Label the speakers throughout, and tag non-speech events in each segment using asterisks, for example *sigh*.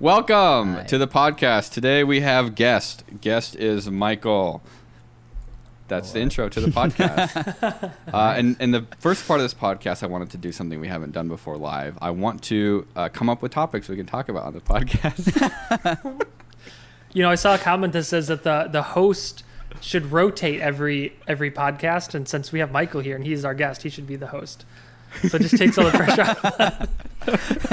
Speaker 1: Welcome to the podcast. Today we have guest. Guest is Michael. That's the intro to the podcast. uh, and, and the first part of this podcast, I wanted to do something we haven't done before live. I want to uh, come up with topics we can talk about on the *laughs* podcast.
Speaker 2: You know, I saw a comment that says that the the host should rotate every every podcast, and since we have Michael here and he's our guest, he should be the host. So it just takes all the pressure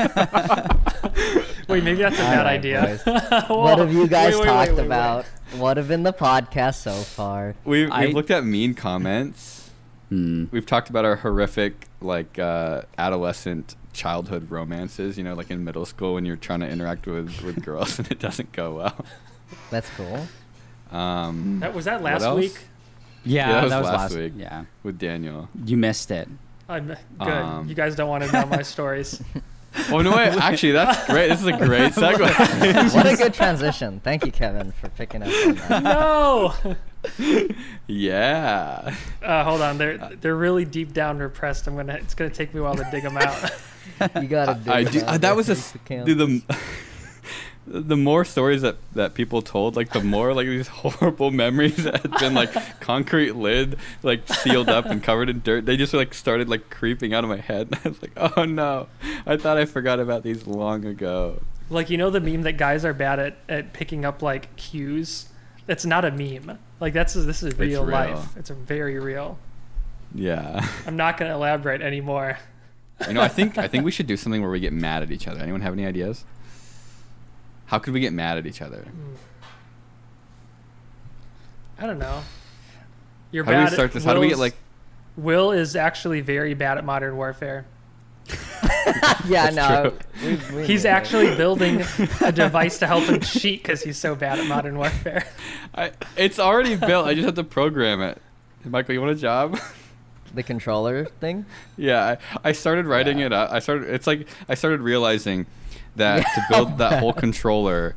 Speaker 2: off. *laughs* wait, maybe that's a
Speaker 3: All
Speaker 2: bad
Speaker 3: right,
Speaker 2: idea.
Speaker 3: boys.
Speaker 2: *laughs* Whoa.
Speaker 3: What have you guys
Speaker 2: Wait, wait, wait,
Speaker 3: talked
Speaker 2: wait, wait.
Speaker 3: about? What have been the podcast so far?
Speaker 1: we, we've
Speaker 4: I-
Speaker 1: looked at mean comments. We've talked about our horrific, like, uh, adolescent childhood romances, you know, like in middle school when you're trying to interact with, with girls *laughs* and it doesn't go well.
Speaker 3: That's
Speaker 2: *laughs*
Speaker 3: cool.
Speaker 1: Um,
Speaker 2: That was that
Speaker 1: What
Speaker 2: last
Speaker 1: else?
Speaker 2: week.
Speaker 4: Yeah, that was, last,
Speaker 1: week.
Speaker 4: Yeah,
Speaker 1: with Daniel.
Speaker 4: you missed it.
Speaker 2: I'm good.
Speaker 1: Um.
Speaker 2: you guys don't want to
Speaker 1: *laughs*
Speaker 2: know my stories.
Speaker 1: Oh, no, wait. Actually, that's great. This is a great segue. *laughs*
Speaker 3: What a good transition. Thank you, Kevin, for picking up on that.
Speaker 2: No.
Speaker 1: yeah.
Speaker 2: Uh, hold on, they're they're really deep down repressed. I'm gonna. It's gonna take me a while to dig them out. *laughs*
Speaker 3: You gotta do
Speaker 1: I do.
Speaker 3: that.
Speaker 1: uh, that was a
Speaker 3: Thanks
Speaker 1: s-
Speaker 3: to Cam.
Speaker 1: dude, the *laughs* the more stories that that people told, like the more like these *laughs* horrible memories that had been like concrete lid, like sealed up and covered in dirt. They just like started like creeping out of my head. *laughs* I was like, oh no, I thought I forgot about these long ago.
Speaker 2: Like you know the meme that guys are bad at at picking up like cues. That's not a meme. Like that's this is real,
Speaker 1: real.
Speaker 2: life. It's a very real.
Speaker 1: Yeah,
Speaker 2: I'm not gonna elaborate anymore.
Speaker 1: you know, I think I think we should do something where we get mad at each other. Anyone have any ideas? How could we get mad at each other?
Speaker 2: I don't know. You're
Speaker 1: How do
Speaker 2: bad.
Speaker 1: we start
Speaker 2: at,
Speaker 1: this? How do we get
Speaker 2: Will's-
Speaker 1: like?
Speaker 2: Will is actually very bad at modern warfare.
Speaker 3: *laughs* yeah,
Speaker 1: That's
Speaker 3: no.
Speaker 1: true.
Speaker 3: we- we
Speaker 2: He's
Speaker 3: knew it.
Speaker 2: actually building
Speaker 3: *laughs*
Speaker 2: a device to help him cheat because he's so bad at modern warfare.
Speaker 1: I, it's already built. I just have to program it. Michael, you want a job? *laughs*
Speaker 3: the controller thing.
Speaker 1: Yeah, I, I started writing it up. I started. It's like I started realizing
Speaker 3: *laughs*
Speaker 1: that to build that whole controller.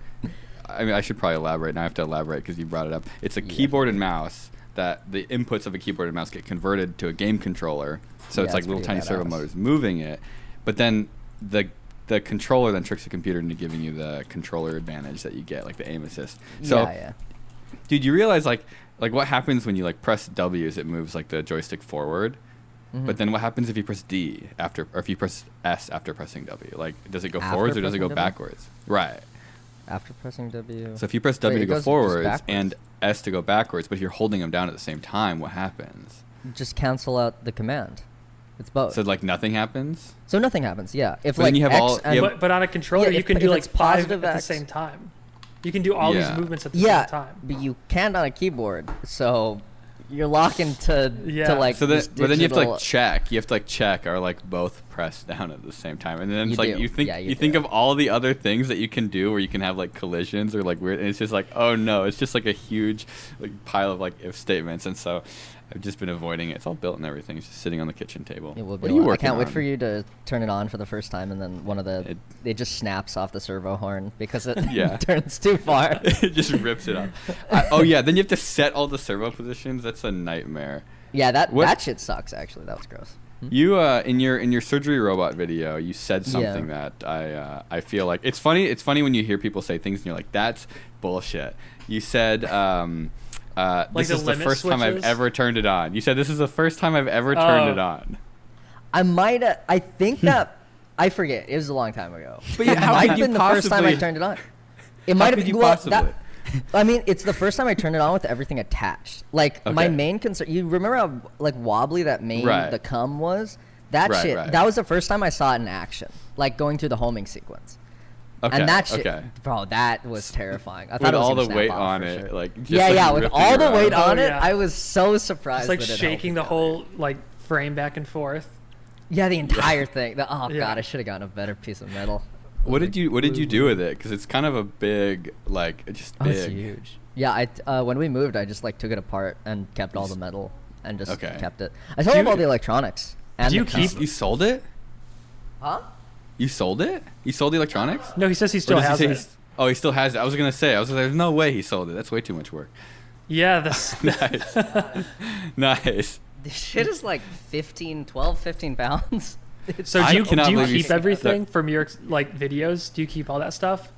Speaker 1: I mean, I should probably elaborate. Now I have to elaborate because you brought it up. It's a keyboard and mouse that the inputs of a keyboard and mouse get converted to a game controller. So
Speaker 3: Yeah,
Speaker 1: it's
Speaker 3: that's
Speaker 1: like little
Speaker 3: pretty
Speaker 1: tiny servo
Speaker 3: badass.
Speaker 1: motors moving it, but then the the controller then tricks the computer into giving you the controller advantage that you get, like the aim assist. So
Speaker 3: yeah, yeah.
Speaker 1: dude you realize like like what happens when you like press w is it moves like the joystick forward
Speaker 3: Mm-hmm.
Speaker 1: but then what happens if you press d after or if you press s after pressing w like does it go
Speaker 3: After
Speaker 1: forwards or does it go
Speaker 3: pressing W?
Speaker 1: backwards right
Speaker 3: After pressing W.
Speaker 1: so if you press w
Speaker 3: Wait,
Speaker 1: to
Speaker 3: it
Speaker 1: go
Speaker 3: goes just
Speaker 1: forwards
Speaker 3: backwards.
Speaker 1: and s to go backwards but if you're holding them down at the same time what happens
Speaker 3: just cancel out the command. It's both.
Speaker 1: so
Speaker 3: So,
Speaker 1: like nothing happens
Speaker 3: nothing happens. Yeah.
Speaker 1: But
Speaker 3: If
Speaker 1: then
Speaker 3: like
Speaker 1: you have
Speaker 3: X
Speaker 1: all-
Speaker 3: and
Speaker 1: Yeah,
Speaker 2: But, but on a controller,
Speaker 3: Yeah,
Speaker 2: you
Speaker 3: if-
Speaker 2: can
Speaker 3: if
Speaker 2: do like
Speaker 3: it's
Speaker 2: five at
Speaker 3: positive
Speaker 2: the
Speaker 3: X-
Speaker 2: same time. You can do all
Speaker 1: Yeah.
Speaker 2: these movements at the
Speaker 3: yeah,
Speaker 2: same time.
Speaker 3: but you can't on a keyboard. So you're locking to
Speaker 2: Yeah.
Speaker 3: to like.
Speaker 1: so then
Speaker 3: this
Speaker 1: but then you have to
Speaker 3: digital-
Speaker 1: like check you have to like check or like both press *laughs* down at the same time and then it's
Speaker 3: You
Speaker 1: like
Speaker 3: do.
Speaker 1: you think
Speaker 3: Yeah,
Speaker 1: you,
Speaker 3: you
Speaker 1: think
Speaker 3: do.
Speaker 1: of all the other things that you can do where you can have like collisions or like weird and it's just like oh no it's just like a huge like pile of like if statements and so i've just been avoiding it it's all built and everything it's just sitting on the kitchen table
Speaker 3: It will be.
Speaker 1: what are
Speaker 3: a
Speaker 1: you
Speaker 3: lot. I
Speaker 1: working
Speaker 3: can't wait for
Speaker 1: on?
Speaker 3: you to turn it on for the first time, and then one of the
Speaker 1: It-
Speaker 3: it, just snaps off the servo horn because it
Speaker 1: *laughs* Yeah.
Speaker 3: *laughs* turns too far.
Speaker 1: *laughs* *laughs* it just rips it up I, oh yeah then you have to set all the servo positions that's a nightmare
Speaker 3: yeah, that
Speaker 1: What-
Speaker 3: that shit sucks. Actually, that was gross.
Speaker 2: Mm-hmm.
Speaker 1: You uh, in your in your surgery robot video, you said something
Speaker 3: Yeah.
Speaker 1: that I uh, I feel like it's funny. It's funny when you hear people say things and you're like, "That's bullshit." You said, um, uh,
Speaker 2: Like
Speaker 1: "This
Speaker 2: the
Speaker 1: is the
Speaker 2: limit
Speaker 1: first time I've
Speaker 2: switches?
Speaker 1: ever turned it on." You said, "This is the first time I've ever turned
Speaker 2: Oh.
Speaker 1: it on."
Speaker 3: I might. Uh, I think that I forget. It was a long time ago.
Speaker 1: Hmm. But yeah,
Speaker 3: It
Speaker 1: how
Speaker 3: might
Speaker 1: could
Speaker 3: have
Speaker 1: you
Speaker 3: been the first time I
Speaker 1: possibly-
Speaker 3: turned
Speaker 1: *laughs*
Speaker 3: it on. It might
Speaker 1: could
Speaker 3: have
Speaker 1: you
Speaker 3: been
Speaker 1: possibly?
Speaker 3: I mean, it's the first time I turned it on with everything attached. Like my
Speaker 1: Okay.
Speaker 3: main concern. You remember how like wobbly that main
Speaker 1: Right.
Speaker 3: the cum was? That
Speaker 1: Right,
Speaker 3: shit.
Speaker 1: right.
Speaker 3: That was the first time I saw it in action. Like going through the homing sequence.
Speaker 1: Okay,
Speaker 3: and that shit,
Speaker 1: okay.
Speaker 3: bro, that was terrifying. I thought
Speaker 1: With
Speaker 3: it was
Speaker 1: all
Speaker 3: gonna
Speaker 1: the
Speaker 3: snap
Speaker 1: weight
Speaker 3: off
Speaker 1: on
Speaker 3: for
Speaker 1: it,
Speaker 3: sure.
Speaker 1: like just,
Speaker 3: yeah,
Speaker 1: like,
Speaker 3: yeah, with
Speaker 1: ripping
Speaker 3: all the
Speaker 1: around.
Speaker 3: weight on
Speaker 2: Oh,
Speaker 3: it,
Speaker 2: yeah.
Speaker 3: I was so surprised.
Speaker 2: It's like
Speaker 3: that it held
Speaker 2: shaking the
Speaker 3: together.
Speaker 2: whole like frame back and forth.
Speaker 1: *laughs*
Speaker 3: Yeah, the entire thing. The, oh
Speaker 2: Yeah.
Speaker 3: god, I should have gotten a better piece of metal.
Speaker 1: What did you What did you do with it? Because it's kind of a big, like, it's just
Speaker 4: Oh, it's
Speaker 1: big.
Speaker 4: huge.
Speaker 3: Yeah, I t- uh, when we moved, I just like took it apart and kept all the metal and just
Speaker 1: Okay.
Speaker 3: kept it. I sold
Speaker 1: Do
Speaker 3: up
Speaker 1: you-
Speaker 3: all the electronics. And
Speaker 2: do
Speaker 3: the
Speaker 2: you keep-
Speaker 3: console.
Speaker 1: you sold it?
Speaker 3: Huh?
Speaker 1: You sold it? You sold the electronics?
Speaker 2: No, he says he
Speaker 1: Or
Speaker 2: still
Speaker 1: does he
Speaker 2: has
Speaker 1: say
Speaker 2: it.
Speaker 1: he's- Oh, he still has it. I was gonna say. I was like, there's no way he sold it. That's way too much work. *laughs*
Speaker 2: Yeah, this.
Speaker 1: nice, nice.
Speaker 3: This shit is like 15, 12, 15 pounds.
Speaker 2: *laughs* So
Speaker 1: I
Speaker 2: do you,
Speaker 1: cannot
Speaker 2: do you
Speaker 1: believe you
Speaker 2: keep
Speaker 1: said that.
Speaker 2: everything from your like videos? Do you keep all that stuff?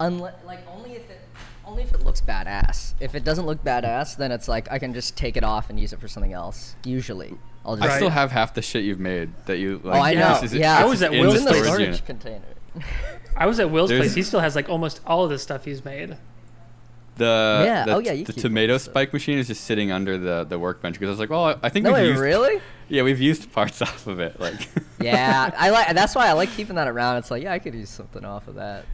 Speaker 3: Unless, like only if it only if it looks badass. If it doesn't look badass, then it's like I can just take it off and use it for something else. Usually, I'll just.
Speaker 1: I
Speaker 2: Right.
Speaker 1: still have half the shit you've made that you like.
Speaker 3: Oh, I know.
Speaker 1: this
Speaker 3: yeah,
Speaker 2: I was at
Speaker 1: in
Speaker 2: Will's
Speaker 1: the
Speaker 3: It's in the
Speaker 1: storage
Speaker 3: storage
Speaker 1: unit.
Speaker 3: container.
Speaker 1: *laughs*
Speaker 2: I was at Will's
Speaker 1: There's-
Speaker 2: place. He still has like almost all of the stuff he's made.
Speaker 1: The
Speaker 3: Yeah,
Speaker 1: the,
Speaker 3: oh, yeah, you
Speaker 1: the
Speaker 3: keep
Speaker 1: tomato
Speaker 3: all this stuff.
Speaker 1: spike machine is just sitting under the the workbench because I was like, well, I, I think
Speaker 3: No,
Speaker 1: we've
Speaker 3: wait,
Speaker 1: used
Speaker 3: really?
Speaker 1: yeah we've used parts *laughs* off of it. Like, *laughs*
Speaker 3: yeah, I like. That's why I like keeping that around. It's like, yeah, I could use something off of that.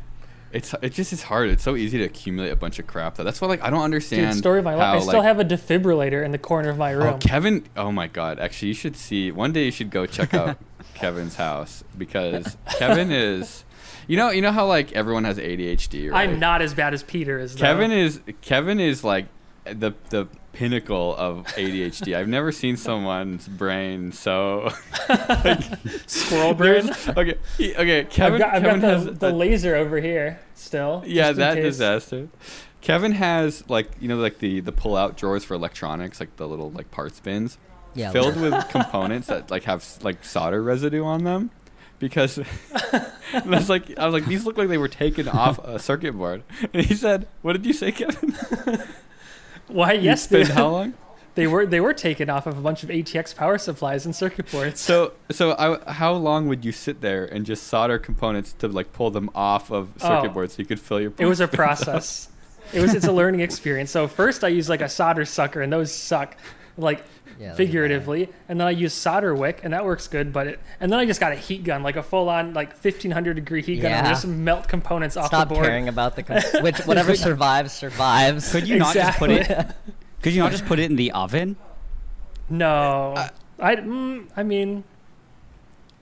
Speaker 1: it's it just is hard. It's so easy to accumulate a bunch of crap. Though. That's why like I don't understand.
Speaker 2: Dude, story of my
Speaker 1: how,
Speaker 2: life. I still
Speaker 1: like-
Speaker 2: have a defibrillator in the corner of my room.
Speaker 1: Oh, Kevin! Oh my God! Actually, you should see. One day you should go check
Speaker 2: *laughs*
Speaker 1: out Kevin's house because Kevin is, you know, you know how like everyone has ADHD. Right?
Speaker 2: I'm not as bad as Peter is. Though.
Speaker 1: Kevin is Kevin is like the the pinnacle of
Speaker 2: *laughs*
Speaker 1: ADHD. I've never seen someone's brain so.
Speaker 2: squirrel brain.
Speaker 1: okay, he- okay.
Speaker 2: I've
Speaker 1: Kevin.
Speaker 2: got, I've got
Speaker 1: Kevin
Speaker 2: the,
Speaker 1: has
Speaker 2: the
Speaker 1: a-
Speaker 2: laser over here still.
Speaker 1: yeah,
Speaker 2: just in
Speaker 1: that
Speaker 2: case.
Speaker 1: disaster. Kevin has like you know like the the pull out drawers for electronics, like the little like parts bins.
Speaker 3: Yeah,
Speaker 1: filled with
Speaker 2: *laughs*
Speaker 1: components that like have like solder residue on them because *laughs* and I was like I was like these look like they were taken off a circuit board and he said what did you say Kevin *laughs*
Speaker 2: Why? Yes,
Speaker 1: it's been
Speaker 2: they,
Speaker 1: how long
Speaker 2: they were they were taken off of a bunch of ATX power supplies and circuit boards.
Speaker 1: so so I, how long would you sit there and just solder components to like pull them off of circuit
Speaker 2: Oh.
Speaker 1: boards so you could fill your
Speaker 2: it was a
Speaker 1: parts?
Speaker 2: process. it was it's a learning experience. So first I used like a solder sucker and those suck, like
Speaker 3: Yeah, those are
Speaker 2: figuratively. And then I used solder wick and that works good. But it and then I just got a heat gun, like a full on like 1500 degree heat gun, and
Speaker 3: Yeah.
Speaker 2: just melt components off
Speaker 3: Stop
Speaker 2: the board.
Speaker 3: caring about the com- which
Speaker 1: *laughs*
Speaker 3: whatever survives survives.
Speaker 4: Could you not just put
Speaker 2: Exactly.
Speaker 4: it? *laughs* Could you not just put it in the oven?
Speaker 2: No,
Speaker 3: Uh,
Speaker 2: I mm, I mean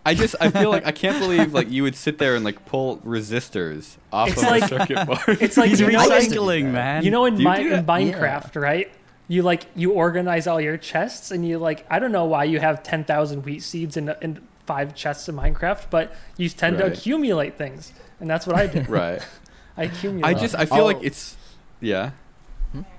Speaker 1: I just I feel like I
Speaker 2: *laughs*
Speaker 1: can't believe like you would sit there and like pull resistors off
Speaker 2: It's
Speaker 1: of
Speaker 2: like-
Speaker 1: a
Speaker 2: *laughs*
Speaker 1: circuit board
Speaker 3: *laughs*
Speaker 2: it's like
Speaker 4: He's
Speaker 2: you know, like-
Speaker 4: recycling, man.
Speaker 2: You know, in,
Speaker 1: Do you
Speaker 2: my,
Speaker 1: do
Speaker 2: in
Speaker 1: that?
Speaker 2: Minecraft, right? You like you organize all your chests, and you like I don't know why you have ten thousand wheat seeds in, in five chests in Minecraft, but you tend
Speaker 1: Right.
Speaker 2: to accumulate things, and that's what I do.
Speaker 1: *laughs* *laughs* right
Speaker 2: I accumulate.
Speaker 1: I just I feel like
Speaker 3: I'll-
Speaker 1: it's yeah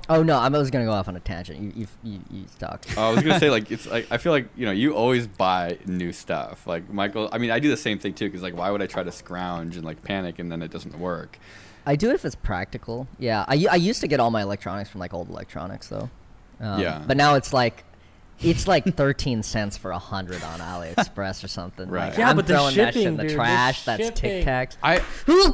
Speaker 3: Oh no, I was gonna go off on a tangent. You you you, you talk.
Speaker 1: Oh, I was gonna say like it's like I feel like you know you always buy new stuff. Like Michael, I mean I do the same thing too because like why would I try to scrounge and like panic and then it doesn't work?
Speaker 3: I do it if it's practical. Yeah, I, u- I used to get all my electronics from like old electronics though. Um,
Speaker 1: Yeah.
Speaker 3: But now it's like, it's like thirteen cents for a hundred on AliExpress or something.
Speaker 1: Right.
Speaker 3: Like,
Speaker 2: Yeah,
Speaker 3: I'm
Speaker 2: but the
Speaker 3: throwing that shit
Speaker 2: shipping,
Speaker 3: in the
Speaker 2: dude, the
Speaker 3: trash. That's
Speaker 2: shipping.
Speaker 3: Tic Tacs.
Speaker 1: I
Speaker 3: Who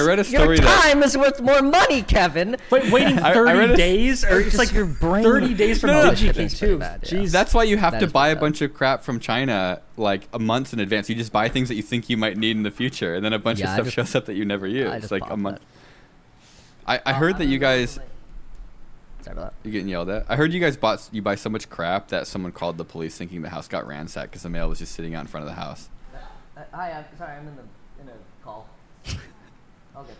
Speaker 1: I read a story
Speaker 3: Your
Speaker 1: that-
Speaker 3: time is worth more money, Kevin.
Speaker 2: Wait, waiting
Speaker 1: I- I
Speaker 2: thirty
Speaker 1: read a-
Speaker 2: days, or it's
Speaker 3: just
Speaker 2: like
Speaker 3: your brain.
Speaker 2: thirty days from
Speaker 1: No, no, no.
Speaker 2: Digi Key
Speaker 3: That's
Speaker 2: too.
Speaker 3: pretty bad, yeah.
Speaker 2: Jeez.
Speaker 1: that's why you have
Speaker 3: That
Speaker 1: to
Speaker 3: is
Speaker 1: buy a
Speaker 3: fucked up.
Speaker 1: bunch of crap from China like a month in advance. You just buy things that you think you might need in the future, and then a bunch
Speaker 3: Yeah,
Speaker 1: of
Speaker 3: I
Speaker 1: stuff
Speaker 3: just-
Speaker 1: shows up that you never use.
Speaker 3: just
Speaker 1: like a
Speaker 3: bought Um,
Speaker 1: month. I, I heard that you guys
Speaker 3: Sorry about that.
Speaker 1: you're getting yelled at. I heard you guys bought you buy so much crap that someone called the police thinking the house got ransacked because the mail was just sitting out in front of the house.
Speaker 3: Uh, hi, I'm sorry. I'm in the in a call. *laughs* okay.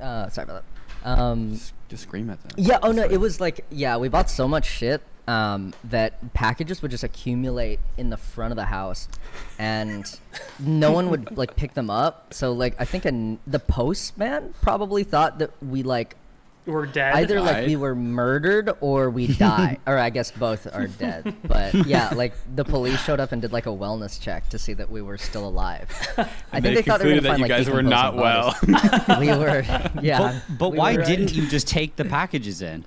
Speaker 3: Uh, sorry about that. Um,
Speaker 1: Just, just scream at them.
Speaker 3: yeah. Oh no,
Speaker 1: That's
Speaker 3: it
Speaker 1: what-
Speaker 3: was like yeah. We bought so much shit um, that packages would just accumulate in the front of the house, and no one
Speaker 4: *laughs*
Speaker 3: would like pick them up. So like I think an, the postman probably thought that we like
Speaker 2: we're dead.
Speaker 3: either like
Speaker 1: died.
Speaker 3: we were murdered or
Speaker 4: *laughs*
Speaker 3: we die or i guess both are dead but yeah like the police showed up and did like a wellness check to see that we were still
Speaker 4: *laughs*
Speaker 3: alive i think
Speaker 1: they
Speaker 3: they, thought they
Speaker 1: concluded
Speaker 3: were gonna
Speaker 1: that
Speaker 3: find,
Speaker 1: you guys
Speaker 3: like,
Speaker 1: were not
Speaker 3: decomposing bodies.
Speaker 1: *laughs*
Speaker 3: *laughs* we were yeah
Speaker 4: But, but
Speaker 3: we
Speaker 4: why
Speaker 3: were-
Speaker 4: didn't you just take the packages in?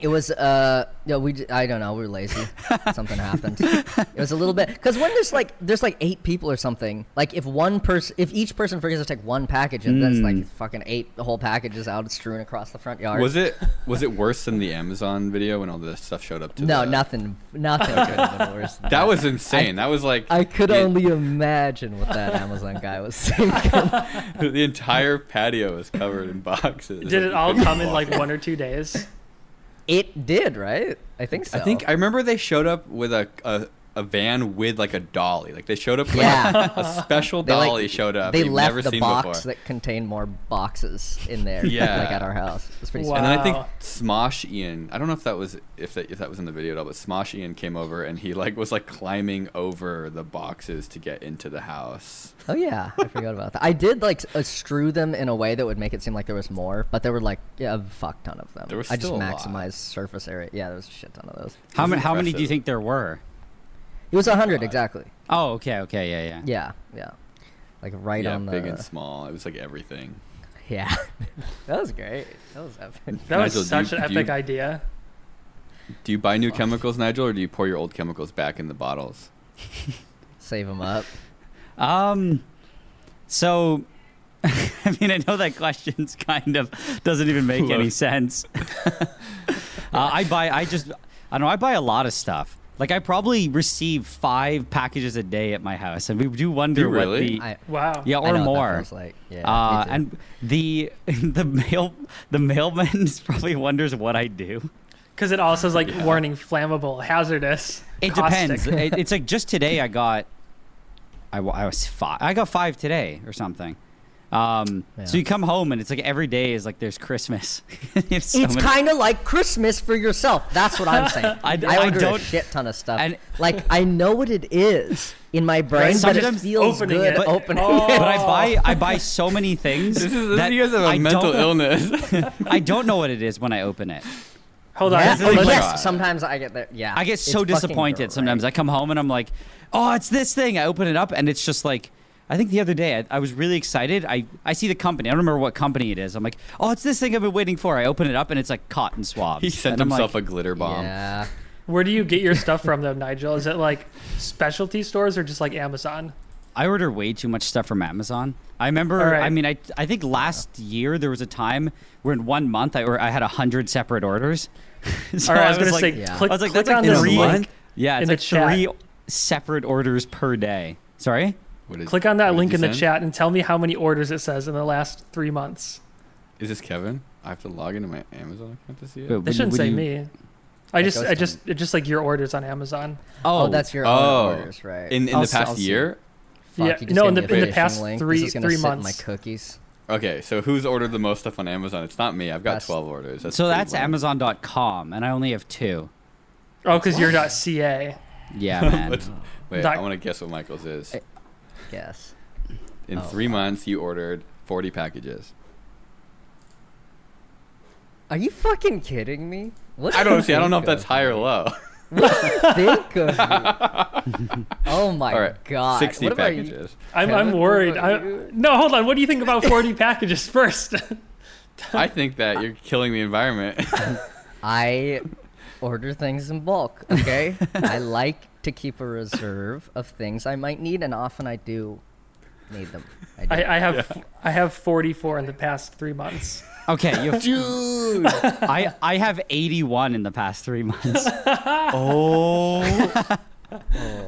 Speaker 3: it was uh no we d- i don't know we were lazy
Speaker 1: *laughs*
Speaker 3: something happened it was a little bit because when there's like there's like eight people or something like if one person if each person forgets to take one package and that's like fucking eight whole packages out strewn across the front yard
Speaker 1: Hmm. Was it was it worse than the Amazon video when all this stuff showed up? To
Speaker 3: no
Speaker 1: the-
Speaker 3: nothing nothing could have been worse
Speaker 1: *laughs*
Speaker 3: than
Speaker 1: That was insane. that was like
Speaker 3: I could
Speaker 1: the,
Speaker 3: only imagine what that Amazon guy was thinking.
Speaker 1: *laughs* the entire patio was covered in boxes.
Speaker 2: Did
Speaker 1: *laughs*
Speaker 2: it all come in like one or two days?
Speaker 3: it did, right? I think so.
Speaker 1: I think I remember they showed up with a a, a van with like a dolly. Like they showed up. With
Speaker 3: Yeah.
Speaker 1: *laughs* a special
Speaker 3: They, like,
Speaker 1: dolly showed up.
Speaker 3: They
Speaker 1: they've
Speaker 3: left
Speaker 1: never
Speaker 3: the
Speaker 1: seen
Speaker 3: box
Speaker 1: before.
Speaker 3: that contained more boxes in there.
Speaker 1: *laughs* Yeah.
Speaker 3: like at our house. It's pretty.
Speaker 2: Wow.
Speaker 3: sweet.
Speaker 1: And then I think
Speaker 2: Wow.
Speaker 1: Smosh Ian. I don't know if that was if that if that was in the video at all, but Smosh Ian came over and he like was like climbing over the boxes to get into the house.
Speaker 3: Oh yeah, I forgot about that. I did like uh, strew them in a way that would make it seem like there was more, but there were like yeah, a fuck ton of them.
Speaker 1: There was
Speaker 3: I just
Speaker 1: still a lot.
Speaker 3: maximized surface area. Yeah, there was a shit ton of those.
Speaker 4: How
Speaker 1: This
Speaker 4: many?
Speaker 1: is
Speaker 4: How many do you
Speaker 1: impressive.
Speaker 4: think there were?
Speaker 3: It was hundred exactly.
Speaker 4: Oh, okay, okay, yeah, yeah.
Speaker 3: Yeah, yeah, like right
Speaker 1: yeah,
Speaker 3: on the.
Speaker 1: big and small. It was like everything.
Speaker 3: *laughs* Yeah, that was great. That was epic.
Speaker 2: That
Speaker 1: Nigel,
Speaker 2: was
Speaker 1: do you-
Speaker 2: such an
Speaker 1: do you-
Speaker 2: epic idea.
Speaker 1: Do you buy new chemicals, Nigel, or do you pour your old chemicals back in the bottles?
Speaker 3: Save them up.
Speaker 4: Um, so, *laughs* I mean, I know that question's *laughs* kind of doesn't even make any
Speaker 1: Close.
Speaker 4: *laughs* sense. uh, I buy, I just, I don't know, I buy a lot of stuff. Like I probably receive five packages a day at my house, and we do wonder
Speaker 1: You
Speaker 4: what
Speaker 1: really?
Speaker 4: the
Speaker 3: I,
Speaker 2: Wow.
Speaker 4: yeah
Speaker 3: I
Speaker 4: or
Speaker 3: know what that
Speaker 4: more.
Speaker 3: feels like. Yeah, me
Speaker 4: uh,
Speaker 3: too.
Speaker 4: and the *laughs* the mail the mailman *laughs* is probably wonders what I do.
Speaker 2: Because it also is like warning flammable, hazardous.
Speaker 4: It
Speaker 2: caustic.
Speaker 4: depends. *laughs* it, it's like just today I got, I, wa- I was five. I got five today or something. Um, So
Speaker 3: Yeah.
Speaker 4: you come home and it's like every day is like there's Christmas. *laughs* it's so
Speaker 3: It's
Speaker 4: many-
Speaker 3: kind of like Christmas for yourself. That's what I'm saying.
Speaker 4: I-
Speaker 3: I,
Speaker 4: I
Speaker 3: order
Speaker 4: don't-
Speaker 3: a shit ton of stuff.
Speaker 4: and-
Speaker 3: like I know what it is in my brain,
Speaker 4: Right,
Speaker 3: but it
Speaker 4: sometimes
Speaker 3: feels
Speaker 2: opening
Speaker 3: good
Speaker 2: it-
Speaker 3: opening
Speaker 2: Oh.
Speaker 3: it.
Speaker 4: *laughs* but I buy I buy so many *laughs* things.
Speaker 1: This is this,
Speaker 4: that
Speaker 1: you guys have a
Speaker 4: I
Speaker 1: mental
Speaker 3: *laughs*
Speaker 4: don't,
Speaker 1: illness.
Speaker 4: I don't know what it is when I open it.
Speaker 2: Hold on.
Speaker 3: Yeah,
Speaker 2: this is
Speaker 3: oh,
Speaker 2: like-
Speaker 1: like-
Speaker 3: yes,
Speaker 1: God.
Speaker 3: sometimes I get that. Yeah,
Speaker 4: I get so
Speaker 3: it's fucking
Speaker 4: disappointed
Speaker 3: great.
Speaker 4: sometimes. I come home and I'm like, oh, it's this thing. I open it up and it's just like, I think the other day I, I was really excited. I, I see the company. I don't remember what company it is. I'm like, oh, it's this thing I've been waiting for. I open it up and it's like cotton
Speaker 1: *laughs*
Speaker 4: swabs.
Speaker 1: he sent
Speaker 4: And I'm
Speaker 1: himself
Speaker 4: like,
Speaker 1: a glitter bomb.
Speaker 3: Yeah,
Speaker 2: Where do you get your stuff from, though, Nigel? Is it like specialty stores or just like Amazon?
Speaker 4: I order way too much stuff from Amazon. I remember.
Speaker 2: All right.
Speaker 4: I mean, I I think last year there was a time where in one month I or I had a hundred separate orders. *laughs* so
Speaker 2: All right, I was, gonna
Speaker 4: like,
Speaker 2: say,
Speaker 3: Yeah.
Speaker 2: click,
Speaker 4: I was like,
Speaker 2: click
Speaker 4: that's like
Speaker 2: on this
Speaker 4: three.
Speaker 3: in a
Speaker 2: link.
Speaker 3: month.
Speaker 4: Yeah,
Speaker 2: in
Speaker 4: it's
Speaker 2: the
Speaker 4: like three separate orders per day. Sorry.
Speaker 1: What is,
Speaker 2: Click on that
Speaker 1: what
Speaker 2: link
Speaker 1: did
Speaker 2: in
Speaker 1: he
Speaker 2: the
Speaker 1: send?
Speaker 2: chat and tell me how many orders it says in the last three months.
Speaker 1: Is this Kevin? I have to log into my Amazon account to see it.
Speaker 4: Wait,
Speaker 2: They
Speaker 4: would-
Speaker 2: shouldn't
Speaker 4: would
Speaker 2: say
Speaker 4: you-
Speaker 2: me. I just,
Speaker 3: goes
Speaker 2: I
Speaker 3: to
Speaker 2: just, it's just like your orders on Amazon.
Speaker 4: Oh,
Speaker 3: Oh, that's your
Speaker 1: Oh.
Speaker 3: own orders, right?
Speaker 1: In in
Speaker 4: I'll
Speaker 1: the
Speaker 4: s- I'll
Speaker 1: past
Speaker 4: see.
Speaker 1: year.
Speaker 3: Fuck,
Speaker 2: yeah,
Speaker 3: you just
Speaker 2: no,
Speaker 3: gave
Speaker 2: in
Speaker 3: me
Speaker 2: the-
Speaker 3: a
Speaker 2: in the
Speaker 3: phishing
Speaker 2: past
Speaker 3: link.
Speaker 2: three-
Speaker 3: This is gonna
Speaker 2: three
Speaker 3: sit in
Speaker 2: months.
Speaker 3: my cookies.
Speaker 1: Okay, so who's ordered the most stuff on Amazon? It's not me. I've got
Speaker 3: That's-
Speaker 1: twelve orders. That's
Speaker 4: so
Speaker 1: pretty
Speaker 4: that's
Speaker 1: low.
Speaker 4: Amazon.com, and I only have two.
Speaker 2: Oh, because you're not CA.
Speaker 1: *laughs*
Speaker 4: Yeah, man.
Speaker 1: Let's- Wait,
Speaker 2: Doc-
Speaker 1: I want to guess what Michael's is.
Speaker 3: Yes.
Speaker 1: In
Speaker 3: Oh.
Speaker 1: three months, you ordered 40
Speaker 3: *laughs*
Speaker 1: packages.
Speaker 3: Are you fucking kidding me? What
Speaker 1: I
Speaker 3: do
Speaker 1: don't
Speaker 3: you
Speaker 1: see. I don't know if
Speaker 3: think
Speaker 1: that's
Speaker 3: of
Speaker 1: high or low.
Speaker 3: me? Think of
Speaker 1: *laughs*
Speaker 3: me. oh *laughs* my
Speaker 1: All right,
Speaker 3: god!
Speaker 1: 60
Speaker 3: what about you-
Speaker 1: packages.
Speaker 2: I'm, I'm
Speaker 3: Kevin,
Speaker 2: worried.
Speaker 3: what
Speaker 2: I,
Speaker 3: about you?
Speaker 2: no, hold on. What do you think about 40 packages first? *laughs*
Speaker 1: I think that you're killing the
Speaker 3: *laughs*
Speaker 1: environment.
Speaker 3: I order things in bulk, okay?
Speaker 1: *laughs*
Speaker 3: I like to keep a reserve of things I might need, and often I do need them. I do.
Speaker 2: I, I have, I have 44 in the past three months.
Speaker 4: okay, you have,
Speaker 1: *laughs* Dude,
Speaker 4: *laughs* I I have 81 in the past three months.
Speaker 1: *laughs* All right,
Speaker 4: And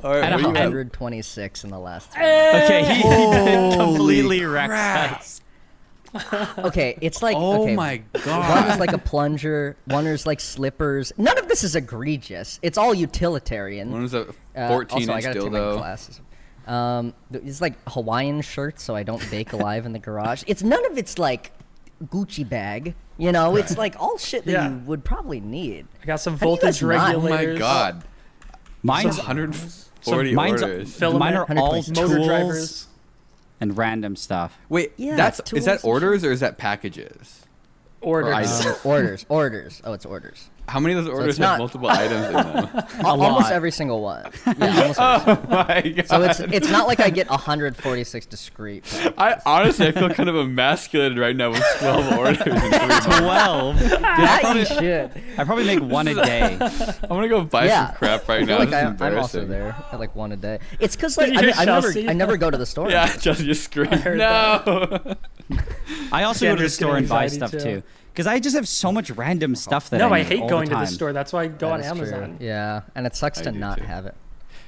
Speaker 1: what do you
Speaker 4: how-
Speaker 1: have?
Speaker 3: 126 in the last three
Speaker 4: Okay, he, he *laughs* completely wrecked us.
Speaker 3: months. Okay, it's like.
Speaker 1: Oh
Speaker 2: Oh
Speaker 3: okay, One is like a plunger, one is like slippers. None of this is egregious. It's all utilitarian.
Speaker 1: One was a 14
Speaker 3: Uh, also, I
Speaker 1: inch
Speaker 3: gotta take my
Speaker 1: dildo.
Speaker 3: glasses. Um, th- it's like Hawaiian shirts, so I don't bake alive in the garage. It's none of it's like Gucci bag. You know, it's like all shit that
Speaker 2: Yeah.
Speaker 3: you would probably need.
Speaker 2: I got some
Speaker 3: do you guys
Speaker 2: voltage
Speaker 3: not?
Speaker 1: Oh
Speaker 3: Oh
Speaker 1: my
Speaker 2: regulators.
Speaker 1: god,
Speaker 4: Mine's
Speaker 1: mine's 140
Speaker 4: mine's
Speaker 1: orders.
Speaker 2: filament,
Speaker 4: mine are all
Speaker 3: 100%.
Speaker 2: Motor
Speaker 4: tools
Speaker 2: drivers.
Speaker 4: and
Speaker 2: *laughs*
Speaker 4: random stuff.
Speaker 1: Wait,
Speaker 3: Yeah,
Speaker 1: that's is that
Speaker 3: tools and
Speaker 1: orders or is that packages?
Speaker 2: Orders.
Speaker 1: Right.
Speaker 3: Um, *laughs* orders, orders. Oh, it's orders.
Speaker 1: How many of those orders
Speaker 3: it's
Speaker 1: have
Speaker 3: not-
Speaker 1: multiple items in them?
Speaker 3: *laughs*
Speaker 1: *laughs*
Speaker 3: Al-
Speaker 4: lot.
Speaker 3: Almost every
Speaker 2: *laughs*
Speaker 3: single one. Yeah, almost every
Speaker 1: oh my god!
Speaker 3: So it's it's not like I
Speaker 2: *laughs*
Speaker 3: get 146 discrete.
Speaker 1: I honestly I feel kind of emasculated right now with
Speaker 3: *laughs*
Speaker 1: 12 orders. in three months.
Speaker 4: 12. *laughs*
Speaker 3: That you should.
Speaker 4: I probably make one
Speaker 2: *laughs*
Speaker 4: a day.
Speaker 1: I'm gonna go buy
Speaker 3: Yeah.
Speaker 1: some crap
Speaker 3: I
Speaker 1: right now.
Speaker 3: feel like
Speaker 1: Oh, this
Speaker 3: I,
Speaker 1: is
Speaker 3: I'm also
Speaker 1: embarrassing.
Speaker 3: there at like one a day. It's because
Speaker 1: *laughs*
Speaker 3: like
Speaker 2: You're
Speaker 3: I, I never
Speaker 2: Chelsea.
Speaker 3: I never go to the store.
Speaker 1: Yeah, *laughs* just you scream. *laughs*
Speaker 2: heard
Speaker 1: No.
Speaker 4: I also go to the
Speaker 2: Sanders
Speaker 4: store
Speaker 2: getting
Speaker 4: and buy
Speaker 2: anxiety
Speaker 4: stuff
Speaker 2: too.
Speaker 4: too. Because I just have so much random stuff that
Speaker 2: No,
Speaker 4: I,
Speaker 2: I
Speaker 4: need all
Speaker 2: hate going to the
Speaker 4: time.
Speaker 2: store. That's why I go
Speaker 3: That
Speaker 2: on
Speaker 3: is true.
Speaker 2: Amazon.
Speaker 3: Yeah, and it sucks
Speaker 1: I
Speaker 3: to
Speaker 1: do
Speaker 3: not
Speaker 1: too.
Speaker 3: have it.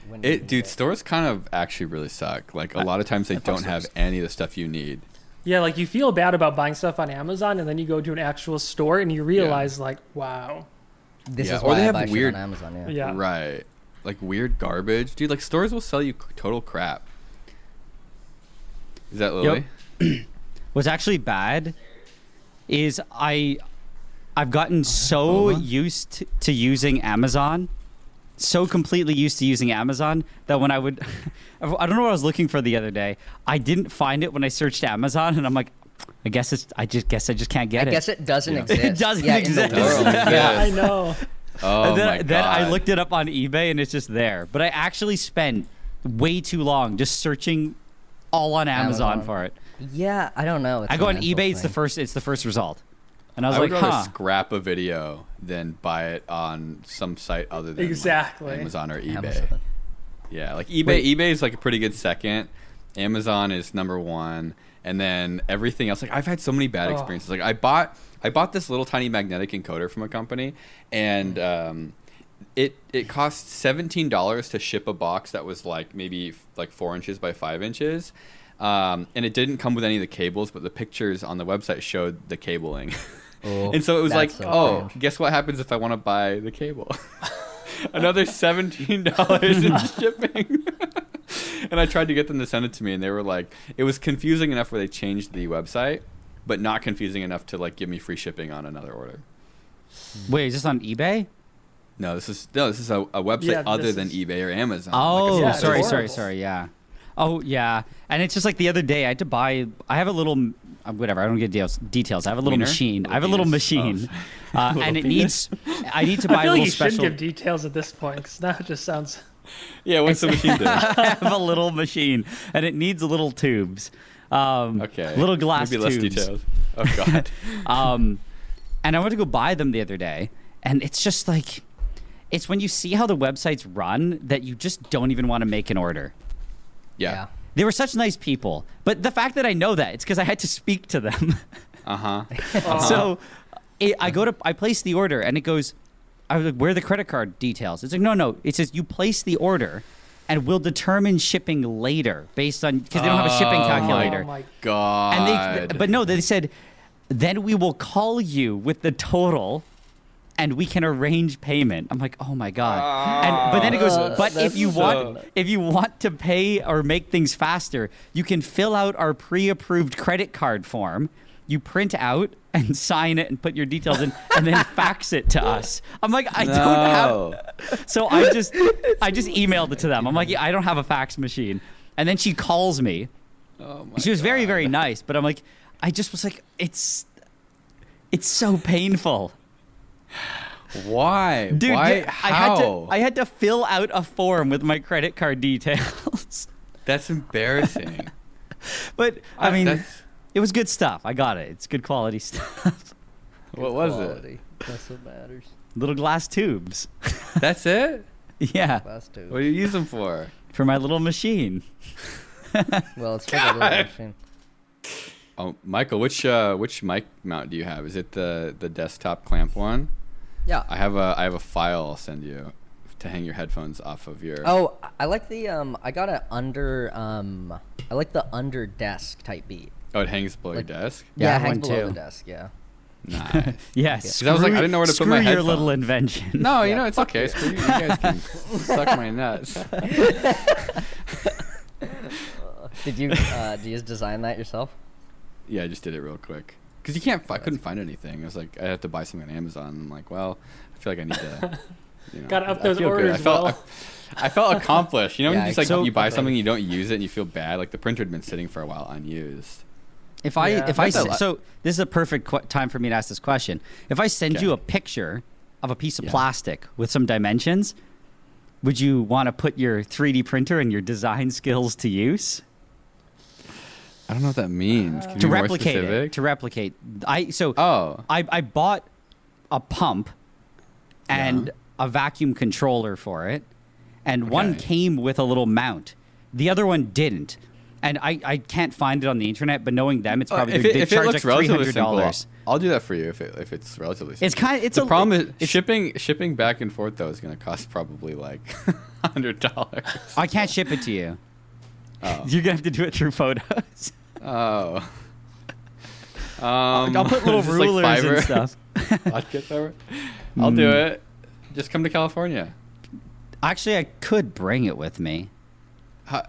Speaker 3: when you
Speaker 1: It,
Speaker 3: need
Speaker 1: dude, stores kind of actually really suck. Like a lot of times they don't have any of the stuff you need.
Speaker 2: Yeah, like you feel bad about buying stuff on Amazon, and then you go to an actual store and you realize, like, wow,
Speaker 3: This
Speaker 1: Yeah,
Speaker 3: is
Speaker 1: or
Speaker 3: why
Speaker 1: they
Speaker 3: I
Speaker 1: have
Speaker 3: buy shit
Speaker 1: weird-
Speaker 3: on Amazon. Yeah.
Speaker 2: yeah,
Speaker 1: Right. like weird garbage, dude. Like stores will sell you c- total crap. Is that Lily?
Speaker 4: What's actually bad is I I've gotten so
Speaker 1: Uh-huh.
Speaker 4: used t- to using Amazon, so completely used to using Amazon that when I would *laughs* I don't know what I was looking for the other day. I didn't find it when I searched Amazon and I'm like I guess it's I just guess I just can't get
Speaker 3: I
Speaker 4: it.
Speaker 3: guess it doesn't
Speaker 1: Yeah. *laughs*
Speaker 3: exist.
Speaker 4: It
Speaker 3: *laughs*
Speaker 4: doesn't
Speaker 3: yeah,
Speaker 4: exist.
Speaker 3: In the world.
Speaker 1: Yeah.
Speaker 2: I
Speaker 3: *laughs*
Speaker 2: know.
Speaker 1: Oh
Speaker 4: And then,
Speaker 1: my god.
Speaker 4: then I looked it up on eBay and it's just there. But I actually spent way too long just searching all on Amazon,
Speaker 3: Amazon.
Speaker 4: for it.
Speaker 3: Yeah, I don't know. It's
Speaker 4: I
Speaker 3: a
Speaker 4: go on
Speaker 3: mental
Speaker 4: eBay, it's the
Speaker 3: thing.
Speaker 4: first it's the first result. And I
Speaker 1: I,
Speaker 4: was
Speaker 1: would
Speaker 4: like,
Speaker 1: rather
Speaker 4: huh.
Speaker 1: scrap a video than buy it on some site other than like,
Speaker 2: Exactly.
Speaker 1: Amazon or eBay.
Speaker 3: Amazon.
Speaker 1: Yeah, like eBay. eBay is like a pretty good second. Amazon is number one, and then everything else. Like I've had so many bad
Speaker 2: Oh.
Speaker 1: experiences. Like I bought, I bought this little tiny magnetic encoder from a company, and um, it it cost seventeen dollars to ship a box that was like maybe f- like four inches by five inches. Um, and it didn't come with any of the cables, but the pictures on the website showed the cabling. *laughs*
Speaker 3: Oh,
Speaker 1: and so it was
Speaker 3: that's
Speaker 1: like,
Speaker 3: so
Speaker 1: oh,
Speaker 3: cringe.
Speaker 1: guess what happens if I want to buy the cable? *laughs* Another seventeen dollars
Speaker 4: *laughs*
Speaker 1: in shipping. *laughs* and I tried to get them to send it to me, and they were like, it was confusing enough where they changed the website, but not confusing enough to like give me free shipping on another order.
Speaker 4: Wait, is this on eBay?
Speaker 1: No, this is no, this is a, a website
Speaker 2: Yeah,
Speaker 1: other
Speaker 2: this
Speaker 1: than
Speaker 2: is-
Speaker 1: eBay or Amazon. Like,
Speaker 4: Oh,
Speaker 1: it's
Speaker 2: Yeah,
Speaker 1: just-
Speaker 4: sorry, sorry,
Speaker 2: horrible.
Speaker 4: sorry. Yeah. Oh, yeah. And it's just like the other day, I had to buy. I have a little, uh, whatever. I don't get details. Details. I have a little
Speaker 1: Wiener?
Speaker 4: machine.
Speaker 1: Little
Speaker 4: I have a little
Speaker 1: penis? Oh,
Speaker 4: machine,
Speaker 1: *laughs*
Speaker 4: uh, and it
Speaker 1: penis?
Speaker 4: needs. I
Speaker 1: *laughs*
Speaker 4: need to buy
Speaker 2: I feel like
Speaker 4: a little
Speaker 2: you should
Speaker 4: special.
Speaker 2: give details at this point because now it just sounds.
Speaker 1: Yeah, what's the
Speaker 4: *laughs*
Speaker 1: machine doing?
Speaker 4: *laughs* I have a little machine, and it needs little tubes. Um,
Speaker 1: Okay,
Speaker 4: Little glass
Speaker 1: Maybe less
Speaker 4: tubes.
Speaker 1: detailed. *laughs* Oh
Speaker 4: *laughs*
Speaker 1: god.
Speaker 4: um, and I went to go buy them the other day, and it's just like, it's when you see how the websites run that you just don't even want to make an order.
Speaker 1: Yeah.
Speaker 4: They were such nice people, but the fact that I know that it's because I had to speak to them. *laughs*
Speaker 1: Uh huh.
Speaker 4: so it, I go to I place the order, and it goes. I was like, "Where are the credit card details?" It's like, "No, no." It says you place the order, and we'll determine shipping later based on because they don't have a shipping
Speaker 1: Oh my
Speaker 4: calculator.
Speaker 2: Oh my
Speaker 1: God.
Speaker 4: And they, but no, they said, then we will call you with the total, and we can arrange payment. I'm like, oh my god. and but then it goes,
Speaker 3: Ah,
Speaker 4: but if
Speaker 3: that's
Speaker 4: you want,
Speaker 1: so-
Speaker 4: if you want to pay or make things faster, you can fill out our pre-approved credit card form. You print out and *laughs* sign it and put your details in, and then fax it to us. I'm like, I don't have. So I just I just emailed it to them. I'm like, yeah, I don't have a fax machine. And then she calls me.
Speaker 1: Oh my
Speaker 4: She was very
Speaker 1: God.
Speaker 4: very nice, but I'm like I just was like it's it's so painful.
Speaker 1: Why?
Speaker 4: Dude,
Speaker 1: Why?
Speaker 4: yeah, I
Speaker 1: How?
Speaker 4: had to I had to fill out a form with my credit card details. *laughs*
Speaker 1: That's embarrassing.
Speaker 4: but *laughs* I mean
Speaker 1: That's-
Speaker 4: it was good stuff. I got it. It's good quality *laughs* stuff.
Speaker 1: what was it?
Speaker 3: Quality. That's what matters.
Speaker 4: little glass tubes. *laughs*
Speaker 1: That's it?
Speaker 4: yeah,
Speaker 3: Class two.
Speaker 1: What do you use them for?
Speaker 4: for my little machine.
Speaker 3: Well, it's for the little machine.
Speaker 1: Oh, Michael, which uh, which mic mount do you have? Is it the the desktop clamp one?
Speaker 3: Yeah.
Speaker 1: I have a I have a file I'll send you to hang your headphones off of your.
Speaker 3: Oh, I- I like the um. I got a under um. I like the under desk type beat.
Speaker 1: Oh, it hangs below
Speaker 3: Like-
Speaker 1: your
Speaker 4: *laughs*
Speaker 1: desk.
Speaker 4: Yeah,
Speaker 3: Yeah,
Speaker 4: I
Speaker 3: it hangs
Speaker 4: want
Speaker 3: below
Speaker 4: to.
Speaker 3: the desk. Yeah.
Speaker 1: Nice.
Speaker 4: Yes.
Speaker 1: I was like, I didn't know where to put my
Speaker 4: your
Speaker 1: headphones.
Speaker 4: little invention.
Speaker 1: No, you
Speaker 3: Yeah,
Speaker 1: know it's okay. Screw you. you guys *laughs* can suck my nuts.
Speaker 3: Did you uh, do you just design that yourself?
Speaker 1: Yeah, I just did it real quick because you can't. fi- I couldn't find anything. I was like, I have to buy something on Amazon. I'm like, well, I feel like I need
Speaker 2: *laughs*
Speaker 1: to. You know,
Speaker 2: Gotta up
Speaker 1: I
Speaker 2: those
Speaker 1: feel good.
Speaker 2: orders,
Speaker 1: I felt,
Speaker 2: Will.
Speaker 1: I, I
Speaker 2: *laughs*
Speaker 1: felt accomplished. You know, when
Speaker 3: Yeah,
Speaker 1: you just like
Speaker 4: so-
Speaker 1: you buy something you don't use it and you feel bad. Like the printer had been sitting for a while unused.
Speaker 4: If I
Speaker 2: Yeah.
Speaker 4: if I
Speaker 1: That's a
Speaker 4: s-
Speaker 1: lot.
Speaker 4: so this is a perfect qu- time for me to ask this question. If I send
Speaker 1: Okay.
Speaker 4: you a picture of a piece of
Speaker 1: Yeah.
Speaker 4: plastic with some dimensions, would you want to put your 3D printer and your design skills to use
Speaker 1: I don't know what that means. Can
Speaker 2: Uh,
Speaker 1: you
Speaker 4: to
Speaker 1: be more
Speaker 4: replicate it?
Speaker 1: specific?
Speaker 4: To replicate, I so
Speaker 1: oh,
Speaker 4: I I bought a pump and a vacuum controller for it, and one
Speaker 1: Okay.
Speaker 4: came with a little mount, the other one didn't. And I, I can't find it on the internet, but knowing them,
Speaker 2: Uh,
Speaker 4: it's probably
Speaker 1: Uh, if
Speaker 4: they
Speaker 1: it, if it
Speaker 4: charge
Speaker 1: looks
Speaker 4: like three
Speaker 1: relatively
Speaker 4: hundred
Speaker 1: simple, I'll,
Speaker 4: dollars.
Speaker 1: I'll do that for you if it, if it's relatively. Simple.
Speaker 4: It's kind. It's
Speaker 1: the
Speaker 4: a
Speaker 1: problem is
Speaker 4: it's-
Speaker 1: shipping shipping back and forth though is going to cost probably like *laughs* hundred dollars.
Speaker 4: I can't ship it to *laughs* you.
Speaker 1: Oh.
Speaker 4: You're gonna have to do it through photos. *laughs*
Speaker 1: Oh. Um,
Speaker 4: I'll put *laughs* little
Speaker 1: just like
Speaker 4: rulers
Speaker 1: Fiverr.
Speaker 4: and stuff.
Speaker 1: *laughs* Vodka Fiverr? I'll do it. Just come to California.
Speaker 4: *laughs* Actually, I could bring it with me.
Speaker 1: How,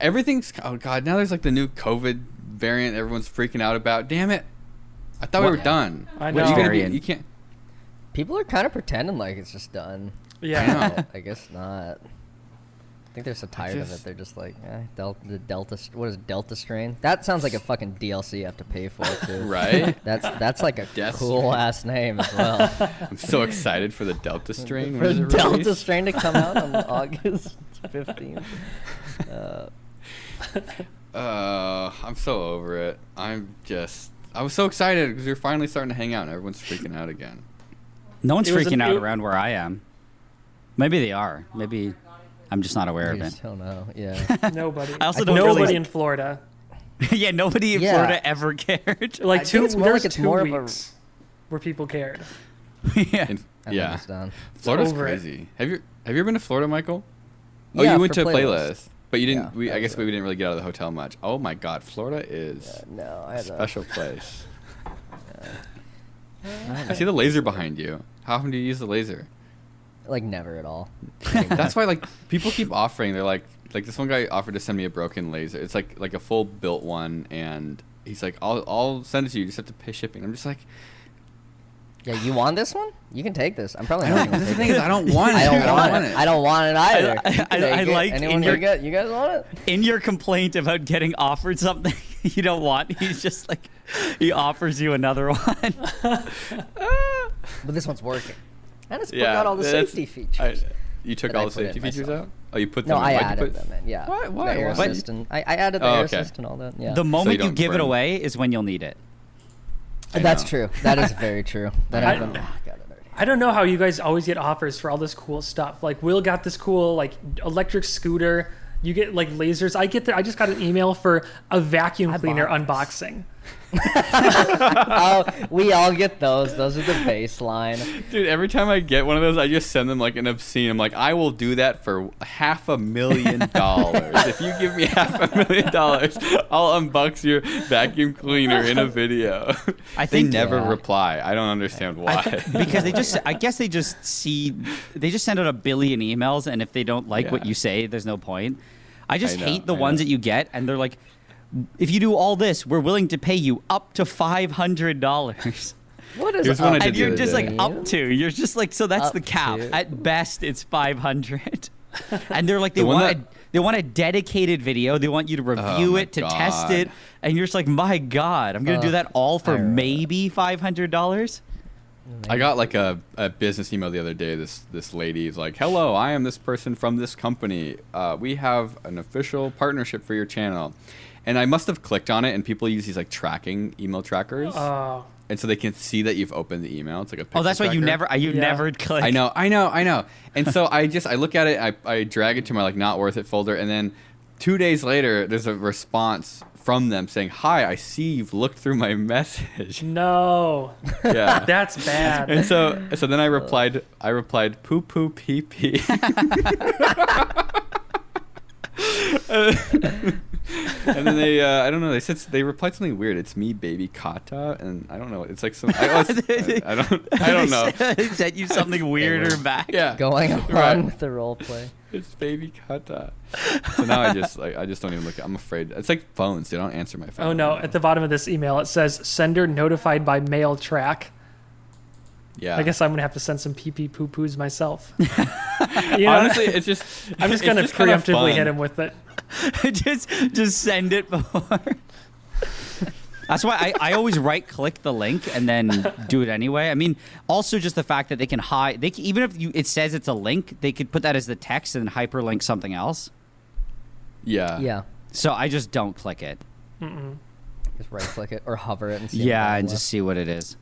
Speaker 1: everything's oh god. Now there's like the new COVID variant. Everyone's freaking out about. Damn it! I thought we
Speaker 4: What-
Speaker 1: were done.
Speaker 2: I
Speaker 1: What, you, gonna be,
Speaker 4: Variant.
Speaker 1: you can't.
Speaker 3: People are kind of pretending like it's just done.
Speaker 2: Yeah.
Speaker 1: No.
Speaker 3: I guess not. I think they're so tired of
Speaker 1: just-
Speaker 3: it. They're just like, eh, del- the Delta. st- What is it, Delta strain? That sounds like a fucking DLC you have to
Speaker 1: *laughs*
Speaker 3: pay for too.
Speaker 1: Right?
Speaker 3: That's
Speaker 1: *laughs*
Speaker 3: that's like a
Speaker 1: Death
Speaker 3: cool
Speaker 1: strain.
Speaker 3: ass name as well.
Speaker 1: I'm so excited for the Delta *laughs* strain.
Speaker 3: for
Speaker 1: When is it
Speaker 3: Delta
Speaker 1: released?
Speaker 3: strain to come
Speaker 1: *laughs*
Speaker 3: out on August fifteenth. Uh,
Speaker 1: Uh, I'm so over it. I'm just. I was so excited because we are finally starting to hang out, and everyone's freaking out again.
Speaker 4: No one's
Speaker 2: It was a-
Speaker 4: freaking out
Speaker 2: it-
Speaker 4: around where I am. Maybe they are. Maybe I'm just not aware of
Speaker 3: you
Speaker 4: it.
Speaker 3: just don't know.
Speaker 1: *laughs*
Speaker 3: Yeah.
Speaker 2: *laughs* Nobody.
Speaker 4: I also
Speaker 2: Like,
Speaker 4: don't really-
Speaker 2: nobody in Florida.
Speaker 4: *laughs* yeah, nobody in
Speaker 3: Yeah.
Speaker 4: Florida ever *laughs* cared.
Speaker 2: *laughs* Like
Speaker 3: I think
Speaker 2: two.
Speaker 3: it's more
Speaker 2: there's
Speaker 3: like it's
Speaker 2: two
Speaker 3: more of a-
Speaker 2: weeks where people cared.
Speaker 4: yeah.
Speaker 1: And,
Speaker 3: I think
Speaker 1: yeah,
Speaker 3: it's done.
Speaker 1: Florida's
Speaker 2: over it.
Speaker 1: crazy. Have you Have you ever been to Florida, Michael? Oh,
Speaker 3: Yeah,
Speaker 1: you went
Speaker 3: for
Speaker 1: to a playlist, but you didn't.
Speaker 3: Yeah,
Speaker 1: we I
Speaker 3: that
Speaker 1: guess
Speaker 3: was
Speaker 1: we didn't really get out of the hotel much. Oh my God, Florida is
Speaker 3: No, I
Speaker 1: a
Speaker 3: had *laughs*
Speaker 1: special place. I see the laser behind you. How often do you use the laser?
Speaker 3: A, like never at all.
Speaker 1: That's why
Speaker 3: *laughs*
Speaker 1: like people keep offering. They're like like this one guy offered to send me a broken laser. It's like like a full built one, and he's like, I'll I'll send it to you. You just have to pay shipping. I'm just like,
Speaker 3: Yeah, you want this one? You can take this. I'm probably
Speaker 1: I
Speaker 3: not
Speaker 1: don't.
Speaker 3: gonna
Speaker 1: That's the
Speaker 3: take
Speaker 1: thing is,
Speaker 3: it.
Speaker 1: I
Speaker 3: *laughs*
Speaker 1: don't want it. *laughs*
Speaker 3: I don't want it. I don't want it either.
Speaker 4: I-
Speaker 3: You
Speaker 4: I-
Speaker 3: can
Speaker 4: I
Speaker 3: take it.
Speaker 4: like in
Speaker 3: anyone
Speaker 4: your-
Speaker 3: you got. You guys want it?
Speaker 4: In your complaint about getting offered something *laughs* you don't want, *laughs* he's just like, he offers you another *laughs* one.
Speaker 3: But this one's working. And it's putting
Speaker 1: Yeah,
Speaker 3: out all the
Speaker 1: that's-
Speaker 3: safety features.
Speaker 1: I- you took
Speaker 3: that I
Speaker 1: all the
Speaker 3: put in
Speaker 1: safety features
Speaker 3: myself.
Speaker 1: out. Oh, you put them.
Speaker 3: no,
Speaker 1: in.
Speaker 3: I
Speaker 1: Why'd you
Speaker 3: added
Speaker 1: put-
Speaker 3: them in, yeah.
Speaker 1: Why-
Speaker 3: The
Speaker 1: why-
Speaker 3: air
Speaker 1: why-
Speaker 3: assist and- I, I added the
Speaker 1: Oh,
Speaker 3: air
Speaker 1: okay.
Speaker 3: assist and all that. Yeah.
Speaker 4: The moment you
Speaker 1: don't
Speaker 4: give it
Speaker 1: burn.
Speaker 4: away is when you'll need it.
Speaker 1: I
Speaker 3: That's
Speaker 1: know.
Speaker 3: true. *laughs*
Speaker 1: *laughs*
Speaker 3: That is very true. That
Speaker 2: I-
Speaker 3: I, happened. Ah, got it already.
Speaker 2: I don't know how you guys always get offers for all this cool stuff. Like Will got this cool like electric scooter. You get like lasers. I get that. I just got an email for a vacuum cleaner unboxing.
Speaker 3: Oh, we all get those. Those are the baseline.
Speaker 1: Dude, every time I get one of those, I just send them like an obscene. I'm like, I will do that for half a
Speaker 3: *laughs*
Speaker 1: million dollars. if you give me half a million dollars, I'll unbox your vacuum cleaner in a video.
Speaker 4: I
Speaker 1: they
Speaker 4: think-
Speaker 1: never
Speaker 3: Yeah.
Speaker 1: reply. I don't understand
Speaker 4: I
Speaker 1: why. *laughs*
Speaker 4: think- because they just, I guess they just see, they just send out a billion emails, and if they don't like what
Speaker 1: Yeah.
Speaker 4: you say, there's no point. I just
Speaker 1: I know,
Speaker 4: hate the
Speaker 1: I
Speaker 4: ones
Speaker 1: know.
Speaker 4: that you get, and they're like, if you do all this, we're willing to pay you up to five
Speaker 1: *laughs*
Speaker 4: hundred dollars.
Speaker 3: What is
Speaker 1: Here's one I
Speaker 3: up
Speaker 1: did
Speaker 4: And
Speaker 1: the
Speaker 4: you're
Speaker 1: other
Speaker 4: just
Speaker 1: day.
Speaker 4: like up to. You're just like so. That's
Speaker 3: Up
Speaker 4: the cap.
Speaker 3: to.
Speaker 4: At best, it's
Speaker 3: *laughs*
Speaker 4: five hundred. and they're like they
Speaker 1: The one
Speaker 4: want
Speaker 1: that- Oh
Speaker 4: a, they want a dedicated video. They want you to review
Speaker 1: my
Speaker 4: it to test
Speaker 1: God.
Speaker 4: it. And you're just like, my God, I'm gonna do
Speaker 3: Ugh,
Speaker 4: that all
Speaker 3: I
Speaker 4: for
Speaker 3: remember.
Speaker 4: maybe five hundred dollars.
Speaker 1: I got like a, a business email the other day. This this lady is like, "Hello, I am this person from this company. Uh, we have an official partnership for your channel." And I must have clicked on it, and people use these like tracking email trackers,
Speaker 2: Oh,
Speaker 1: and so they can see that you've opened the email. It's like a
Speaker 4: Oh, that's
Speaker 1: pixel
Speaker 4: why you
Speaker 1: tracker.
Speaker 4: never you
Speaker 2: Yeah.
Speaker 4: never click. *laughs*
Speaker 1: I know, I know, I know. And so I just I look at it, I, I drag it to my like not worth it folder, and then two days later, there's a response from them saying, "Hi, I see you've looked through my *laughs* message."
Speaker 2: no,
Speaker 1: yeah.
Speaker 2: that's bad.
Speaker 3: *laughs*
Speaker 1: and so so then I replied, I replied, "Poo poo pee pee." *laughs* and then they, uh, I don't know. They said they replied something weird. It's me, baby Kata, and I don't know. It's like some. I, I, I don't. I don't know.
Speaker 4: they sent
Speaker 1: *laughs*
Speaker 4: you something weirder back.
Speaker 1: Yeah.
Speaker 3: going along
Speaker 1: Right.
Speaker 3: with *laughs* the role play.
Speaker 1: It's baby kata. So now I just like I just don't even look. I'm afraid. It's like phones. They don't answer my phone.
Speaker 2: Oh no! At the bottom of this email, it says sender notified by mail track.
Speaker 1: Yeah.
Speaker 3: Ah.
Speaker 2: I guess I'm gonna have to send some pee pee poo poos
Speaker 3: *laughs*
Speaker 2: myself. you know,
Speaker 1: honestly, it's just.
Speaker 2: I'm just gonna preemptively hit him with it.
Speaker 4: *laughs* just just send it before. *laughs* That's why I, I always right click the link and then do it anyway. I mean, also just the fact that they can hide. They can, even if you, it says it's a link, they could put that as the text and hyperlink something else.
Speaker 1: Yeah.
Speaker 3: Yeah.
Speaker 4: So I just don't click it.
Speaker 3: Just right click it or hover it and see.
Speaker 4: Yeah,
Speaker 3: it
Speaker 4: and just see what it is.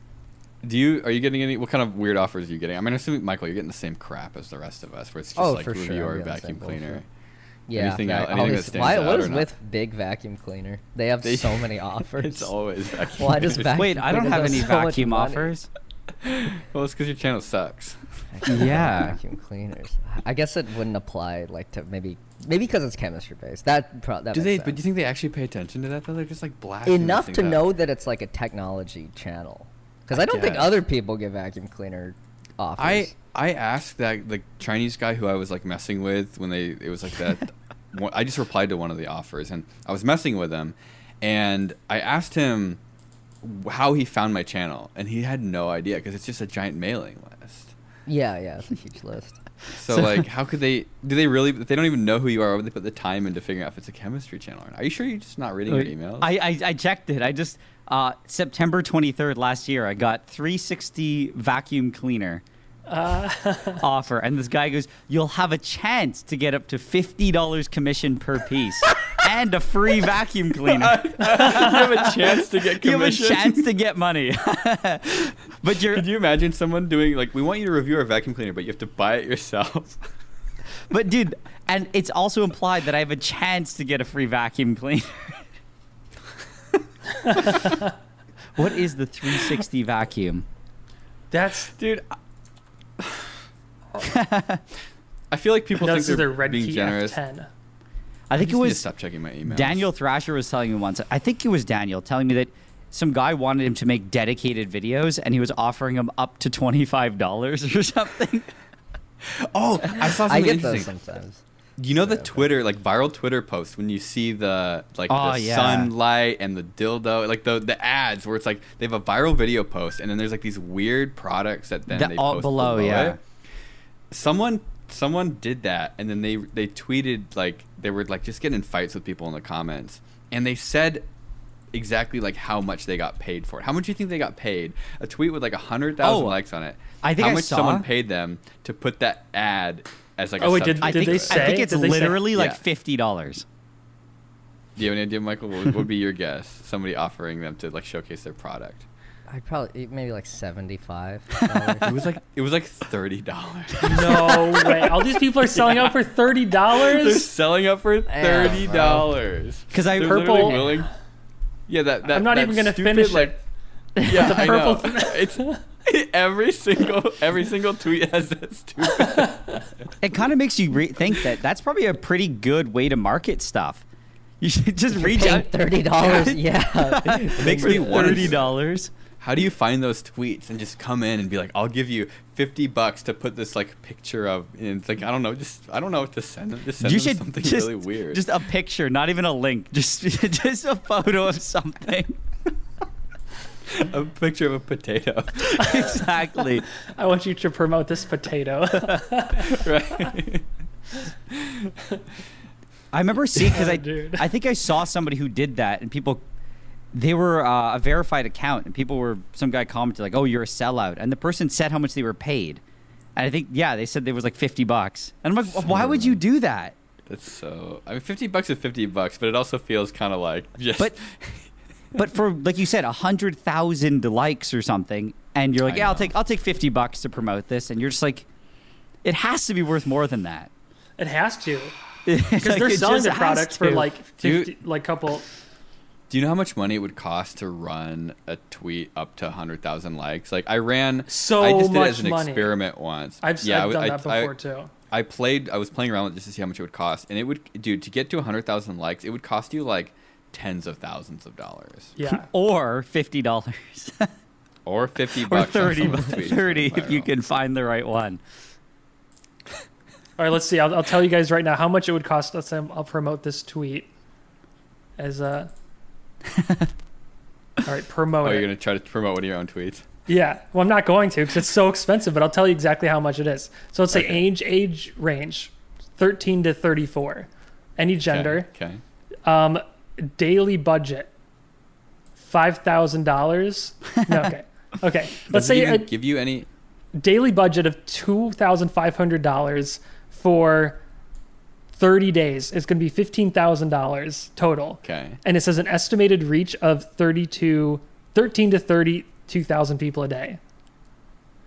Speaker 1: Do you are you getting any? What kind of weird offers are you getting? I mean, I'm assuming Michael, you're getting the same crap as the rest of us, where it's just
Speaker 3: Oh,
Speaker 1: like
Speaker 3: for sure,
Speaker 1: review
Speaker 3: I'm
Speaker 1: our
Speaker 3: getting the
Speaker 1: vacuum
Speaker 3: same
Speaker 1: cleaner.
Speaker 3: bullshit. yeah,
Speaker 1: anything
Speaker 3: right.
Speaker 1: out- anything
Speaker 3: All
Speaker 1: that
Speaker 3: these-
Speaker 1: stands
Speaker 3: why,
Speaker 1: out
Speaker 3: What
Speaker 1: or
Speaker 3: is
Speaker 1: not?
Speaker 3: with big vacuum cleaner? They have
Speaker 1: They-
Speaker 3: so
Speaker 1: *laughs*
Speaker 3: many
Speaker 1: *laughs*
Speaker 3: offers.
Speaker 1: It's
Speaker 3: *laughs*
Speaker 1: always. Vacuum
Speaker 3: Why does
Speaker 1: cleaner.
Speaker 3: vacuum-
Speaker 4: Wait, I don't
Speaker 3: Because
Speaker 4: have
Speaker 3: that's
Speaker 4: any
Speaker 3: so much
Speaker 4: vacuum
Speaker 3: money.
Speaker 4: offers.
Speaker 1: *laughs* Well, it's because your channel
Speaker 3: *laughs*
Speaker 1: sucks.
Speaker 4: Yeah.
Speaker 3: vacuum cleaners. I guess it wouldn't apply like to maybe maybe because it's chemistry based. That pro- that
Speaker 1: Do
Speaker 3: makes
Speaker 1: they?
Speaker 3: sense.
Speaker 1: But do you think they actually pay attention to that? Though they're just like blasting these
Speaker 3: enough
Speaker 1: things
Speaker 3: to
Speaker 1: out.
Speaker 3: know that it's like a technology channel? Because I, don't think
Speaker 1: guess.
Speaker 3: other people get vacuum cleaner offers.
Speaker 1: I I asked that the Chinese guy who I was like messing with when they it was like
Speaker 3: *laughs*
Speaker 1: that. one- I just replied to one of the offers and I was messing with him, and I asked him how he found my channel, and he had no idea because it's just a giant mailing list.
Speaker 3: yeah, yeah, it's a huge list.
Speaker 1: So, like, *laughs* how could they? Do they really? They don't even know who you are. Why would they put the time into figuring out if it's a chemistry channel or not? Are you sure you're just not reading your emails?
Speaker 4: I, I, I checked it. I just uh, September 23rd last year, I got 360 vacuum cleaner
Speaker 1: Uh. *laughs*
Speaker 4: offer, and this guy goes, "You'll have a chance to get up to fifty dollars commission per piece and a free vacuum
Speaker 1: *laughs*
Speaker 4: cleaner.
Speaker 1: have a chance to *laughs* get
Speaker 4: you have a
Speaker 1: commission.
Speaker 4: chance to get money,
Speaker 1: *laughs*
Speaker 4: but you're
Speaker 1: Could you imagine someone doing like, we want you to review our vacuum cleaner, but you have to buy it yourself? *laughs*
Speaker 4: but dude." And it's also implied that I have a chance to get a free vacuum
Speaker 1: *laughs*
Speaker 4: cleaner. *laughs* what is the 360 vacuum?
Speaker 2: That's
Speaker 1: Dude, I, I feel like people think
Speaker 2: this
Speaker 1: they're
Speaker 2: is their red
Speaker 1: being
Speaker 2: key
Speaker 1: generous.
Speaker 2: F10.
Speaker 4: I
Speaker 1: just
Speaker 4: think it
Speaker 1: need to
Speaker 4: was
Speaker 1: stop checking my emails.
Speaker 4: Daniel Thrasher was telling me once. I think it was Daniel telling me that some guy wanted him to make dedicated videos, and he was offering him up to twenty five dollars
Speaker 1: *laughs*
Speaker 4: or something.
Speaker 1: Oh, I saw something
Speaker 3: I get those
Speaker 1: interesting.
Speaker 3: sometimes.
Speaker 1: You know the Twitter, like viral Twitter posts when you see the like
Speaker 4: Oh,
Speaker 1: the
Speaker 4: yeah.
Speaker 1: sunlight and the dildo, like the the ads where it's like they have a viral video post and then there's like these weird products that then
Speaker 4: The-
Speaker 1: they
Speaker 4: all
Speaker 1: post
Speaker 4: below,
Speaker 1: below,
Speaker 4: yeah.
Speaker 1: it. Someone someone did that and then they they tweeted like they were like just getting in fights with people in the comments and they said exactly like how much they got paid for it. How much do you think they got paid? A tweet with like a hundred thousand
Speaker 4: Oh,
Speaker 1: likes on it.
Speaker 4: I think
Speaker 1: how
Speaker 4: I
Speaker 1: much
Speaker 4: saw-
Speaker 1: someone paid them to put that ad as like a
Speaker 2: Oh, wait,
Speaker 1: subject.
Speaker 4: I
Speaker 2: Did
Speaker 4: think
Speaker 2: they
Speaker 4: I think
Speaker 2: say?
Speaker 4: it's
Speaker 2: Did they say?
Speaker 4: literally like
Speaker 1: Yeah.
Speaker 4: fifty dollars.
Speaker 1: Do you have any idea, Michael? What would- what would be your guess? Somebody offering them to like showcase their product.
Speaker 3: I'd probably eh, maybe
Speaker 1: *laughs*
Speaker 3: like seventy-five.
Speaker 1: It was like it was like thirty dollars. *laughs*
Speaker 2: No way. All these people are selling out for thirty
Speaker 1: They're
Speaker 2: dollars.
Speaker 1: selling up for
Speaker 3: Damn,
Speaker 1: thirty dollars.
Speaker 4: 'Cause I-
Speaker 2: Purple-
Speaker 1: willing. Yeah, that, that
Speaker 2: I'm not
Speaker 1: that
Speaker 2: even gonna
Speaker 1: stupid,
Speaker 2: finish
Speaker 1: like,
Speaker 2: *laughs* it.
Speaker 1: Yeah, the
Speaker 2: purple
Speaker 1: purple. it's *laughs* every single every single tweet has that stupid.
Speaker 4: *laughs* It kind of makes you re- think that that's probably a pretty good way to market stuff. You should *laughs* just reach
Speaker 3: Paying
Speaker 4: out.
Speaker 1: *laughs*
Speaker 3: thirty
Speaker 4: *laughs*
Speaker 3: dollars. Yeah.
Speaker 1: Makes me wonder-
Speaker 4: Thirty dollars.
Speaker 1: How do you find those tweets and just come in and be like, I'll give you fifty bucks to put this like picture of, and it's like I don't know, just I don't know what to send them. Just send
Speaker 4: You
Speaker 1: them
Speaker 4: should
Speaker 1: something
Speaker 4: just
Speaker 1: really weird.
Speaker 4: just a picture, not even a link. Just *laughs* just a photo of something.
Speaker 1: *laughs* a picture of a potato. *laughs*
Speaker 4: *laughs* exactly.
Speaker 2: I want you to promote this potato. *laughs*
Speaker 1: right.
Speaker 4: I remember seeing
Speaker 2: *laughs*
Speaker 4: because
Speaker 2: Yeah,
Speaker 4: I
Speaker 2: dude.
Speaker 4: I think I saw somebody who did that and people they were uh, a verified account and people were some guy commented like oh you're a sellout and the person said how much they were paid and I think yeah they said there was like fifty bucks and I'm like why would you do that
Speaker 1: That's so. I mean, fifty bucks is fifty bucks, but it also feels kind of like *laughs* just.
Speaker 4: but but for like you said a hundred thousand likes or something and you're like
Speaker 1: I
Speaker 4: yeah I'll
Speaker 1: know.
Speaker 4: take I'll take fifty bucks to promote this and you're just like it has to be worth more than that *laughs*
Speaker 2: it has to
Speaker 4: because
Speaker 2: because they're selling the product for like
Speaker 1: Dude.
Speaker 2: fifty, like couple.
Speaker 1: do you know how much money it would cost to run a tweet up to hundred thousand likes? Like I ran.
Speaker 2: So
Speaker 1: I just did
Speaker 2: much
Speaker 1: it as an
Speaker 2: money.
Speaker 1: experiment once.
Speaker 2: I've,
Speaker 1: Yeah,
Speaker 2: I've
Speaker 1: I-
Speaker 2: done
Speaker 1: I-
Speaker 2: that
Speaker 1: I-
Speaker 2: before too.
Speaker 1: I played. I was playing around with just to see how much it would cost, and it would, dude, to get to hundred thousand likes, it would cost you like tens of thousands of dollars,
Speaker 2: Yeah.
Speaker 4: *laughs* or fifty dollars.
Speaker 1: or fifty
Speaker 4: or
Speaker 1: bucks, on
Speaker 4: 30,
Speaker 1: someone's tweet.
Speaker 4: 30 if you
Speaker 1: Viral.
Speaker 4: can find the right one.
Speaker 2: All right, let's see. I'll, I'll tell you guys right now how much it would cost us. Um, I'll promote this tweet as a. All right, promote
Speaker 1: Oh,
Speaker 2: it.
Speaker 1: you're gonna try to promote one of your own tweets.
Speaker 2: Yeah. Well, I'm not going to because it's so expensive, but I'll tell you exactly how much it is. So let's say age age range, 13 to 34, any gender,
Speaker 1: Okay. okay.
Speaker 2: um, daily budget, five thousand dollars. No, okay. Okay. Let's
Speaker 1: Does it
Speaker 2: say uh,
Speaker 1: even
Speaker 2: a
Speaker 1: give you any
Speaker 2: daily budget of two thousand five hundred dollars for thirty days. It's going to be fifteen thousand dollars total,
Speaker 1: okay.
Speaker 2: and it says an estimated reach of 32, 13 to thirty-two thousand people a day.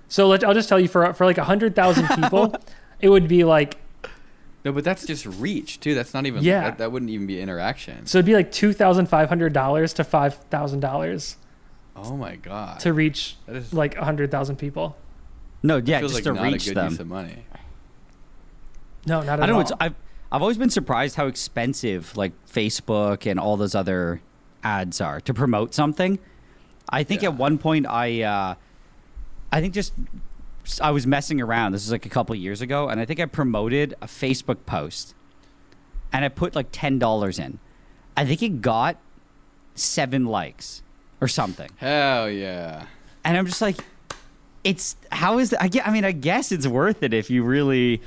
Speaker 2: So let, I'll just tell you for for like hundred
Speaker 4: *laughs*
Speaker 2: thousand people, it would be like
Speaker 1: No, but that's just reach too. That's not even.
Speaker 2: Yeah.
Speaker 1: That, that wouldn't even be interaction.
Speaker 2: so it'd be like two thousand five hundred dollars to five thousand dollars
Speaker 1: Oh my god.
Speaker 2: to reach
Speaker 1: that is
Speaker 2: like hundred thousand people.
Speaker 4: No, yeah,
Speaker 1: feels
Speaker 4: just
Speaker 1: like
Speaker 4: to
Speaker 1: not a
Speaker 4: reach
Speaker 1: good
Speaker 4: them.
Speaker 1: use of money.
Speaker 2: No, not at
Speaker 4: I don't know.
Speaker 2: all.
Speaker 4: It's, I've I've always been surprised how expensive like Facebook and all those other ads are to promote something. I think
Speaker 1: Yeah.
Speaker 4: at one point I, uh, I think just I was messing around. This is like a couple years ago, and I think I promoted a Facebook post, and I put like ten dollars in. I think it got seven likes or something,
Speaker 1: Hell yeah.
Speaker 4: and I'm just like, it's how is that? I, gue- I mean, I guess it's worth it if you really,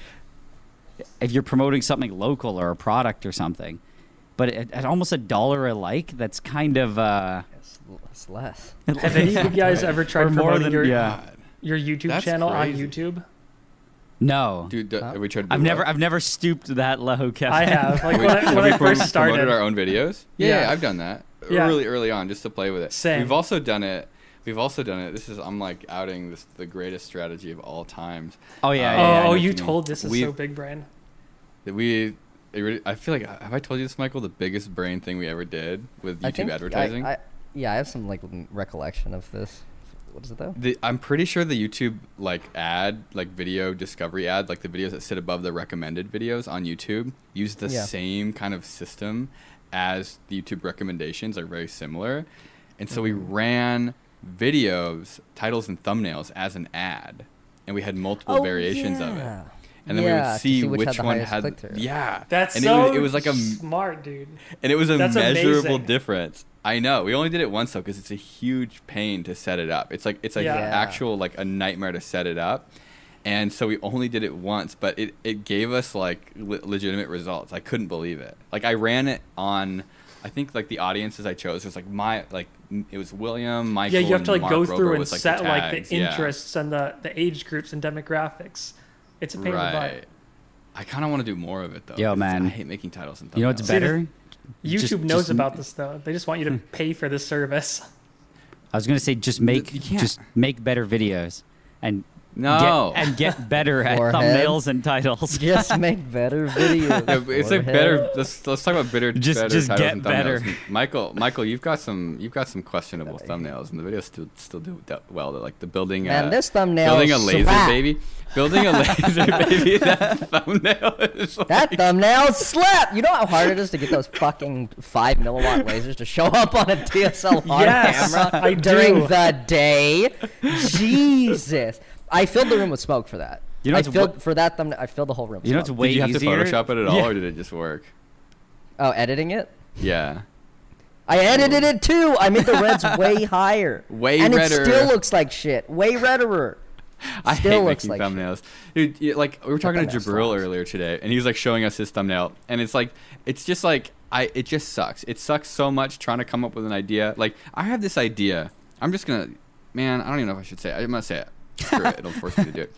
Speaker 4: if you're promoting something local or a product or something. But at, at almost a dollar a like, that's kind of uh,
Speaker 3: It's, l- it's less.
Speaker 2: Have any of you guys ever
Speaker 4: *laughs* or
Speaker 2: tried
Speaker 4: more
Speaker 2: promoting
Speaker 4: than
Speaker 2: your
Speaker 4: yeah.
Speaker 1: God.
Speaker 2: your YouTube
Speaker 1: That's
Speaker 2: channel
Speaker 1: crazy.
Speaker 2: on YouTube?
Speaker 4: No,
Speaker 1: Dude, d- have we tried to
Speaker 4: I've
Speaker 1: do
Speaker 4: never,
Speaker 1: what?
Speaker 4: I've never stooped that low, *laughs* Kevin.
Speaker 2: I have. Like
Speaker 1: Have we-
Speaker 2: when I,
Speaker 1: have
Speaker 2: when
Speaker 1: we
Speaker 2: I first
Speaker 1: prom-
Speaker 2: started,
Speaker 1: promoted our own videos? Yeah,
Speaker 2: Yeah.
Speaker 1: yeah, I've done that
Speaker 2: Yeah.
Speaker 1: really early on just to play with it.
Speaker 2: Same.
Speaker 1: We've also done it. We've also done it. This is I'm like outing this the greatest strategy of all times.
Speaker 4: Oh yeah.
Speaker 1: Uh,
Speaker 4: yeah, yeah, I
Speaker 2: oh,
Speaker 4: know
Speaker 2: oh,
Speaker 4: what
Speaker 2: you
Speaker 1: mean.
Speaker 2: told this is so
Speaker 1: We've-
Speaker 2: big brain.
Speaker 1: That we it really- I feel like have I told you this, Michael? The biggest brain thing we ever did with
Speaker 3: I
Speaker 1: YouTube
Speaker 3: think I-
Speaker 1: advertising.
Speaker 3: I- yeah, I have some like m- recollection of this. What is it though?
Speaker 1: the, I'm pretty sure the YouTube like ad, like video discovery ad, like the videos that sit above the recommended videos on YouTube, use the
Speaker 3: Yeah.
Speaker 1: same kind of system as the YouTube recommendations are very similar, and so we
Speaker 3: Mm-hmm.
Speaker 1: ran videos, titles, and thumbnails as an ad, and we had multiple variations of it, and then we
Speaker 3: Oh, Yeah,
Speaker 1: would
Speaker 3: to
Speaker 1: see,
Speaker 3: see which
Speaker 1: which
Speaker 3: had the
Speaker 1: one
Speaker 3: highest
Speaker 1: had
Speaker 3: *laughs* click-through.
Speaker 1: yeah,
Speaker 2: That's
Speaker 1: and
Speaker 2: so
Speaker 1: it, was, it was like a m-
Speaker 2: smart dude.
Speaker 1: and it was a
Speaker 2: That's
Speaker 1: measurable
Speaker 2: amazing.
Speaker 1: difference. I know. We only did it once though, because it's a huge pain to set it up. It's like it's like
Speaker 2: Yeah.
Speaker 1: actual like a nightmare to set it up, and so we only did it once. But it it gave us like le- legitimate results. I couldn't believe it. Like I ran it on. I think like the audiences I chose was like my like m- it was William Michael.
Speaker 2: Yeah, you have
Speaker 1: and
Speaker 2: to like
Speaker 1: Mark
Speaker 2: go
Speaker 1: Rober
Speaker 2: through and
Speaker 1: was, like,
Speaker 2: set
Speaker 1: the
Speaker 2: like
Speaker 1: tags,
Speaker 2: the
Speaker 1: yeah.
Speaker 2: interests and the the age groups and demographics. It's a pain in the
Speaker 1: Right.
Speaker 2: butt.
Speaker 1: I kind of want to do more of it though.
Speaker 4: Yo,
Speaker 1: 'cause
Speaker 4: man.
Speaker 1: I hate making titles and
Speaker 4: You know what's
Speaker 1: thumbnails.
Speaker 2: See, the-
Speaker 4: better?
Speaker 2: YouTube
Speaker 4: Just-
Speaker 2: knows
Speaker 4: just-
Speaker 2: about this though. They just want you to
Speaker 3: Hmm.
Speaker 2: pay for this service.
Speaker 4: I was gonna say just make
Speaker 1: you can't.
Speaker 4: just make better videos and
Speaker 1: No.
Speaker 4: get, and get better
Speaker 2: *laughs*
Speaker 4: at
Speaker 3: Forehead.
Speaker 4: thumbnails and titles.
Speaker 3: Just make
Speaker 1: *laughs*
Speaker 3: better
Speaker 1: Yeah,
Speaker 3: videos.
Speaker 1: but it's like
Speaker 3: Forehead.
Speaker 1: better. Let's let's talk about better.
Speaker 4: Just-
Speaker 1: better
Speaker 4: just
Speaker 1: titles
Speaker 4: get
Speaker 1: and
Speaker 4: better.
Speaker 1: thumbnails. Michael, Michael, you've got some you've got some questionable thumbnails, and the videos still still do do- well. Like the building.
Speaker 3: Man,
Speaker 1: uh,
Speaker 3: this thumbnail
Speaker 1: Building a laser
Speaker 3: slap.
Speaker 1: baby. Building a
Speaker 3: *laughs*
Speaker 1: laser baby. That thumbnail is like, *laughs*
Speaker 3: That thumbnail slap. You know how hard it is to get those fucking five milliwatt lasers to show up on a
Speaker 1: *laughs*
Speaker 3: DSLR
Speaker 2: Yes,
Speaker 3: camera
Speaker 2: I
Speaker 3: during
Speaker 2: do.
Speaker 3: the day. Jesus, I filled the room with smoke for that.
Speaker 4: You know
Speaker 3: I
Speaker 4: it's wa-
Speaker 3: filled for that thumbnail. I filled the whole room. With
Speaker 4: You know it's
Speaker 3: smoke.
Speaker 4: way
Speaker 1: did you have
Speaker 4: easier.
Speaker 1: to Photoshop it at all,
Speaker 4: Yeah.
Speaker 1: or did it just work?
Speaker 3: oh, editing it.
Speaker 1: Yeah.
Speaker 3: I edited it too. I made
Speaker 1: *laughs*
Speaker 3: the reds way higher.
Speaker 1: Way
Speaker 3: and
Speaker 1: redder.
Speaker 3: it still looks like shit. Way redderer.
Speaker 1: I
Speaker 3: Still
Speaker 1: hate
Speaker 3: looks
Speaker 1: making
Speaker 3: like shit.
Speaker 1: thumbnails. Dude, you- like we were talking to
Speaker 3: thumbnails
Speaker 1: Jabril
Speaker 3: sucks.
Speaker 1: earlier today, and he was like showing us his thumbnail, and it's like it's just like I it just sucks. It sucks so much trying to come up with an idea. Like I have this idea. I'm just gonna, man. I don't even know if I should say. It. I'm gonna say it. Screw it. It'll force me to do
Speaker 3: *laughs*
Speaker 1: it.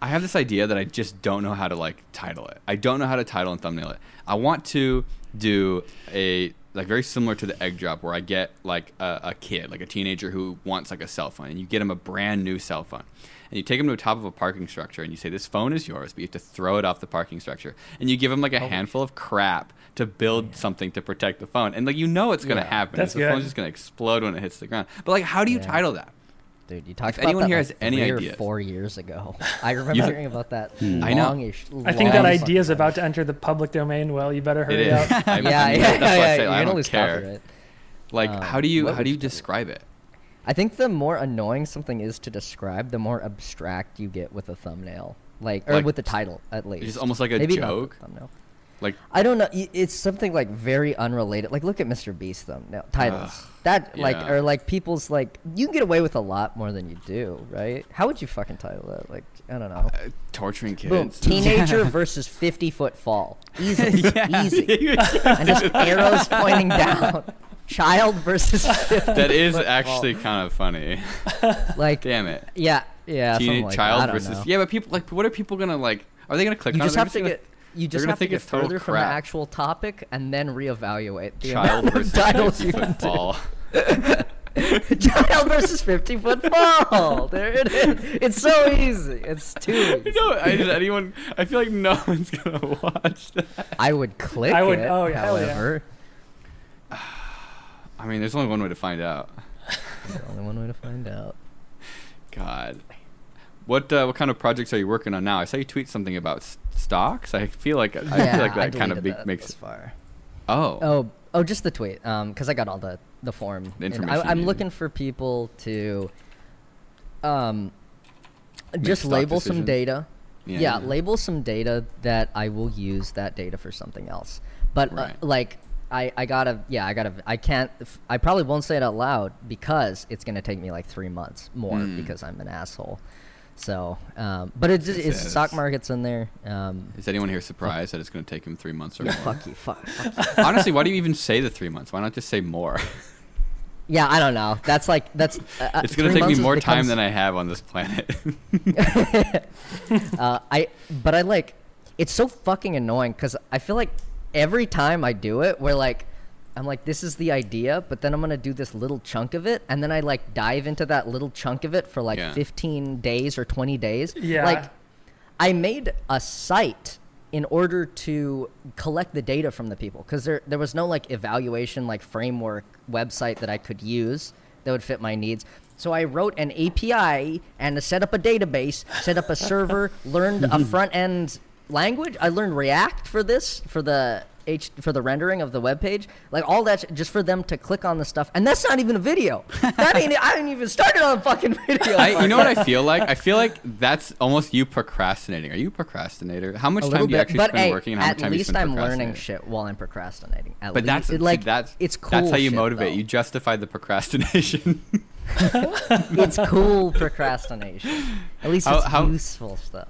Speaker 1: I have this idea that I just don't know how to like title it. I don't know how to title and thumbnail it. I want to do a like very similar to the egg drop where I get like a, a kid, like a teenager who wants like a cell phone, and you get him a brand new cell phone, and you take him to the top of a parking structure, and you say this phone is yours, but you have to throw it off the parking structure, and you give him like
Speaker 2: Oh.
Speaker 1: a handful of crap to build something to protect the phone, and like you know it's gonna happen.
Speaker 2: That's
Speaker 1: the
Speaker 2: good.
Speaker 1: phone's just gonna explode when it hits the ground. But like, how do you
Speaker 3: Yeah.
Speaker 1: title that?
Speaker 3: Dude, you talked
Speaker 1: If
Speaker 3: about
Speaker 1: anyone
Speaker 3: that
Speaker 1: here
Speaker 3: like
Speaker 1: has any
Speaker 3: three or
Speaker 1: ideas. Hmm.
Speaker 3: four
Speaker 1: *laughs*
Speaker 3: years ago. I remember hearing about that.
Speaker 1: I know.
Speaker 3: longish-
Speaker 2: I think that
Speaker 3: long
Speaker 2: idea is
Speaker 3: fucking
Speaker 2: about to enter the public domain. Well, you better
Speaker 1: It
Speaker 2: hurry
Speaker 1: is. *laughs*
Speaker 2: up.
Speaker 1: I-
Speaker 3: time. Yeah,
Speaker 1: I-
Speaker 3: yeah, yeah.
Speaker 1: that's why I
Speaker 3: yeah,
Speaker 1: say
Speaker 3: you're
Speaker 1: I
Speaker 3: gonna
Speaker 1: don't
Speaker 3: lose
Speaker 1: care.
Speaker 3: copyright.
Speaker 1: Like,
Speaker 3: Um,
Speaker 1: how do you
Speaker 3: what
Speaker 1: how
Speaker 3: would
Speaker 1: do you
Speaker 3: you do?
Speaker 1: describe it?
Speaker 3: I think the more annoying something is to describe, the more abstract you get with a thumbnail, like or
Speaker 1: Like,
Speaker 3: with the title at least.
Speaker 1: almost like a
Speaker 3: Maybe not with
Speaker 1: joke?
Speaker 3: the thumbnail.
Speaker 1: Like,
Speaker 3: I don't know. y- It's something like very unrelated. Like look at Mr. Beast thumbnail titles.
Speaker 1: Ugh,
Speaker 3: that like
Speaker 1: yeah.
Speaker 3: or like people's like you can get away with a lot more than you do, right? How would you fucking title that? Like I don't know.
Speaker 1: uh, torturing kids. *laughs*
Speaker 3: Boom! Teenager versus fifty foot fall. Easy, easy. and just arrows pointing down. Child versus 50
Speaker 1: *laughs* that is actually kind of
Speaker 3: *laughs*
Speaker 1: funny.
Speaker 3: like
Speaker 1: Damn it.
Speaker 3: yeah yeah
Speaker 1: Teen-
Speaker 3: something like that. I
Speaker 1: child
Speaker 3: don't
Speaker 1: versus
Speaker 3: know.
Speaker 1: yeah, but people like, what are people gonna like? Are they gonna click
Speaker 3: you
Speaker 1: on? it?
Speaker 3: just
Speaker 1: They're
Speaker 3: have to
Speaker 1: gonna-
Speaker 3: get you
Speaker 1: they're
Speaker 3: just
Speaker 1: gonna
Speaker 3: have to
Speaker 1: think
Speaker 3: get
Speaker 1: it's total
Speaker 3: further from the
Speaker 1: crap.
Speaker 3: actual topic and then reevaluate
Speaker 1: *laughs*
Speaker 3: the
Speaker 1: child
Speaker 3: *laughs* amount of
Speaker 1: versus *laughs*
Speaker 3: titles you
Speaker 1: 50 foot ball.
Speaker 3: do. *laughs* child versus 50 foot fall there it is it's so easy it's
Speaker 1: *laughs*
Speaker 3: too easy
Speaker 1: no, I, is anyone? I feel like no *laughs* one's gonna watch that.
Speaker 3: i would click
Speaker 2: I would-
Speaker 3: it
Speaker 2: oh, yeah, hell yeah.
Speaker 3: however
Speaker 1: I mean, there's only one way to find out.
Speaker 3: the only one way to find out
Speaker 1: God, what uh, what kind of projects are you working on now? I saw you tweet something about s- stocks. I feel like I feel like that kind of big makes.
Speaker 3: far
Speaker 1: Oh,
Speaker 3: Oh, oh, just the tweet. Um, because I got all the the form.
Speaker 1: The
Speaker 3: And
Speaker 1: information
Speaker 3: I,
Speaker 1: you
Speaker 3: I'm
Speaker 1: need.
Speaker 3: looking for people to, um, just
Speaker 1: stock
Speaker 3: label some
Speaker 1: decisions.
Speaker 3: data.
Speaker 1: Yeah.
Speaker 3: Yeah, label some data that I will use that data for something else. But
Speaker 1: Right.
Speaker 3: uh, like I I got to yeah, I got to I can't f- I probably won't say it out loud because it's going to take me like 3 months more
Speaker 1: Hmm.
Speaker 3: because I'm an asshole. So, um, but it's, it's,
Speaker 1: is.
Speaker 3: stock markets in there. Um,
Speaker 1: Is anyone here surprised that it's going to take him three
Speaker 3: *laughs*
Speaker 1: months or more?
Speaker 3: fuck you, fuck, fuck.
Speaker 1: Honestly, why do you even say the three months? Why not just say more?
Speaker 3: Yeah, I don't know. That's like that's. Uh, uh,
Speaker 1: It's going to
Speaker 3: three
Speaker 1: take me
Speaker 3: months
Speaker 1: more
Speaker 3: becomes,
Speaker 1: time than I have on this
Speaker 3: *laughs*
Speaker 1: planet.
Speaker 3: Uh, I but I like it's so fucking annoying because I feel like every time I do it, we're like, I'm like, this is the idea, but then I'm gonna do this little chunk of it, and then I like dive into that little chunk of it for like
Speaker 1: Yeah.
Speaker 3: 15 days or 20 days.
Speaker 2: Yeah.
Speaker 3: Like, I made a site in order to collect the data from the people because there there was no like evaluation like framework website that I could use that would fit my needs. So I wrote an API and set up a database, set up
Speaker 1: *laughs*
Speaker 3: a server, learned a front end language. I learned React for this for the H for the rendering of the web page, like all that, sh- just for them to click on the stuff, and that's not even a video. That ain't. I didn't even start it on a fucking video.
Speaker 1: *laughs* I, you know what I feel like? I feel like that's almost you procrastinating. Are you a procrastinator? How much
Speaker 3: a
Speaker 1: time
Speaker 3: little
Speaker 1: do you
Speaker 3: bit,
Speaker 1: actually
Speaker 3: but
Speaker 1: spend
Speaker 3: hey,
Speaker 1: working and how
Speaker 3: at
Speaker 1: much time you
Speaker 3: least
Speaker 1: spend
Speaker 3: I'm learning
Speaker 1: procrastinating?
Speaker 3: shit while I'm procrastinating. At
Speaker 1: But that's
Speaker 3: least, it,
Speaker 1: like
Speaker 3: like
Speaker 1: that's
Speaker 3: it's cool.
Speaker 1: That's how you
Speaker 3: shit,
Speaker 1: motivate.
Speaker 3: though.
Speaker 1: You justify the procrastination. *laughs*
Speaker 3: *laughs* it's cool procrastination. At least
Speaker 1: How-
Speaker 3: it's
Speaker 1: how-
Speaker 3: useful stuff.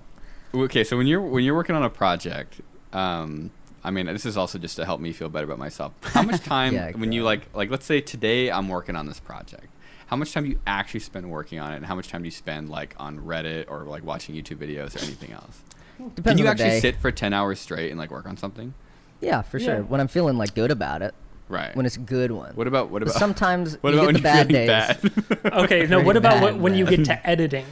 Speaker 1: okay, so when you're when you're working on a project, um, I mean, this is also just to help me feel better about myself. How
Speaker 3: *laughs*
Speaker 1: much time
Speaker 3: Yeah,
Speaker 1: when you like like let's say today I'm working on this project. How much time do you actually spend working on it, and how much time do you spend like on Reddit or like watching YouTube videos or anything else?
Speaker 3: Depends
Speaker 1: Can you
Speaker 3: on the
Speaker 1: actually
Speaker 3: day.
Speaker 1: sit for ten hours straight and like work on something?
Speaker 3: Yeah, for
Speaker 2: Yeah.
Speaker 3: sure. When I'm feeling like good about it,
Speaker 1: Right.
Speaker 3: when it's a good one.
Speaker 1: what about what
Speaker 3: But
Speaker 1: about
Speaker 3: sometimes
Speaker 1: *laughs* what
Speaker 3: you
Speaker 1: about
Speaker 3: get the bad
Speaker 1: feeling
Speaker 3: days.
Speaker 1: *laughs* bad?
Speaker 2: *laughs* Okay, no. What
Speaker 3: Pretty
Speaker 2: about
Speaker 3: bad,
Speaker 2: wh- when you
Speaker 3: man.
Speaker 2: get to editing?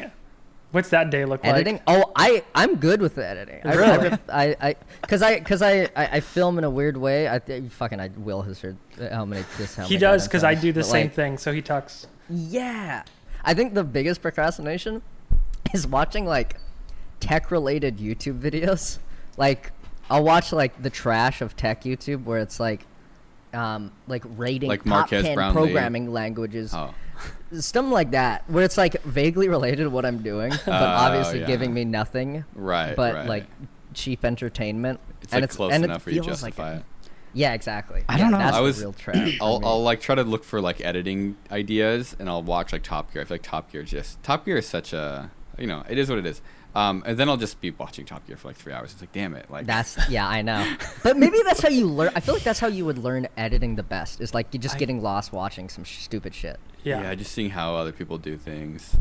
Speaker 2: What's that day look
Speaker 3: *laughs* Editing?
Speaker 2: like?
Speaker 3: oh, I I'm good with the editing. I,
Speaker 2: Really?
Speaker 3: I, I, cause I, cause I, I, I film in a weird way. I th- fucking I will has heard how many this how
Speaker 2: He
Speaker 3: many
Speaker 2: does
Speaker 3: times
Speaker 2: because
Speaker 3: I've
Speaker 2: I
Speaker 3: done
Speaker 2: do
Speaker 3: it,
Speaker 2: the
Speaker 3: but,
Speaker 2: same
Speaker 3: like,
Speaker 2: thing. So he talks.
Speaker 3: Yeah. I think the biggest procrastination is watching like tech related YouTube videos. Like I'll watch like the trash of tech YouTube where it's like um like rating
Speaker 1: Like
Speaker 3: top
Speaker 1: Marquez
Speaker 3: 10
Speaker 1: Brownlee.
Speaker 3: programming languages.
Speaker 1: oh,
Speaker 3: Something like that where it's like vaguely related to what
Speaker 1: *laughs*
Speaker 3: I'm doing but obviously
Speaker 1: Oh, yeah.
Speaker 3: giving me nothing
Speaker 1: right.
Speaker 3: but
Speaker 1: right.
Speaker 3: like cheap entertainment.
Speaker 1: it's
Speaker 3: and
Speaker 1: like
Speaker 3: it's
Speaker 1: close
Speaker 3: and
Speaker 1: enough
Speaker 3: it
Speaker 1: for you to
Speaker 3: feels like
Speaker 1: justify
Speaker 3: it.
Speaker 1: it.
Speaker 3: Yeah, exactly.
Speaker 4: I
Speaker 3: Yeah,
Speaker 4: don't know.
Speaker 3: That's
Speaker 1: I
Speaker 3: the
Speaker 1: was-
Speaker 3: real trash. for
Speaker 1: I'll,
Speaker 3: me.
Speaker 1: I'll like try to look for like editing ideas and I'll watch like Top Gear. I feel like Top Gear just Top Gear is such a you know it is what it is. Um, and then I'll just be watching Top Gear for like three hours. It's like damn it, like
Speaker 3: That's yeah, I know.
Speaker 4: *laughs*
Speaker 3: But maybe that's how you learn. I feel like that's how you would learn editing the best. Is like you just getting lost watching some sh- stupid shit.
Speaker 2: Yeah.
Speaker 1: just seeing how other people do things.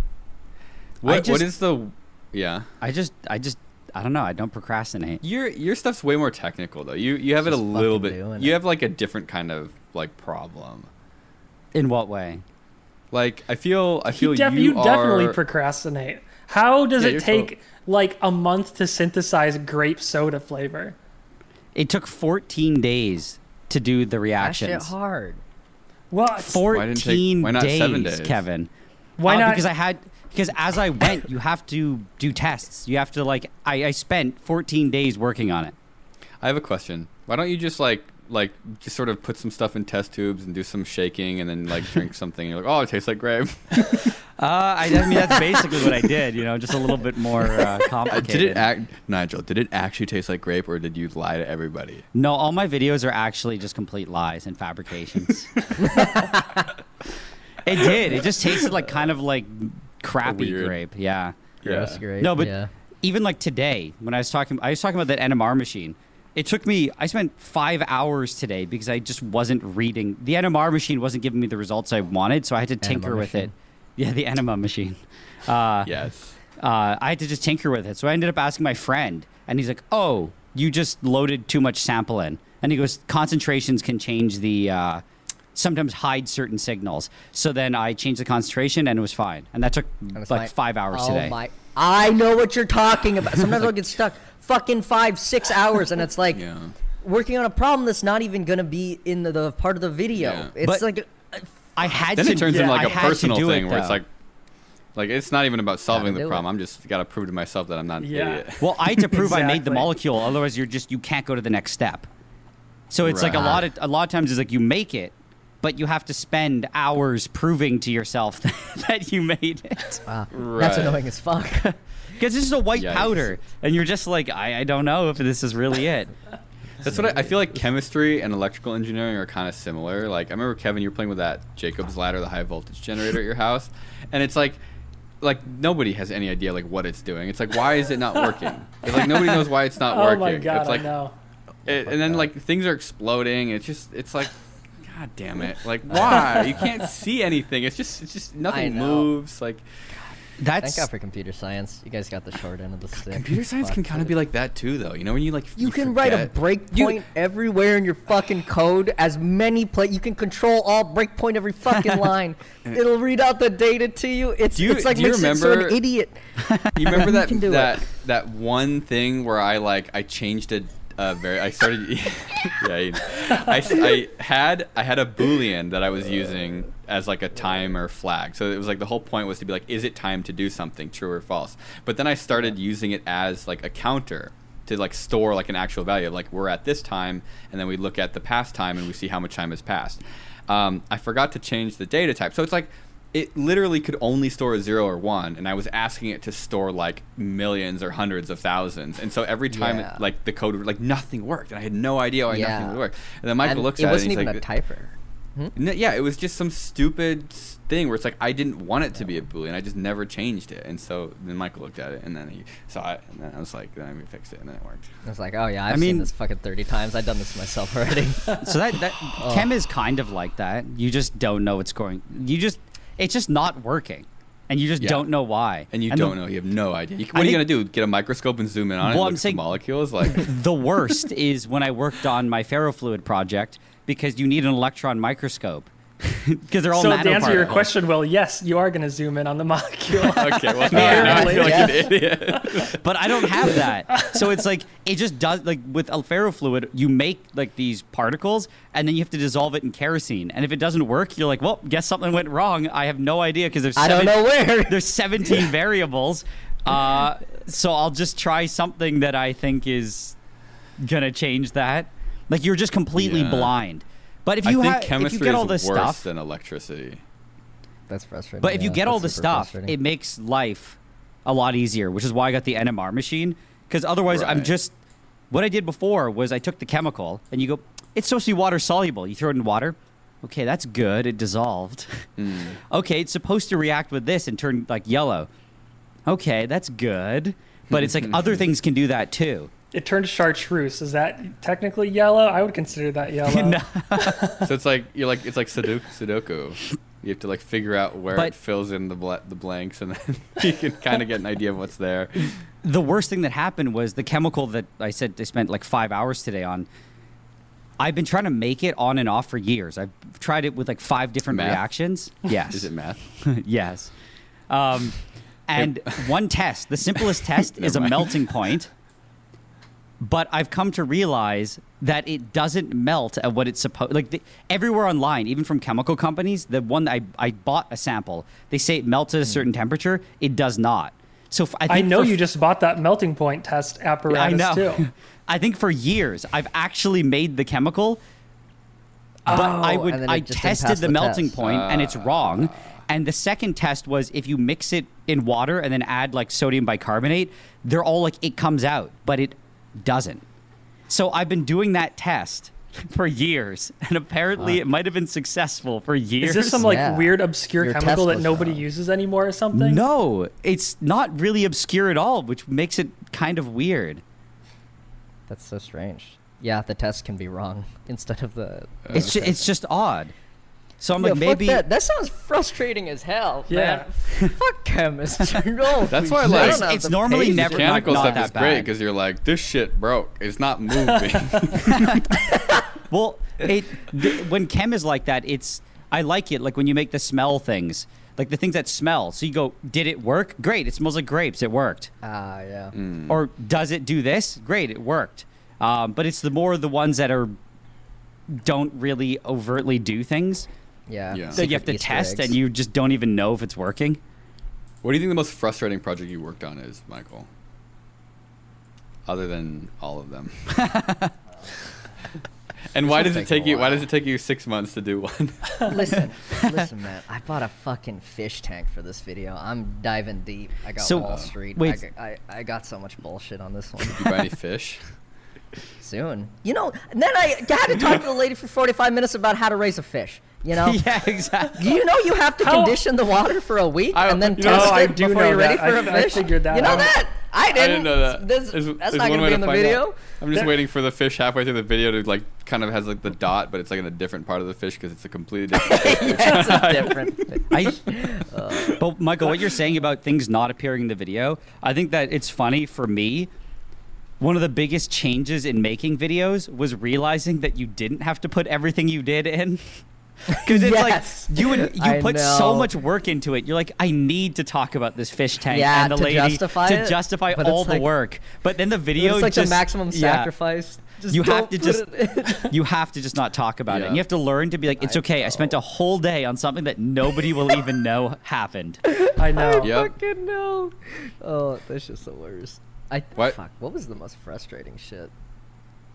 Speaker 1: What what
Speaker 4: just-
Speaker 1: is the yeah?
Speaker 4: I just, I just, I don't know. I don't procrastinate.
Speaker 1: Your your stuff's way more technical though. You you have it a
Speaker 3: Just
Speaker 1: little
Speaker 3: fucking
Speaker 1: bit.
Speaker 3: doing
Speaker 1: You
Speaker 3: it.
Speaker 1: have like a different kind of like problem.
Speaker 4: In what way?
Speaker 1: Like I feel I feel
Speaker 2: He def-
Speaker 1: you,
Speaker 2: you, definitely
Speaker 1: are-
Speaker 2: procrastinate. How does
Speaker 1: Yeah, you're
Speaker 2: it
Speaker 1: so-
Speaker 2: take like a month to synthesize grape soda flavor?
Speaker 4: It took 14 days to do the
Speaker 3: That shit
Speaker 4: reactions.
Speaker 3: hard.
Speaker 2: What?
Speaker 1: Why didn't it take-
Speaker 4: 14
Speaker 1: why not
Speaker 4: days,
Speaker 1: seven days?
Speaker 4: Kevin.
Speaker 2: Why
Speaker 4: Uh,
Speaker 2: not?
Speaker 4: Because I had because as I went, you have to do tests. You have to like I, I spent 14 days working on it.
Speaker 1: I have a question. Why don't you just like like just sort of put some stuff in test tubes and do some shaking and then like drink something? You're like, oh, it tastes like grape.
Speaker 4: Uh, I, I mean that's basically what I did. You know, just a little bit more *laughs* uh, complicated.
Speaker 1: did it act, Nigel? Did it actually taste like grape, or did you lie to everybody?
Speaker 4: No, all my videos are actually just complete lies and *laughs* fabrications. it did. It just tasted like kind of like crappy
Speaker 1: Weird.
Speaker 4: grape. Yeah.
Speaker 3: Gross, great.
Speaker 4: No, but
Speaker 3: yeah.
Speaker 4: even like today, when I was talking, I was talking about that NMR machine. It took me. I spent five hours today because I just wasn't reading. The NMR machine wasn't giving me the results I wanted, so I had to tinker with
Speaker 3: machine.
Speaker 4: it. *laughs* Yeah, the enema machine. Uh,
Speaker 1: Yes.
Speaker 4: uh, I had to just tinker with it. So I ended up asking my friend, and he's like, "Oh, you just loaded too much sample in." And he goes, "Concentrations can change the, uh, sometimes hide certain signals." So then I changed the concentration, and it was fine. And that took
Speaker 3: it's
Speaker 4: like
Speaker 3: like,
Speaker 4: five hours
Speaker 3: oh
Speaker 4: today.
Speaker 3: my! I know what you're talking about. Sometimes
Speaker 4: *laughs*
Speaker 3: I'll get stuck fucking five, six hours, and it's like
Speaker 1: Yeah.
Speaker 3: working on a problem that's not even gonna be in the, the part of the video.
Speaker 1: Yeah.
Speaker 3: It's
Speaker 4: But-
Speaker 3: like
Speaker 4: I had
Speaker 1: Then
Speaker 4: to.
Speaker 1: it turns into
Speaker 4: yeah,
Speaker 1: like a
Speaker 4: I had to
Speaker 1: personal
Speaker 4: do
Speaker 1: thing
Speaker 4: it,
Speaker 1: where it's
Speaker 4: though.
Speaker 1: like, like it's not even about solving the
Speaker 3: do it.
Speaker 1: problem. I'm just got to prove to myself that I'm not an
Speaker 2: Yeah.
Speaker 1: idiot.
Speaker 4: Well, I had to
Speaker 3: *laughs*
Speaker 4: prove I made the
Speaker 2: Exactly.
Speaker 4: molecule. Otherwise, you're just you can't go to the next step. So it's like a
Speaker 1: Right.
Speaker 4: lot of a lot of times it's like you make it, but you have to spend hours proving to yourself *laughs* that you made it.
Speaker 3: Wow.
Speaker 1: Right.
Speaker 3: That's annoying as fuck. *laughs*
Speaker 4: Because this is a white
Speaker 1: Yikes.
Speaker 4: powder, and you're just like, I, I don't know if this is really it.
Speaker 1: That's what I, I feel like. Chemistry and electrical engineering are kind of similar. Like I remember Kevin, you were playing with that Jacob's ladder, the high voltage generator at your house, and it's like, like nobody has any idea like what it's doing. It's like why is it not working? It's like nobody knows why it's not
Speaker 2: *laughs* oh
Speaker 1: working.
Speaker 2: my god,
Speaker 1: it's like,
Speaker 2: I know.
Speaker 1: it- and then like things are exploding. It's just it's like, god damn it! Like why you can't see anything? It's just it's just nothing
Speaker 3: know.
Speaker 1: moves. Like
Speaker 3: *laughs* Thank
Speaker 4: That's
Speaker 3: God for computer science. You guys got the short end of the stick.
Speaker 1: computer science can kind of be like that too, though. You know when you like
Speaker 3: You can write a
Speaker 1: forget-
Speaker 3: breakpoint everywhere in your fucking code. As many play, you can control all breakpoint
Speaker 1: *laughs*
Speaker 3: every fucking line. It'll read out the data to you. It's
Speaker 1: Do you-
Speaker 3: it's like
Speaker 1: do you
Speaker 3: makes it so an
Speaker 1: remember-
Speaker 3: idiot.
Speaker 1: You remember that
Speaker 3: can do
Speaker 1: that that one thing where I like I changed a uh, very I started *laughs* yeah you- I, s- I had I had a boolean that I was using as like a timer flag. So it was like the whole point was to be like is it time to do something true or false. But then I started using it as like a counter to like store like an actual value like we're at this time and then we look at the past time and we see how much time has passed. Um, I forgot to change the data type. So it's like it literally could only store a zero or one, and I was asking it to store like millions or hundreds of thousands, and so every time
Speaker 3: Yeah.
Speaker 1: it, like the code would, like nothing worked, and I had no idea why
Speaker 3: Yeah.
Speaker 1: nothing would work. And then Michael
Speaker 3: And
Speaker 1: looks
Speaker 3: it
Speaker 1: at
Speaker 3: wasn't
Speaker 1: it, and
Speaker 3: even
Speaker 1: he's
Speaker 3: a
Speaker 1: like,
Speaker 3: typer.
Speaker 1: "N- yeah, it was just some stupid s- thing where it's like I didn't want it to be a boolean, I just never changed it, and so then Michael looked at it, and then he saw it, and then I was like, then I fixed it, and then it worked.
Speaker 3: I was like, oh yeah, I've
Speaker 4: mean-
Speaker 3: seen this fucking thirty times. I've done this myself
Speaker 4: *laughs*
Speaker 3: already.
Speaker 4: so that that
Speaker 3: Oh.
Speaker 4: chem is kind of like that. You just don't know what's going. You just it's just not working, and you just
Speaker 1: Yeah.
Speaker 4: don't know why.
Speaker 1: And you
Speaker 4: the-
Speaker 1: don't know, you have no idea. You, c-
Speaker 4: I
Speaker 1: what are you gonna
Speaker 4: think-
Speaker 1: do? Get a microscope and zoom in on it?
Speaker 4: Well,
Speaker 1: and look
Speaker 4: I'm
Speaker 1: at the
Speaker 4: saying-
Speaker 1: molecules, like *laughs*
Speaker 4: The worst is when I worked on my ferrofluid project because you need an electron microscope *laughs* because
Speaker 3: Oh,
Speaker 4: they're all
Speaker 2: So to
Speaker 4: nanoparticles.
Speaker 2: answer your question, Will, yes, you are going to zoom in on the
Speaker 1: *laughs*
Speaker 2: *laughs* molecule.
Speaker 1: okay,
Speaker 4: *laughs*
Speaker 1: well, now, now I feel like an idiot.
Speaker 4: but I don't have that. So it's like it just does like with a ferrofluid, you make like these particles and then you have to dissolve it in kerosene. And if it doesn't work, you're like, well, guess something went wrong. I have no idea because there's
Speaker 3: I don't know
Speaker 4: seven-
Speaker 3: where.
Speaker 4: there's 17 variables. Uh, so I'll just try something that I think is gonna change that. Like you're just completely
Speaker 1: Yeah.
Speaker 4: blind. But if
Speaker 1: I
Speaker 4: you
Speaker 1: think
Speaker 4: have, if
Speaker 1: chemistry
Speaker 4: you get all
Speaker 1: is
Speaker 4: this
Speaker 1: worse
Speaker 4: stuff,
Speaker 1: than electricity.
Speaker 3: That's frustrating.
Speaker 4: but if you
Speaker 3: yeah,
Speaker 4: get all the
Speaker 3: that's super
Speaker 4: stuff,
Speaker 3: frustrating.
Speaker 4: it makes life a lot easier, which is why I got the NMR machine. Because otherwise, I'm
Speaker 1: Right.
Speaker 4: just. What I did before was I took the chemical and you go, it's supposed to be water soluble. You throw it in water. Okay, that's good. It dissolved. *laughs* okay, it's supposed to react with this and turn like yellow. Okay, that's good. But it's like other things can do that too.
Speaker 2: It turned chartreuse. Is that technically yellow? I would consider
Speaker 3: *laughs*
Speaker 2: that yellow.
Speaker 4: No.
Speaker 1: so it's like you're like it's like Sudoku. Sudoku. You have to like figure out where
Speaker 4: But-
Speaker 1: it fills in the bl- the blanks, and then *laughs* you can kind of get an idea of what's there.
Speaker 4: the worst thing that happened was the chemical that I said I spent like five hours today on. I've been trying to make it on and off for years. I've tried it with like five different
Speaker 1: Math?
Speaker 4: reactions.
Speaker 1: *laughs*
Speaker 4: Yes. *laughs*
Speaker 1: Is it math?
Speaker 4: yes. Um, and
Speaker 1: *laughs*
Speaker 4: one test, the simplest test is a
Speaker 1: mind.
Speaker 4: melting point. But I've come to realize that it doesn't melt at what it's supposed. Like the, everywhere online, even from chemical companies, the one that I, I bought a sample, they say it melts at
Speaker 1: Mm.
Speaker 4: a certain temperature. It does not. So f- I, think
Speaker 2: I know
Speaker 4: for
Speaker 2: you just bought that melting point test
Speaker 4: I
Speaker 2: apparatus
Speaker 3: *laughs*
Speaker 4: know.
Speaker 2: *laughs* too.
Speaker 4: I think for years I've actually made the chemical, but I would
Speaker 3: Oh, and then it
Speaker 4: I
Speaker 3: just didn't
Speaker 4: tested
Speaker 3: pass
Speaker 4: the,
Speaker 3: the
Speaker 4: melting
Speaker 3: test.
Speaker 4: point, and
Speaker 2: Ah.
Speaker 4: it's wrong. And the second test was if you mix it in water and then add like sodium bicarbonate, they're all like it comes out, but it doesn't. So I've been doing that test *laughs* for years, and apparently it might have been successful for years.
Speaker 2: Is this some like
Speaker 3: Yeah.
Speaker 2: weird obscure
Speaker 3: Your
Speaker 2: chemical that
Speaker 3: Tesla's
Speaker 2: nobody
Speaker 3: wrong.
Speaker 2: uses anymore or something?
Speaker 4: *laughs* no, it's not really obscure at all, which makes it kind of weird.
Speaker 3: *laughs* That's so strange. Yeah, the test can be wrong *laughs*
Speaker 1: *laughs*
Speaker 3: instead of the.
Speaker 4: it's ju- it's just odd. So I'm
Speaker 3: Yeah,
Speaker 4: like
Speaker 3: fuck
Speaker 4: maybe
Speaker 3: that. That sounds frustrating as hell.
Speaker 2: Yeah.
Speaker 1: *laughs*
Speaker 3: man. fuck chemistry. *laughs* No,
Speaker 1: That's why I
Speaker 3: don't
Speaker 1: like-
Speaker 3: have
Speaker 4: It's
Speaker 3: the
Speaker 4: normally
Speaker 3: patience.
Speaker 4: never- Not-
Speaker 1: Mechanical
Speaker 4: not
Speaker 1: stuff
Speaker 4: that
Speaker 1: is great
Speaker 4: bad.
Speaker 1: because you're like this shit broke. It's not moving. *laughs*
Speaker 4: *laughs* Well, it th- when chem is like that, it's I like it. Like when you make the smell things, like the things that smell. So you go, did it work? Great, it smells like grapes. It worked.
Speaker 3: Ah, yeah.
Speaker 1: Mm.
Speaker 4: Or does it do this? Great, it worked. Um, but it's the more the ones that are don't really overtly do things
Speaker 3: Yeah.
Speaker 1: Yeah.
Speaker 4: that you have
Speaker 3: Secret
Speaker 4: to
Speaker 3: Easter
Speaker 4: test,
Speaker 3: eggs.
Speaker 4: and you just don't even know if it's working.
Speaker 1: what do you think the most frustrating project you worked on is, Michael?
Speaker 4: *laughs*
Speaker 1: Other than all of them. And why
Speaker 3: This
Speaker 1: does
Speaker 3: will
Speaker 1: it
Speaker 3: take
Speaker 1: take
Speaker 3: a
Speaker 1: you? Why
Speaker 3: while.
Speaker 1: does it take you six months to do one? *laughs*
Speaker 4: *laughs*
Speaker 3: listen, listen, man. I bought a fucking fish tank for this video. I'm diving deep. I got
Speaker 4: So,
Speaker 3: Wall Street.
Speaker 4: wait.
Speaker 3: I, g- I- I got so much bullshit on this one.
Speaker 1: you buy any fish?
Speaker 3: Soon, you know. And then I had to talk to the lady for 45 minutes about how to raise a fish. You know.
Speaker 4: *laughs* yeah, exactly.
Speaker 3: Do you know you have to
Speaker 2: How-
Speaker 3: condition the water for a week
Speaker 1: I-
Speaker 3: and then
Speaker 1: you
Speaker 2: know,
Speaker 3: test
Speaker 2: I
Speaker 3: it
Speaker 2: do
Speaker 3: before
Speaker 2: know
Speaker 3: you're ready
Speaker 2: that.
Speaker 3: for
Speaker 2: I-
Speaker 3: a
Speaker 2: I
Speaker 3: fish?
Speaker 2: figured that
Speaker 3: you know
Speaker 2: out.
Speaker 3: that? I didn't.
Speaker 1: I didn't know that.
Speaker 3: This-
Speaker 1: There's-
Speaker 3: that's
Speaker 1: there's
Speaker 3: not
Speaker 1: one
Speaker 3: going to
Speaker 1: way
Speaker 3: be
Speaker 1: to
Speaker 3: in the
Speaker 1: find out.
Speaker 3: *laughs* video.
Speaker 1: I'm just
Speaker 2: There-
Speaker 1: waiting for the fish halfway through the video to like kind of has like the dot, but it's like in a different part of the fish because it's a completely
Speaker 3: *laughs*
Speaker 1: different. fish.
Speaker 3: yeah, it's a different.
Speaker 4: I, *laughs* but Michael, what you're saying about things not appearing in the video, I think that it's funny for me. One of the biggest changes in making videos was realizing that you didn't have to put everything you did in. *laughs* Because it's
Speaker 3: Yes.
Speaker 4: like
Speaker 3: *laughs*
Speaker 4: you would, you
Speaker 3: I
Speaker 4: put so
Speaker 3: know.
Speaker 4: much work into it. You're like, I need to talk about this fish tank
Speaker 3: Yeah,
Speaker 4: and the
Speaker 3: to
Speaker 4: lady
Speaker 3: justify
Speaker 4: to
Speaker 3: it,
Speaker 4: justify
Speaker 3: but
Speaker 4: all
Speaker 3: it's
Speaker 4: the
Speaker 3: like-
Speaker 4: work. But then the video
Speaker 3: It's like
Speaker 4: just,
Speaker 3: the maximum
Speaker 4: yeah.
Speaker 3: sacrifice. Just
Speaker 4: you have
Speaker 3: don't
Speaker 4: to
Speaker 3: put
Speaker 4: just
Speaker 3: it in.
Speaker 4: you have to just not talk about it.
Speaker 1: Yeah.
Speaker 4: And you have to learn to be like, it's
Speaker 3: I
Speaker 4: okay. I spent
Speaker 3: know.
Speaker 4: a whole day on something that nobody will even know
Speaker 3: *laughs*
Speaker 4: happened.
Speaker 2: I know.
Speaker 3: Oh
Speaker 1: Yep.
Speaker 3: Fucking no. Oh, that's just the worst. I
Speaker 1: What?
Speaker 3: fuck. What was the most frustrating shit?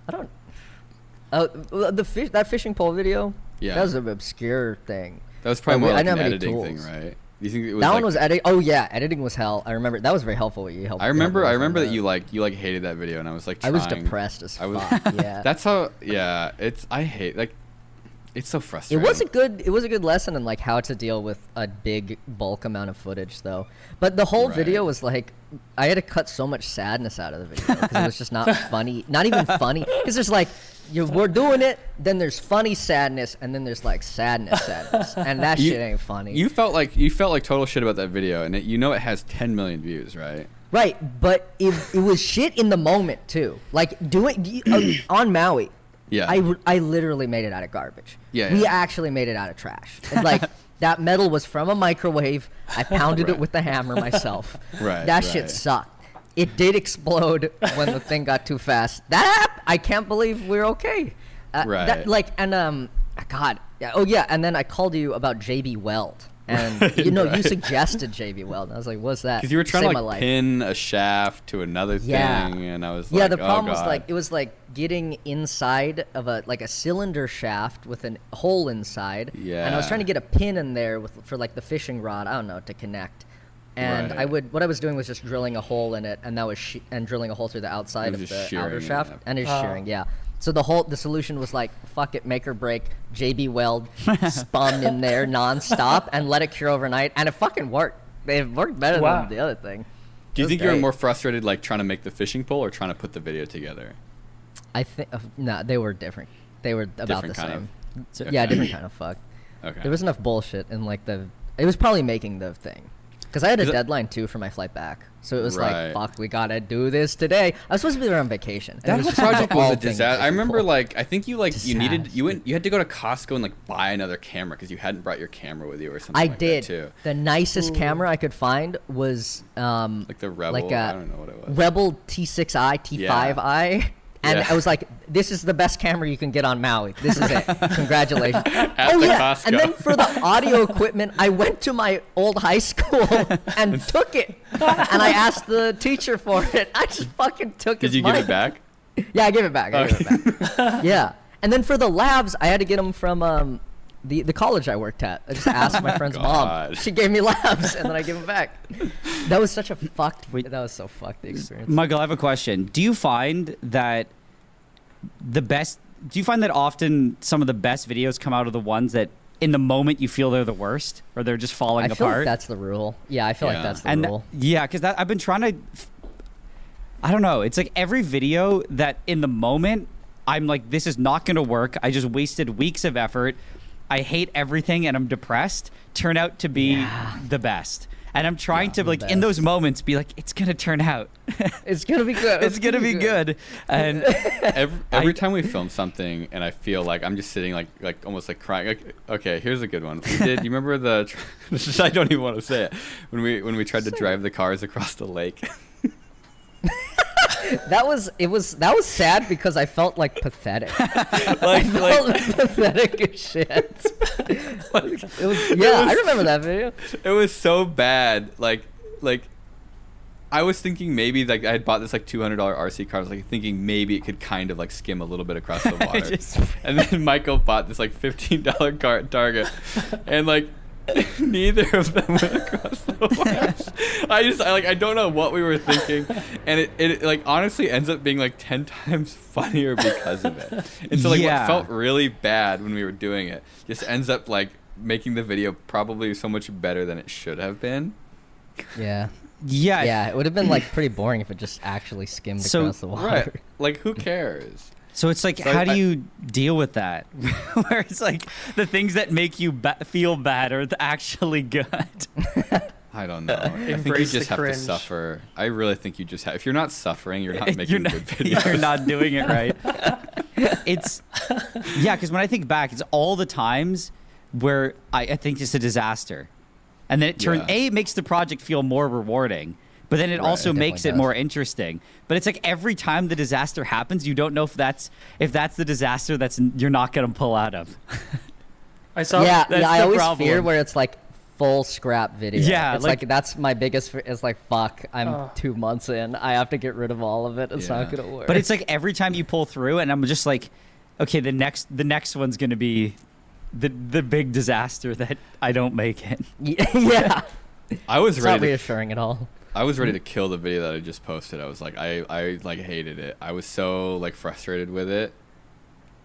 Speaker 3: I don't. Oh, well, the fish that fishing pole video.
Speaker 1: Yeah.
Speaker 3: That was an obscure thing.
Speaker 1: That was probably
Speaker 3: Oh,
Speaker 1: more
Speaker 3: wait, I
Speaker 1: like an
Speaker 3: didn't have any
Speaker 1: editing thing,
Speaker 3: tools.
Speaker 1: right? You think it was
Speaker 3: that
Speaker 1: like,
Speaker 3: one was editing. Oh yeah, editing was hell. I remember. That was very helpful. What you helped.
Speaker 1: I remember. I remember that you like you like hated that video, and I was like,
Speaker 3: I was
Speaker 1: trying-
Speaker 3: depressed as
Speaker 1: I was- *laughs*
Speaker 3: fuck. yeah.
Speaker 1: That's how. Yeah, it's. I hate like. It's so
Speaker 3: It
Speaker 1: frustrating.
Speaker 3: was a good it was a good lesson in like how to deal with a big bulk amount of footage though. But the whole
Speaker 1: Right.
Speaker 3: video was like I had to cut so much sadness out of the video because it was just
Speaker 1: *laughs*
Speaker 3: not funny, not even funny. Because there's like you we're doing it, then there's funny sadness, and then there's like sadness sadness, and that
Speaker 1: You-
Speaker 3: shit ain't funny.
Speaker 1: You felt like you felt like total shit about that video, and it, you know it has 10 million views, right?
Speaker 3: Right, but it, it was shit in the moment too. Like doing do you-
Speaker 1: *clears throat*
Speaker 3: uh, on Maui.
Speaker 1: Yeah.
Speaker 3: I, r- I literally made it out of garbage.
Speaker 1: Yeah,
Speaker 3: We
Speaker 1: yeah.
Speaker 3: actually made it out of trash.
Speaker 1: *laughs*
Speaker 3: And, like that metal was from a microwave. I pounded it
Speaker 1: Right.
Speaker 3: with the hammer myself.
Speaker 1: *laughs* Right,
Speaker 3: That
Speaker 1: right.
Speaker 3: shit sucked. It did explode when the thing got too fast. That hap- I can't believe we're okay. Uh,
Speaker 1: Right.
Speaker 3: That, like and um God. Yeah, oh yeah, and then I called you about JB Weld.
Speaker 1: *laughs*
Speaker 3: And you know, you
Speaker 1: Right.
Speaker 3: suggested JB Weld. And I was like, what's that?
Speaker 1: Because you were trying
Speaker 3: Saved
Speaker 1: to
Speaker 3: my life.
Speaker 1: like pin a shaft to another
Speaker 3: Yeah.
Speaker 1: thing, and I was
Speaker 3: Yeah,
Speaker 1: like,
Speaker 3: the
Speaker 1: oh,
Speaker 3: problem was
Speaker 1: God.
Speaker 3: like it was like getting inside of a like a cylinder shaft with a hole inside. And I was
Speaker 1: Yeah.
Speaker 3: trying to get a pin in there with for like the fishing rod, I don't know, to connect. And I
Speaker 1: Right.
Speaker 3: would what I was doing was just drilling a hole in it and that was sh- and drilling a hole through the outside
Speaker 1: was
Speaker 3: of
Speaker 1: just
Speaker 3: the outer
Speaker 1: shearing it
Speaker 3: shaft
Speaker 1: up.
Speaker 3: and it's
Speaker 2: Oh.
Speaker 3: shearing, yeah. So the whole the solution was like fuck it, make or break. JB Weld spun
Speaker 1: *laughs*
Speaker 3: in there nonstop and let it cure overnight, and it fucking worked. It worked better
Speaker 2: Wow.
Speaker 3: than the other thing.
Speaker 1: do you
Speaker 3: It was
Speaker 1: think you were
Speaker 3: great.
Speaker 1: more frustrated like trying to make the fishing pole or trying to put the video together?
Speaker 3: I think uh, no, they were different. They were about
Speaker 1: Different
Speaker 3: the
Speaker 1: kind
Speaker 3: same.
Speaker 1: of-
Speaker 3: So-
Speaker 1: okay.
Speaker 3: Yeah, different kind of fuck.
Speaker 1: Okay. *laughs*
Speaker 3: There was enough bullshit in like the. It was probably making the thing, because I had a
Speaker 1: 'Cause I-
Speaker 3: deadline too for my flight back. So it was
Speaker 1: Right.
Speaker 3: like, fuck, we gotta do this today. I was supposed to be there on vacation. and it
Speaker 1: That
Speaker 3: was
Speaker 1: whole
Speaker 3: just *laughs*
Speaker 1: project was
Speaker 3: all
Speaker 1: a
Speaker 3: things
Speaker 1: disaster. I
Speaker 3: fishing
Speaker 1: remember,
Speaker 3: pole.
Speaker 1: like, I think you like you needed
Speaker 3: Disaster.
Speaker 1: you went you had to go to Costco and like buy another camera because you hadn't brought your camera with you or something.
Speaker 3: I
Speaker 1: like that,
Speaker 3: did.
Speaker 1: too.
Speaker 3: The nicest camera I could find was um
Speaker 1: Like the Rebel-
Speaker 3: I
Speaker 1: I don't know what it was.
Speaker 3: Rebel T6i, T5i. And
Speaker 1: Yeah.
Speaker 3: I was like, "This is the best camera you can get on Maui. This
Speaker 1: *laughs*
Speaker 3: is it. Congratulations!" oh
Speaker 1: the
Speaker 3: yeah.
Speaker 1: Costco.
Speaker 3: And then for the audio equipment, I went to my old high school
Speaker 1: *laughs*
Speaker 3: and took it, and I asked the teacher for it. I just fucking took
Speaker 1: Did
Speaker 3: his
Speaker 1: you give
Speaker 3: money.
Speaker 1: it back?
Speaker 3: Yeah, I gave it back. I gave
Speaker 1: Okay.
Speaker 3: it back. yeah. And then for the labs, I had to get them from um, the the college I worked at. I just asked my friend's mom.
Speaker 1: God.
Speaker 3: She gave me labs, and then I gave them back. That was such a fucked.
Speaker 4: Wait.
Speaker 3: That was so fucked the experience.
Speaker 4: Michael, I have a question. Do you find that the best? Do you find that often some of the best videos come out of the ones that, in the moment, you feel they're the worst or they're just falling
Speaker 3: I feel
Speaker 4: apart?
Speaker 3: like that's the rule. Yeah, I feel
Speaker 1: Yeah.
Speaker 3: like that's the
Speaker 4: and
Speaker 3: rule.
Speaker 4: yeah, because that I've been trying to. I don't know. It's like every video that in the moment I'm like, this is not going to work. I just wasted weeks of effort. I hate everything and I'm depressed. Turn out to be the best. And I'm trying to like in
Speaker 3: best.
Speaker 4: those moments be like, it's gonna turn out. *laughs*
Speaker 3: It's gonna be good.
Speaker 4: it's gonna be good. And
Speaker 1: Every, every time we film something, and I feel like I'm just sitting like like almost like crying. Like, okay, here's a good one. We did. You remember the? tr- *laughs* This is, I don't even want to say it. When we when we tried to drive the cars across the lake.
Speaker 3: That was it was that was sad because I felt like pathetic. I
Speaker 1: like
Speaker 3: felt
Speaker 1: like
Speaker 3: like, *laughs* pathetic as shit.
Speaker 1: like
Speaker 3: It was yeah. I
Speaker 1: was- *laughs*
Speaker 3: remember that video.
Speaker 1: it was so bad. Like like I was thinking maybe like I had bought this like two hundred dollar RC car. I was like thinking maybe it could kind of like skim a little bit across the water.
Speaker 4: Just-
Speaker 1: And then Michael bought this like fifteen dollar car at Target, and like *laughs* neither of them went across the water. I just I, like I don't know what we were thinking, and it, it like honestly ends up being like ten times *laughs* funnier because of it. And so like
Speaker 4: Yeah.
Speaker 1: what felt really bad when we were doing it just ends up like making the video probably so much better than it should have been.
Speaker 3: Yeah.
Speaker 4: yeah,
Speaker 3: Yeah, it would have been like pretty boring if it just actually skimmed
Speaker 4: So-
Speaker 3: across the water. *laughs*
Speaker 1: Right? Like who cares?
Speaker 4: So it's like,
Speaker 1: So
Speaker 4: how
Speaker 1: I-
Speaker 4: do you deal with that? *laughs* Where it's like the things that make you ba- feel bad are th- actually good.
Speaker 1: I don't know. I think you
Speaker 2: Embrace the
Speaker 1: just have
Speaker 2: cringe.
Speaker 1: to suffer. I really think you just have. If you're not suffering, *laughs* you're not making
Speaker 4: you're, not, *laughs*
Speaker 1: good videos.
Speaker 4: you're not doing it right. *laughs* it's yeah, because when I think back, it's all the times where I, I think it's a disaster, and then it turns
Speaker 1: Yeah.
Speaker 4: a it makes the project feel more rewarding. But then it
Speaker 1: Right,
Speaker 4: also
Speaker 1: it
Speaker 4: makes it
Speaker 3: definitely
Speaker 4: more interesting. But it's like every time the disaster happens, you don't know if that's if that's the disaster that's n- you're not going to pull out of.
Speaker 2: I saw.
Speaker 3: yeah,
Speaker 4: that's
Speaker 3: yeah. I
Speaker 4: the
Speaker 3: always
Speaker 4: problem.
Speaker 3: fear where it's like full scrap video.
Speaker 4: Yeah,
Speaker 3: it's
Speaker 4: like- Uh.
Speaker 3: like, that's my biggest. fe- It's like fuck, I'm
Speaker 2: Oh.
Speaker 3: two months in. I have to get rid of all of it. It's not
Speaker 1: Yeah.
Speaker 3: gonna work.
Speaker 4: But it's like every time you pull through, and I'm just like, okay, the next the next one's gonna be the the big disaster that I don't make it.
Speaker 3: *laughs* yeah,
Speaker 1: I was
Speaker 3: it's not
Speaker 1: ready. To,
Speaker 3: reassuring at all.
Speaker 1: I was ready to kill the video that I just posted. I was like, I, I like hated it. I was so like frustrated with it.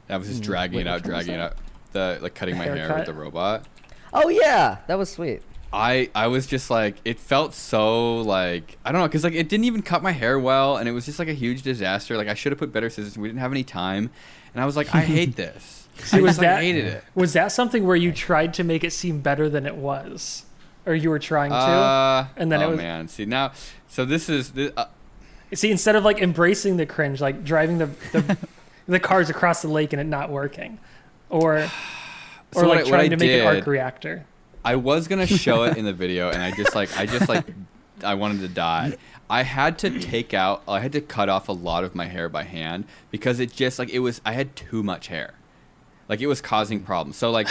Speaker 1: I was just dragging it out, dragging it out. The like cutting my hair with
Speaker 2: Haircut?
Speaker 1: the robot.
Speaker 3: Oh yeah, that was sweet.
Speaker 1: I I was just like it felt so like I don't know because like it didn't even cut my hair well and it was just like a huge disaster. Like I should have put better scissors. We didn't have any time, and I was like, I
Speaker 2: *laughs*
Speaker 1: hate this. I
Speaker 2: was
Speaker 1: just, like,
Speaker 2: that-
Speaker 1: hated it.
Speaker 2: Was that something where you tried to make it seem better than it was, or you were trying to?
Speaker 1: Uh,
Speaker 2: And then it
Speaker 1: oh
Speaker 2: was-
Speaker 1: man, see now, so this is this, uh,
Speaker 2: See, instead of like embracing the cringe, like driving the
Speaker 1: *laughs*
Speaker 2: the, the cars across the lake and it not working,
Speaker 1: *sighs*
Speaker 2: or or
Speaker 1: So what I-
Speaker 2: like
Speaker 1: what I
Speaker 2: trying to make an arc
Speaker 1: did-
Speaker 2: reactor.
Speaker 1: I was gonna show it in the video, and I just like I just like I wanted to die. I had to take out, I had to cut off a lot of my hair by hand because it just like it was. I had too much hair, like it was causing problems. So like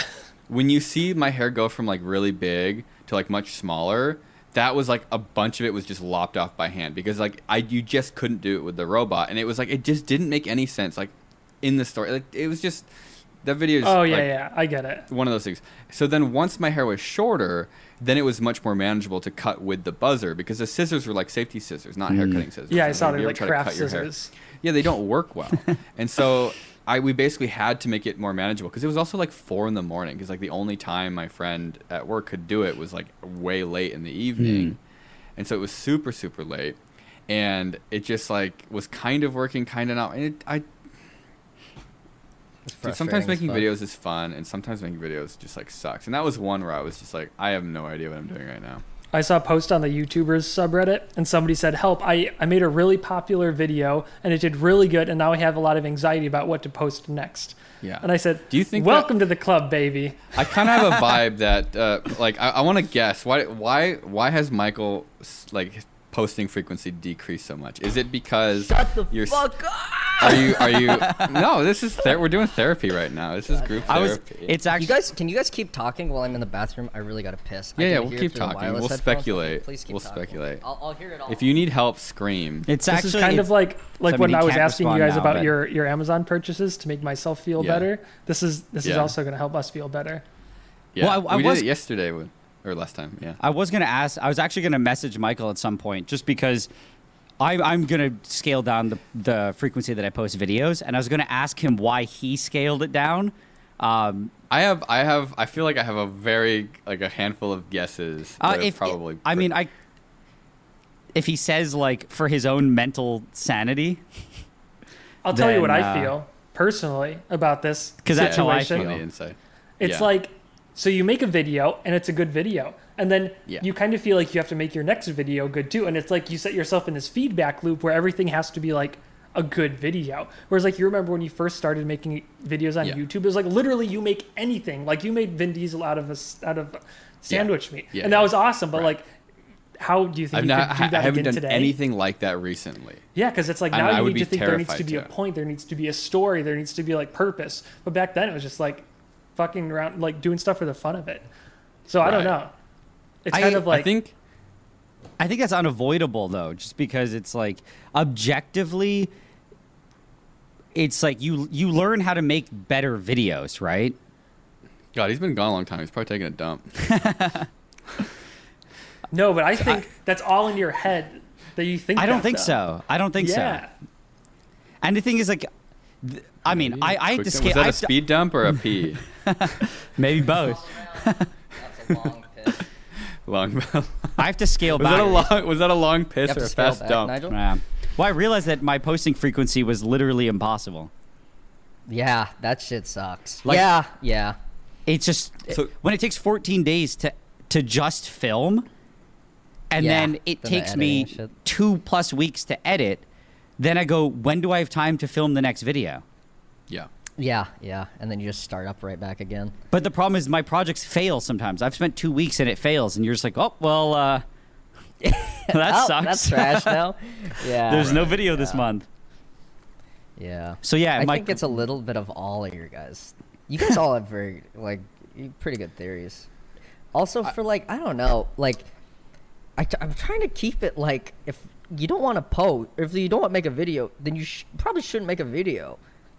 Speaker 1: when you see my hair go from like really big to like much smaller, that was like a bunch of it was just lopped off by hand because like I you just couldn't do it with the robot, and it was like it just didn't make any sense. Like in the story, like it was just that video.
Speaker 2: Oh yeah,
Speaker 1: like,
Speaker 2: yeah, I get it.
Speaker 1: one of those things. So then once my hair was shorter, then it was much more manageable to cut with the buzzer because the scissors were like safety scissors, not hair cutting scissors.
Speaker 2: Yeah, I saw
Speaker 1: You
Speaker 2: they're
Speaker 1: ever
Speaker 2: like
Speaker 1: try to
Speaker 2: craft
Speaker 1: cut your hair?
Speaker 2: scissors.
Speaker 1: Yeah, they don't work
Speaker 2: *laughs*
Speaker 1: well. and so I we basically had to make it more manageable because it was also like four in the morning because like the only time my friend at work could do it was like way late in the evening, and so it was super super late, and it just like was kind of working, kind of not. And it, I
Speaker 3: It's
Speaker 1: Dude,
Speaker 3: frustrating
Speaker 1: sometimes
Speaker 3: as
Speaker 1: making
Speaker 3: fuck.
Speaker 1: videos is fun, and sometimes making videos just like sucks. And that was one where I was just like, I have no idea what I'm doing right now.
Speaker 2: I saw a post on the YouTubers subreddit and somebody said, Help, I, I made a really popular video and it did really good and now I have a lot of anxiety about what to post next.
Speaker 1: Yeah.
Speaker 2: And I said,
Speaker 1: Do you think
Speaker 2: Welcome to the club, baby.
Speaker 1: I kind of have
Speaker 4: *laughs*
Speaker 1: a vibe that, uh, like, I, I want to guess why, why, why has Michael s- like his posting frequency decreased so much? Is it because
Speaker 3: Shut the
Speaker 1: you're, s-
Speaker 3: fuck up.
Speaker 1: are you, are
Speaker 3: *laughs*
Speaker 1: you? No, this is ther- we're doing therapy right now. This is group therapy.
Speaker 4: I was. It's
Speaker 3: You
Speaker 4: actually.
Speaker 3: guys, can you guys keep talking while I'm in the bathroom? I really gotta piss. I
Speaker 1: Yeah,
Speaker 3: can
Speaker 1: yeah, we'll
Speaker 3: hear
Speaker 1: keep
Speaker 3: through the
Speaker 1: talking.
Speaker 3: wireless
Speaker 1: We'll
Speaker 3: headphones, but
Speaker 1: speculate.
Speaker 3: Please keep
Speaker 1: We'll
Speaker 3: talking.
Speaker 1: speculate.
Speaker 3: I'll, I'll hear it all.
Speaker 1: if you need help, scream.
Speaker 4: it's
Speaker 2: This
Speaker 4: actually.
Speaker 2: is kind
Speaker 4: it's-
Speaker 2: of like like
Speaker 4: so, I
Speaker 2: when
Speaker 4: mean,
Speaker 2: I
Speaker 4: you
Speaker 2: was
Speaker 4: can't
Speaker 2: asking you
Speaker 4: respond
Speaker 2: guys
Speaker 4: now,
Speaker 2: about
Speaker 4: but-
Speaker 2: your, your Amazon purchases to make myself feel
Speaker 1: Yeah.
Speaker 2: better. This is this is
Speaker 1: Yeah.
Speaker 2: also gonna help us feel better.
Speaker 1: yeah,
Speaker 4: Well, I- I
Speaker 1: we
Speaker 4: was-
Speaker 1: did it yesterday when- or last time. Yeah.
Speaker 4: I was gonna ask. I was actually gonna message Michael at some point, just because I, I'm gonna scale down the, the frequency that I post videos, and I was gonna ask him why he scaled it down. Um,
Speaker 1: I have, I have, I feel like I have a very like a handful of guesses.
Speaker 4: uh,
Speaker 1: that are
Speaker 4: if
Speaker 1: probably,
Speaker 4: I
Speaker 1: pre-
Speaker 4: mean, I if he says like for his own mental sanity,
Speaker 2: I'll tell you what
Speaker 4: Then,
Speaker 2: I
Speaker 4: uh,
Speaker 2: feel personally about this
Speaker 4: 'Cause that's how I
Speaker 2: situation.
Speaker 4: feel.
Speaker 1: on the inside.
Speaker 2: It's
Speaker 1: Yeah.
Speaker 2: like, so you make a video and it's a good video. And then
Speaker 1: Yeah.
Speaker 2: you kind of feel like you have to make your next video good too. And it's like you set yourself in this feedback loop where everything has to be like a good video. Whereas, like, you remember when you first started making videos on
Speaker 1: Yeah.
Speaker 2: YouTube, it was like literally you make anything. Like, you made Vin Diesel out of a, s- out of sandwich meat.
Speaker 1: Yeah,
Speaker 2: and that
Speaker 1: yeah.
Speaker 2: was awesome. But, like, how do you think
Speaker 1: I've
Speaker 2: you
Speaker 1: not,
Speaker 2: could do
Speaker 1: I
Speaker 2: that
Speaker 1: haven't done
Speaker 2: again today?
Speaker 1: anything like that recently.
Speaker 2: Yeah, because it's like
Speaker 1: And
Speaker 2: now
Speaker 1: I
Speaker 2: you
Speaker 1: would
Speaker 2: need to
Speaker 1: be
Speaker 2: think there needs to
Speaker 1: terrified
Speaker 2: be a
Speaker 1: to.
Speaker 2: point, there needs to be a story, there needs to be like purpose. But back then it was just like fucking around, like doing stuff for the fun of it. So I don't
Speaker 1: Right.
Speaker 2: know. It's
Speaker 4: I-
Speaker 2: kind of like
Speaker 1: I think
Speaker 4: I think that's unavoidable though, just because it's like objectively, it's like you you learn how to make better videos, right?
Speaker 1: God, he's been gone a long time. He's probably taking a dump.
Speaker 2: No, but I think that's all in your head that you think.
Speaker 4: I don't
Speaker 2: that,
Speaker 4: think
Speaker 2: though.
Speaker 4: so. I don't think
Speaker 2: yeah.
Speaker 4: so. And the thing is, like, th- I mean, I, I
Speaker 1: Quick
Speaker 4: had to
Speaker 1: dump.
Speaker 4: skate.
Speaker 1: Was that
Speaker 4: I
Speaker 1: a
Speaker 4: had to-
Speaker 1: speed dump or a
Speaker 4: *laughs*
Speaker 1: pee?
Speaker 4: Maybe both.
Speaker 3: That's a long
Speaker 1: *laughs*
Speaker 3: piss.
Speaker 1: long. *laughs* was
Speaker 4: I have to scale back.
Speaker 1: that a long? *laughs* Was that a long
Speaker 3: You
Speaker 1: piss
Speaker 3: have
Speaker 1: or
Speaker 3: to
Speaker 1: a
Speaker 3: scale
Speaker 1: fast
Speaker 3: back,
Speaker 1: dump?
Speaker 3: Nigel.
Speaker 4: Yeah. Well, I realized that my posting frequency was literally impossible.
Speaker 3: Yeah, that shit sucks.
Speaker 4: Like-
Speaker 3: yeah, yeah.
Speaker 4: It's just
Speaker 1: So-
Speaker 4: when it takes 14 days to to just film, and
Speaker 3: Yeah,
Speaker 4: then it
Speaker 3: then the
Speaker 4: takes
Speaker 3: editing
Speaker 4: me
Speaker 3: and shit.
Speaker 4: two plus weeks to edit. Then I go, when do I have time to film the next video?
Speaker 1: Yeah.
Speaker 3: Yeah, yeah. And then you just start up right back again.
Speaker 4: But the problem is my projects fail sometimes. I've spent two weeks and it fails, and you're just like, oh well, uh, *laughs* that
Speaker 3: Oh,
Speaker 4: sucks.
Speaker 3: That's trash
Speaker 4: *laughs*
Speaker 3: now. Yeah.
Speaker 4: There's no video this month.
Speaker 3: Yeah.
Speaker 4: So yeah,
Speaker 3: I
Speaker 4: my,
Speaker 3: think it's a little bit of all of your guys. You guys all have very like you- pretty good theories. Also, for like I don't know, like I t- I'm trying to keep it like if you don't want to post, if you don't want to make a video, then you sh- probably shouldn't make a video.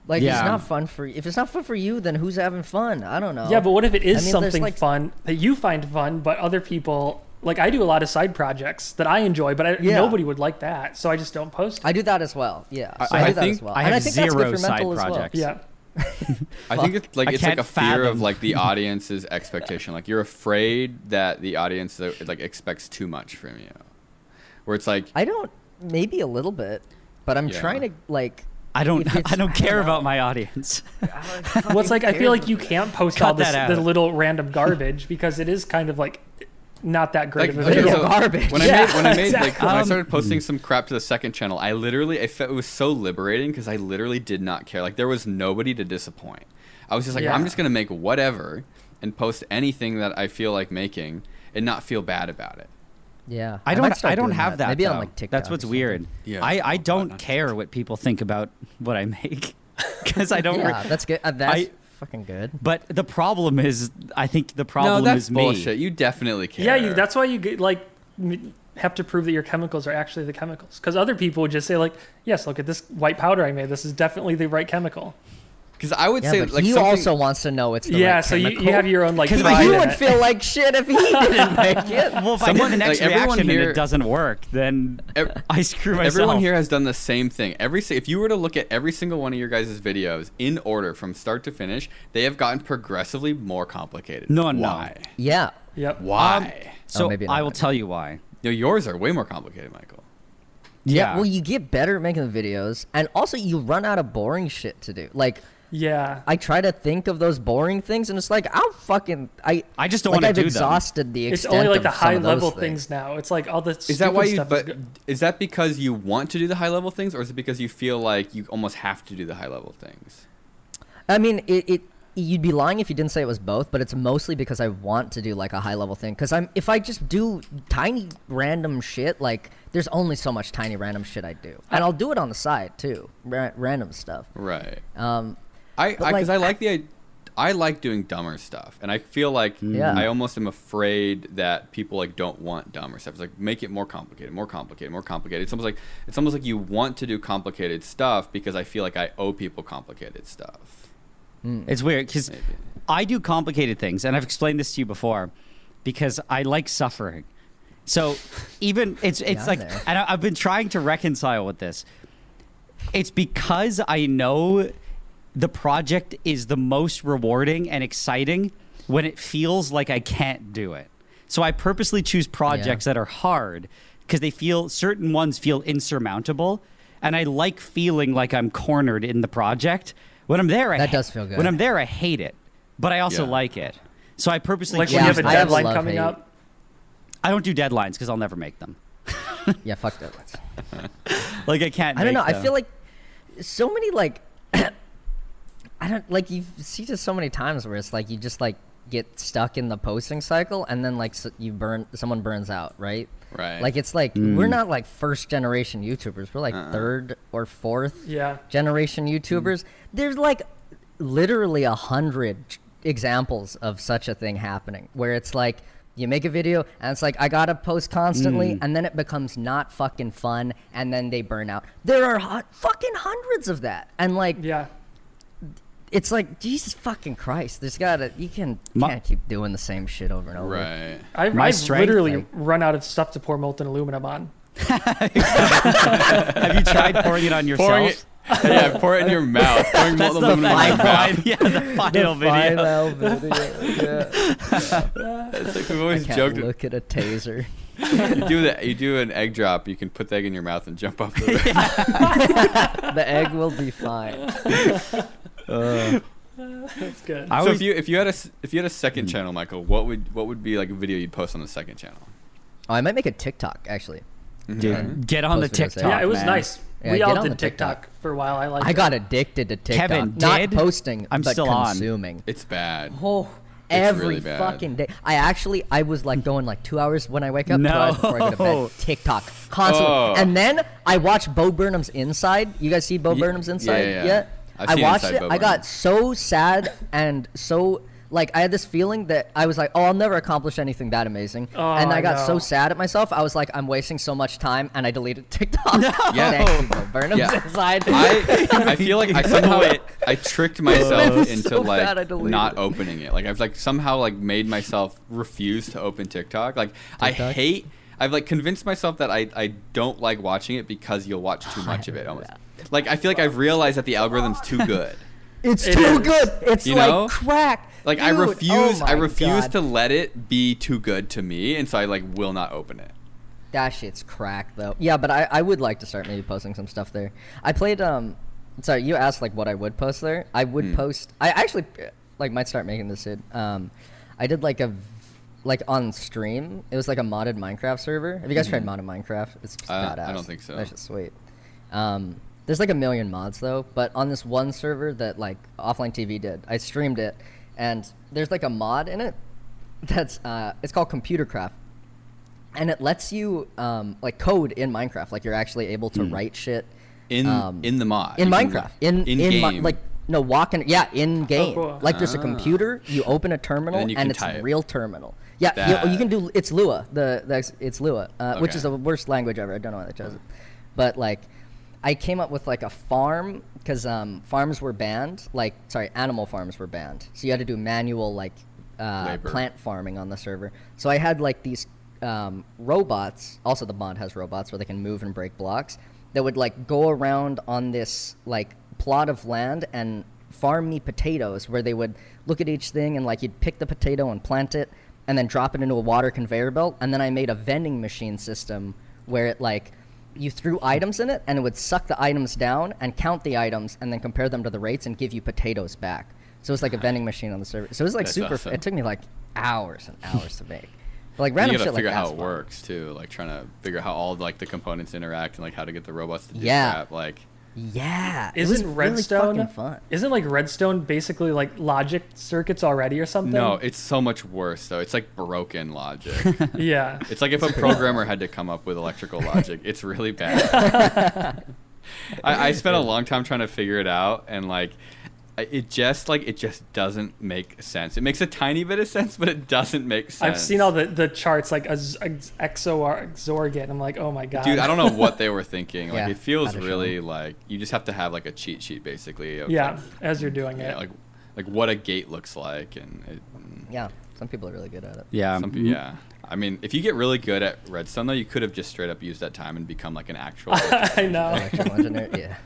Speaker 3: Like
Speaker 4: Yeah.
Speaker 3: it's not fun for if it's not fun for you, then who's having fun? I don't know.
Speaker 2: Yeah, but what if it is
Speaker 3: I mean, there's,
Speaker 2: something
Speaker 3: like-
Speaker 2: fun that you find fun, but other people like I do a lot of side projects that I enjoy, but I,
Speaker 3: Yeah.
Speaker 2: nobody would like that, so I just don't post. It.
Speaker 3: I do that as well. Yeah,
Speaker 1: I-
Speaker 3: so
Speaker 1: I
Speaker 3: do that
Speaker 1: think
Speaker 3: as well.
Speaker 4: I
Speaker 3: and I
Speaker 4: have
Speaker 3: think that's good
Speaker 4: zero
Speaker 3: for
Speaker 4: side
Speaker 3: mental as well.
Speaker 4: projects.
Speaker 2: yeah,
Speaker 1: I think it's like
Speaker 4: I
Speaker 1: it's like
Speaker 4: can't
Speaker 1: a fear of
Speaker 4: fathom.
Speaker 1: like
Speaker 4: *laughs*
Speaker 1: the audience's expectation. Like you're afraid that the audience uh, like expects too much from you. Where it's like
Speaker 3: I don't maybe a little bit, but I'm
Speaker 1: Yeah.
Speaker 3: trying to like.
Speaker 4: I don't
Speaker 3: if it's-
Speaker 4: I don't care
Speaker 3: know. *laughs*
Speaker 4: about my audience.
Speaker 2: well, it's like I feel like you can't post
Speaker 4: Cut
Speaker 2: all this
Speaker 4: that
Speaker 2: the
Speaker 4: out.
Speaker 2: little random garbage because it is kind of like not that great
Speaker 1: like
Speaker 2: of a
Speaker 1: okay,
Speaker 2: video. *laughs*
Speaker 1: so
Speaker 3: garbage.
Speaker 1: when I
Speaker 2: Yeah,
Speaker 1: made when I made like when I
Speaker 4: Um,
Speaker 1: started posting some crap to the second channel, I literally I felt it was so liberating because I literally did not care. Like there was nobody to disappoint. I was just like
Speaker 2: Yeah.
Speaker 1: I'm just gonna make whatever and post anything that I feel like making and not feel bad about it.
Speaker 3: Yeah,
Speaker 4: I
Speaker 3: might
Speaker 4: don't. I,
Speaker 3: start
Speaker 4: don't
Speaker 3: doing
Speaker 4: have that.
Speaker 3: Maybe on
Speaker 4: though.
Speaker 3: like TikTok.
Speaker 4: That's
Speaker 3: or
Speaker 4: what's
Speaker 3: something.
Speaker 4: weird.
Speaker 1: Yeah.
Speaker 4: I, I
Speaker 1: Oh,
Speaker 4: don't
Speaker 1: God.
Speaker 4: care what people think about *laughs* what I make because I don't. re-
Speaker 3: Yeah, that's good. Uh, that's
Speaker 4: I-
Speaker 3: fucking good.
Speaker 4: but the problem is, I think the problem
Speaker 1: no, that's
Speaker 4: is me. *laughs*
Speaker 1: bullshit. You definitely care.
Speaker 2: yeah, you, that's why you get like m- have to prove that your chemicals are actually the chemicals because other people would just say like, yes, look at this white powder I made. This is definitely the right chemical.
Speaker 1: because I would
Speaker 3: Yeah,
Speaker 1: say
Speaker 3: but
Speaker 1: like
Speaker 3: he
Speaker 1: something-
Speaker 3: also wants to know it's the
Speaker 2: yeah,
Speaker 3: right
Speaker 2: so you, you
Speaker 3: chemical.
Speaker 2: have your own like.
Speaker 4: 'Cause
Speaker 3: But *laughs*
Speaker 2: pride
Speaker 3: he
Speaker 2: in
Speaker 3: would
Speaker 2: it.
Speaker 3: feel like
Speaker 2: *laughs*
Speaker 3: shit if he didn't make it.
Speaker 4: Well, if I
Speaker 1: Someone-
Speaker 4: do the next
Speaker 1: like, everyone
Speaker 4: reaction and
Speaker 1: here-
Speaker 4: it doesn't work, then
Speaker 1: Ev-
Speaker 4: *laughs* I screw myself.
Speaker 1: Everyone here has done the same thing. Every si- if you were to look at every single one of your guys' videos in order from start to finish, they have gotten progressively more complicated.
Speaker 4: No, no.
Speaker 1: why?
Speaker 3: Yeah.
Speaker 2: Yep.
Speaker 1: Why?
Speaker 4: So
Speaker 3: maybe not.
Speaker 4: I will tell you why.
Speaker 1: no, yours are way more complicated, Michael.
Speaker 4: Yeah.
Speaker 3: Well, you get better at making the videos, and also you run out of boring shit to do. Like
Speaker 2: Yeah.
Speaker 3: I try to think of those boring things, and it's like I'm fucking. I
Speaker 4: I just don't
Speaker 3: like,
Speaker 4: wanna
Speaker 3: I've
Speaker 4: do them.
Speaker 3: exhausted the
Speaker 2: it's
Speaker 3: extent
Speaker 2: only like the
Speaker 3: of some
Speaker 2: high
Speaker 3: of those
Speaker 2: level
Speaker 3: things.
Speaker 2: things. now. It's like all the
Speaker 1: Is that why you?
Speaker 2: stuff
Speaker 1: But
Speaker 2: is go-
Speaker 1: is that because you want to do the high level things, or is it because you feel like you almost have to do the high level things?
Speaker 3: I mean, it, it you'd be lying if you didn't say it was both, but it's mostly because I want to do like a high level thing. Because I'm if I just do tiny random shit, like there's only so much tiny random shit I do, and I'll do it on the side too, ra- random stuff.
Speaker 1: Right.
Speaker 3: Um,
Speaker 1: I
Speaker 3: But,
Speaker 1: because I, 'cause I
Speaker 3: like,
Speaker 1: like the I, I like doing dumber stuff, and I feel like
Speaker 3: Mm. Yeah.
Speaker 1: I almost am afraid that people like don't want dumber stuff. It's like make it more complicated, more complicated, more complicated. It's almost like it's almost like you want to do complicated stuff because I feel like I owe people complicated stuff.
Speaker 3: Mm.
Speaker 4: It's weird because I do complicated things, and I've explained this to you before because I like suffering. So
Speaker 3: *laughs*
Speaker 4: even it's it's
Speaker 3: I'm
Speaker 4: like,
Speaker 3: there.
Speaker 4: and I, I've been trying to reconcile with this. It's because I know the project is the most rewarding and exciting when it feels like I can't do it. So I purposely choose projects that are hard because they feel certain ones feel insurmountable, and I like feeling like I'm cornered in the project. When I'm there, I
Speaker 3: That
Speaker 4: ha-
Speaker 3: does feel good.
Speaker 4: When I'm there, I hate it, but I also
Speaker 1: Yeah.
Speaker 4: like it. So I purposely
Speaker 2: like
Speaker 4: choose
Speaker 2: when you have a
Speaker 4: them.
Speaker 3: I have a
Speaker 2: deadline
Speaker 3: love
Speaker 2: coming
Speaker 3: hate.
Speaker 2: up.
Speaker 4: I don't do deadlines because I'll never make them.
Speaker 3: yeah, fuck that.
Speaker 4: Like I can't.
Speaker 3: I don't know.
Speaker 4: make
Speaker 3: I
Speaker 4: them.
Speaker 3: feel like so many like *clears throat* I don't like you see this so many times where it's like you just like get stuck in the posting cycle and then like so you burn someone burns out, right?
Speaker 1: Right.
Speaker 3: Like it's like we're not like first generation YouTubers. We're like third or fourth
Speaker 2: Yeah.
Speaker 3: generation YouTubers. There's like literally a hundred examples of such a thing happening where it's like you make a video and it's like i gotta post constantly
Speaker 4: Mm.
Speaker 3: and then it becomes not fucking fun and then they burn out there are hot, fucking hundreds of that and like
Speaker 2: Yeah.
Speaker 3: it's like jesus fucking christ there's gotta you can
Speaker 4: My-
Speaker 3: can't keep doing the same shit over and over
Speaker 1: Right.
Speaker 2: I've,
Speaker 4: My
Speaker 2: I've
Speaker 4: strength,
Speaker 2: literally
Speaker 3: like-
Speaker 2: run out of stuff to pour molten aluminum on.
Speaker 4: Have you tried pouring it on yourself?
Speaker 1: Pouring it, *laughs* yeah, pour it in your mouth.
Speaker 3: *laughs*
Speaker 1: Pouring molten aluminum in your *laughs* mouth.
Speaker 4: yeah, the final *laughs* video. *laughs*
Speaker 3: Final video. Yeah.
Speaker 1: It's like we've always
Speaker 3: Can't
Speaker 1: joked.
Speaker 3: look at a taser.
Speaker 1: You do that. You do an egg drop. You can put the egg in your mouth and jump off the
Speaker 3: *laughs*
Speaker 1: roof.
Speaker 3: the egg will be
Speaker 4: *laughs*
Speaker 3: fine.
Speaker 2: That's good.
Speaker 4: I
Speaker 1: so
Speaker 4: was
Speaker 1: if you if you had a s- if you had a second channel, Michael, what would what would be like a video you'd post on the second channel?
Speaker 3: Oh, I might make a TikTok actually.
Speaker 4: dude, get on the
Speaker 3: Post videos
Speaker 4: TikTok.
Speaker 3: there.
Speaker 2: yeah, it was
Speaker 4: man.
Speaker 2: nice.
Speaker 3: Yeah,
Speaker 2: we
Speaker 3: get
Speaker 2: all
Speaker 3: on
Speaker 2: did
Speaker 3: the
Speaker 2: TikTok,
Speaker 3: TikTok.
Speaker 2: for a while. I liked
Speaker 3: I
Speaker 2: it.
Speaker 3: got addicted to TikTok.
Speaker 4: Kevin
Speaker 3: not
Speaker 4: did?
Speaker 3: posting,
Speaker 4: I'm
Speaker 3: but
Speaker 4: still on.
Speaker 3: consuming.
Speaker 1: It's bad.
Speaker 3: Oh, every
Speaker 1: really bad.
Speaker 3: fucking day. I actually, I was like going like two hours when I wake up, two hours before I go to
Speaker 4: No.
Speaker 3: bed. *laughs* TikTok constantly,
Speaker 1: Oh.
Speaker 3: and then I watched Bo Burnham's Inside. You guys see Bo
Speaker 1: Ye-
Speaker 3: Burnham's
Speaker 1: yeah,
Speaker 3: Inside
Speaker 1: yeah.
Speaker 3: yet?
Speaker 1: I've
Speaker 3: I
Speaker 1: seen
Speaker 3: watched
Speaker 1: Inside
Speaker 3: it.
Speaker 1: Bo
Speaker 3: I
Speaker 1: Burnham.
Speaker 3: got so sad and so like I had this feeling that I was like, oh, I'll never accomplish anything that amazing,
Speaker 2: Oh,
Speaker 3: and I got
Speaker 2: no.
Speaker 3: so sad at myself. I was like, I'm wasting so much time, and I deleted TikTok. *laughs*
Speaker 1: Yeah.
Speaker 3: Thank you, Bo Burnham's
Speaker 1: Yeah.
Speaker 3: Inside.
Speaker 1: I I feel like I somehow I tricked myself
Speaker 3: *laughs* That's
Speaker 1: into
Speaker 3: so bad, I
Speaker 1: like
Speaker 3: deleted
Speaker 1: not
Speaker 3: it.
Speaker 1: opening it. Like I've like somehow like made myself refuse to open TikTok. Like I
Speaker 3: TikTok?
Speaker 1: hate. I've like convinced myself that I I don't like watching it because you'll watch too much of it almost. Like I feel like I've realized that the algorithm's too good.
Speaker 3: *laughs* It's
Speaker 2: It
Speaker 3: too
Speaker 2: is.
Speaker 3: good. It's
Speaker 1: You
Speaker 3: like
Speaker 1: know?
Speaker 3: crack.
Speaker 1: Like I
Speaker 3: Dude, oh
Speaker 1: refuse I
Speaker 3: my
Speaker 1: refuse
Speaker 3: God.
Speaker 1: to let it be too good to me and so I like will not open it.
Speaker 3: That shit's crack though. Yeah, but I, I would like to start maybe posting some stuff there. I played um sorry, you asked like what I would post there. I would
Speaker 1: Hmm.
Speaker 3: post I actually uh, like might start making this it. Um I did like a v- like on stream. It was like a modded Minecraft server. Have you guys tried modded Minecraft? It's just
Speaker 1: Hmm. Uh, I
Speaker 3: badass.
Speaker 1: don't think so.
Speaker 3: That's just sweet. Um there's like a million mods though, but on this one server that like offline TV did, I streamed it and there's like a mod in it that's uh it's called Computercraft and it lets you um, like code in Minecraft. Like you're actually able to write shit
Speaker 1: Hmm. In
Speaker 3: um,
Speaker 1: in the mod.
Speaker 3: in
Speaker 1: You can,
Speaker 3: Minecraft.
Speaker 1: like,
Speaker 3: In in, Mi-
Speaker 1: game.
Speaker 3: like no walking. Yeah, in game.
Speaker 2: cool.
Speaker 3: Like there's a computer. You open a terminal
Speaker 1: And then
Speaker 3: and,
Speaker 1: you can
Speaker 3: it's
Speaker 1: type.
Speaker 3: real terminal. Yeah, you, you
Speaker 1: That-
Speaker 3: can do. It's Lua. The, the it's Lua, uh, which
Speaker 1: Okay.
Speaker 3: is the worst language ever. I don't know why they chose it, but like. I came up with like a farm because um, farms were banned. Like, sorry, animal farms were banned. So you had to do manual like uh,
Speaker 1: Labor.
Speaker 3: plant farming on the server. So I had like these um, robots. Also, the mod has robots where they can move and break blocks that would like go around on this like plot of land and farm me potatoes. Where they would look at each thing and like you'd pick the potato and plant it, and then drop it into a water conveyor belt. And then I made a vending machine system where it like you threw items in it and it would suck the items down and count the items and then compare them to the rates and give you potatoes back. So it's like a vending machine on the server. So it was like
Speaker 1: That's
Speaker 3: super.
Speaker 1: awesome.
Speaker 3: It took me like hours and hours to make. But like
Speaker 1: And
Speaker 3: random
Speaker 1: you gotta
Speaker 3: shit like
Speaker 1: figure out
Speaker 3: that's
Speaker 1: how it
Speaker 3: fun.
Speaker 1: works too, like trying to figure out how all like the components interact and like how to get the robots to do
Speaker 3: Yeah.
Speaker 1: crap. Like
Speaker 3: Yeah, it was
Speaker 2: Isn't Redstone
Speaker 3: really fucking fun?
Speaker 2: Isn't like Redstone basically like logic circuits already or something?
Speaker 1: no, it's so much worse though. It's like broken logic.
Speaker 3: *laughs*
Speaker 2: yeah.
Speaker 1: it's like if a programmer had to come up with electrical logic. It's really bad.
Speaker 2: *laughs*
Speaker 1: I, I spent a long time trying to figure it out, and like I- it just like it just doesn't make sense. It makes a tiny bit of sense, but it doesn't make sense.
Speaker 2: I've seen all the, the charts like a, z- a z- XOR Xorgit. And I'm like, oh my god.
Speaker 1: Dude, I don't know what they were thinking.
Speaker 2: *laughs*
Speaker 1: Like
Speaker 3: Yeah,
Speaker 1: it feels
Speaker 3: gotta show
Speaker 1: really like you just have to have like a cheat sheet basically. Of,
Speaker 2: Yeah,
Speaker 1: like,
Speaker 2: as you're doing
Speaker 1: yeah,
Speaker 2: it.
Speaker 1: like like what a gate looks like, and it, and
Speaker 3: Yeah, some people are really good at it.
Speaker 4: Yeah, mm,
Speaker 1: some, pe- yeah. I mean, if you get really good at redstone, though, you could have just straight up used that time and become like an
Speaker 2: *laughs*
Speaker 1: actual.
Speaker 2: *laughs* I
Speaker 3: *laughs*
Speaker 2: know.
Speaker 3: Electrical engineer,
Speaker 1: *laughs*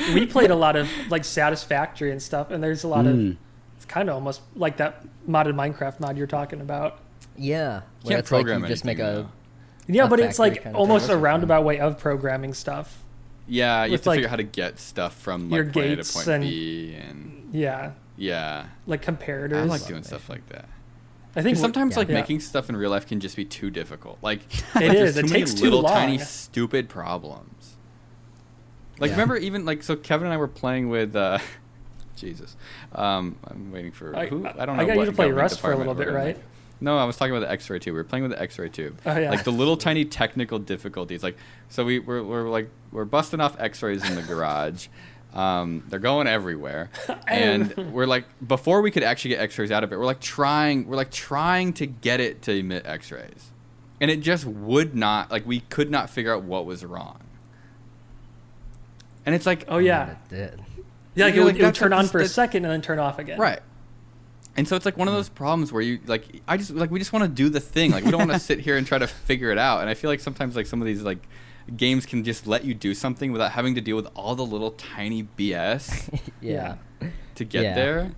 Speaker 3: yeah.
Speaker 2: we played a lot of like Satisfactory and stuff, and there's a lot
Speaker 3: Mm.
Speaker 2: of. It's kind of almost like that modded Minecraft mod you're talking about.
Speaker 3: Yeah, where
Speaker 1: can't
Speaker 3: it's like
Speaker 1: program
Speaker 3: you just make
Speaker 1: anything,
Speaker 3: a
Speaker 1: though.
Speaker 2: Yeah,
Speaker 3: A
Speaker 2: but it's
Speaker 3: factory
Speaker 2: like
Speaker 3: kind of
Speaker 2: almost a
Speaker 3: thing.
Speaker 2: roundabout way of programming stuff.
Speaker 1: yeah, you have
Speaker 2: With,
Speaker 1: to figure
Speaker 2: like,
Speaker 1: out how to get stuff from
Speaker 2: your
Speaker 1: like point A to
Speaker 2: gates
Speaker 1: point
Speaker 2: and-
Speaker 1: B, and
Speaker 2: Yeah,
Speaker 1: yeah,
Speaker 2: like comparators.
Speaker 1: I like doing stuff like that.
Speaker 2: I think
Speaker 1: 'Cause sometimes like
Speaker 2: yeah.
Speaker 1: making stuff in real life can just be too difficult. Like
Speaker 2: *laughs* It
Speaker 1: there's
Speaker 2: is. It
Speaker 1: many
Speaker 2: takes too
Speaker 1: little tiny
Speaker 2: long.
Speaker 1: stupid problems. Like remember even like so Kevin and I were playing with uh *laughs* Jesus. Um I'm waiting for
Speaker 2: I-
Speaker 1: who
Speaker 2: I-
Speaker 1: I don't know.
Speaker 2: I got you
Speaker 1: what
Speaker 2: to play
Speaker 1: government
Speaker 2: Rust for a
Speaker 1: department
Speaker 2: little
Speaker 1: we're in.
Speaker 2: bit, right?
Speaker 1: No, I was talking about the X-ray tube. We were playing with the X-ray tube.
Speaker 2: Oh, yeah.
Speaker 1: Like the little tiny
Speaker 2: *laughs*
Speaker 1: technical difficulties. Like so we we're, we're like we're busting off X-rays in the garage. Um, they're going everywhere, and we're like, before we could actually get X-rays out of it, we're like trying, we're like trying to get it to emit X-rays, and it just would not. Like we could not figure out what was wrong. And it's like,
Speaker 2: Oh yeah,
Speaker 3: It did.
Speaker 2: yeah. Like, it
Speaker 1: You're
Speaker 2: would,
Speaker 1: like,
Speaker 2: it would
Speaker 1: that's
Speaker 2: turn
Speaker 1: like
Speaker 2: on
Speaker 1: this-
Speaker 2: for a
Speaker 1: that-
Speaker 2: second and then turn off again.
Speaker 1: Right. And so it's like one of those problems where you like I just like we just want to do the thing. Like we don't want *laughs* to sit here and try to figure it out. And I feel like sometimes like some of these like games can just let you do something without having to deal with all the little tiny BS
Speaker 3: Yeah.
Speaker 1: *laughs* to get
Speaker 3: Yeah.
Speaker 1: there.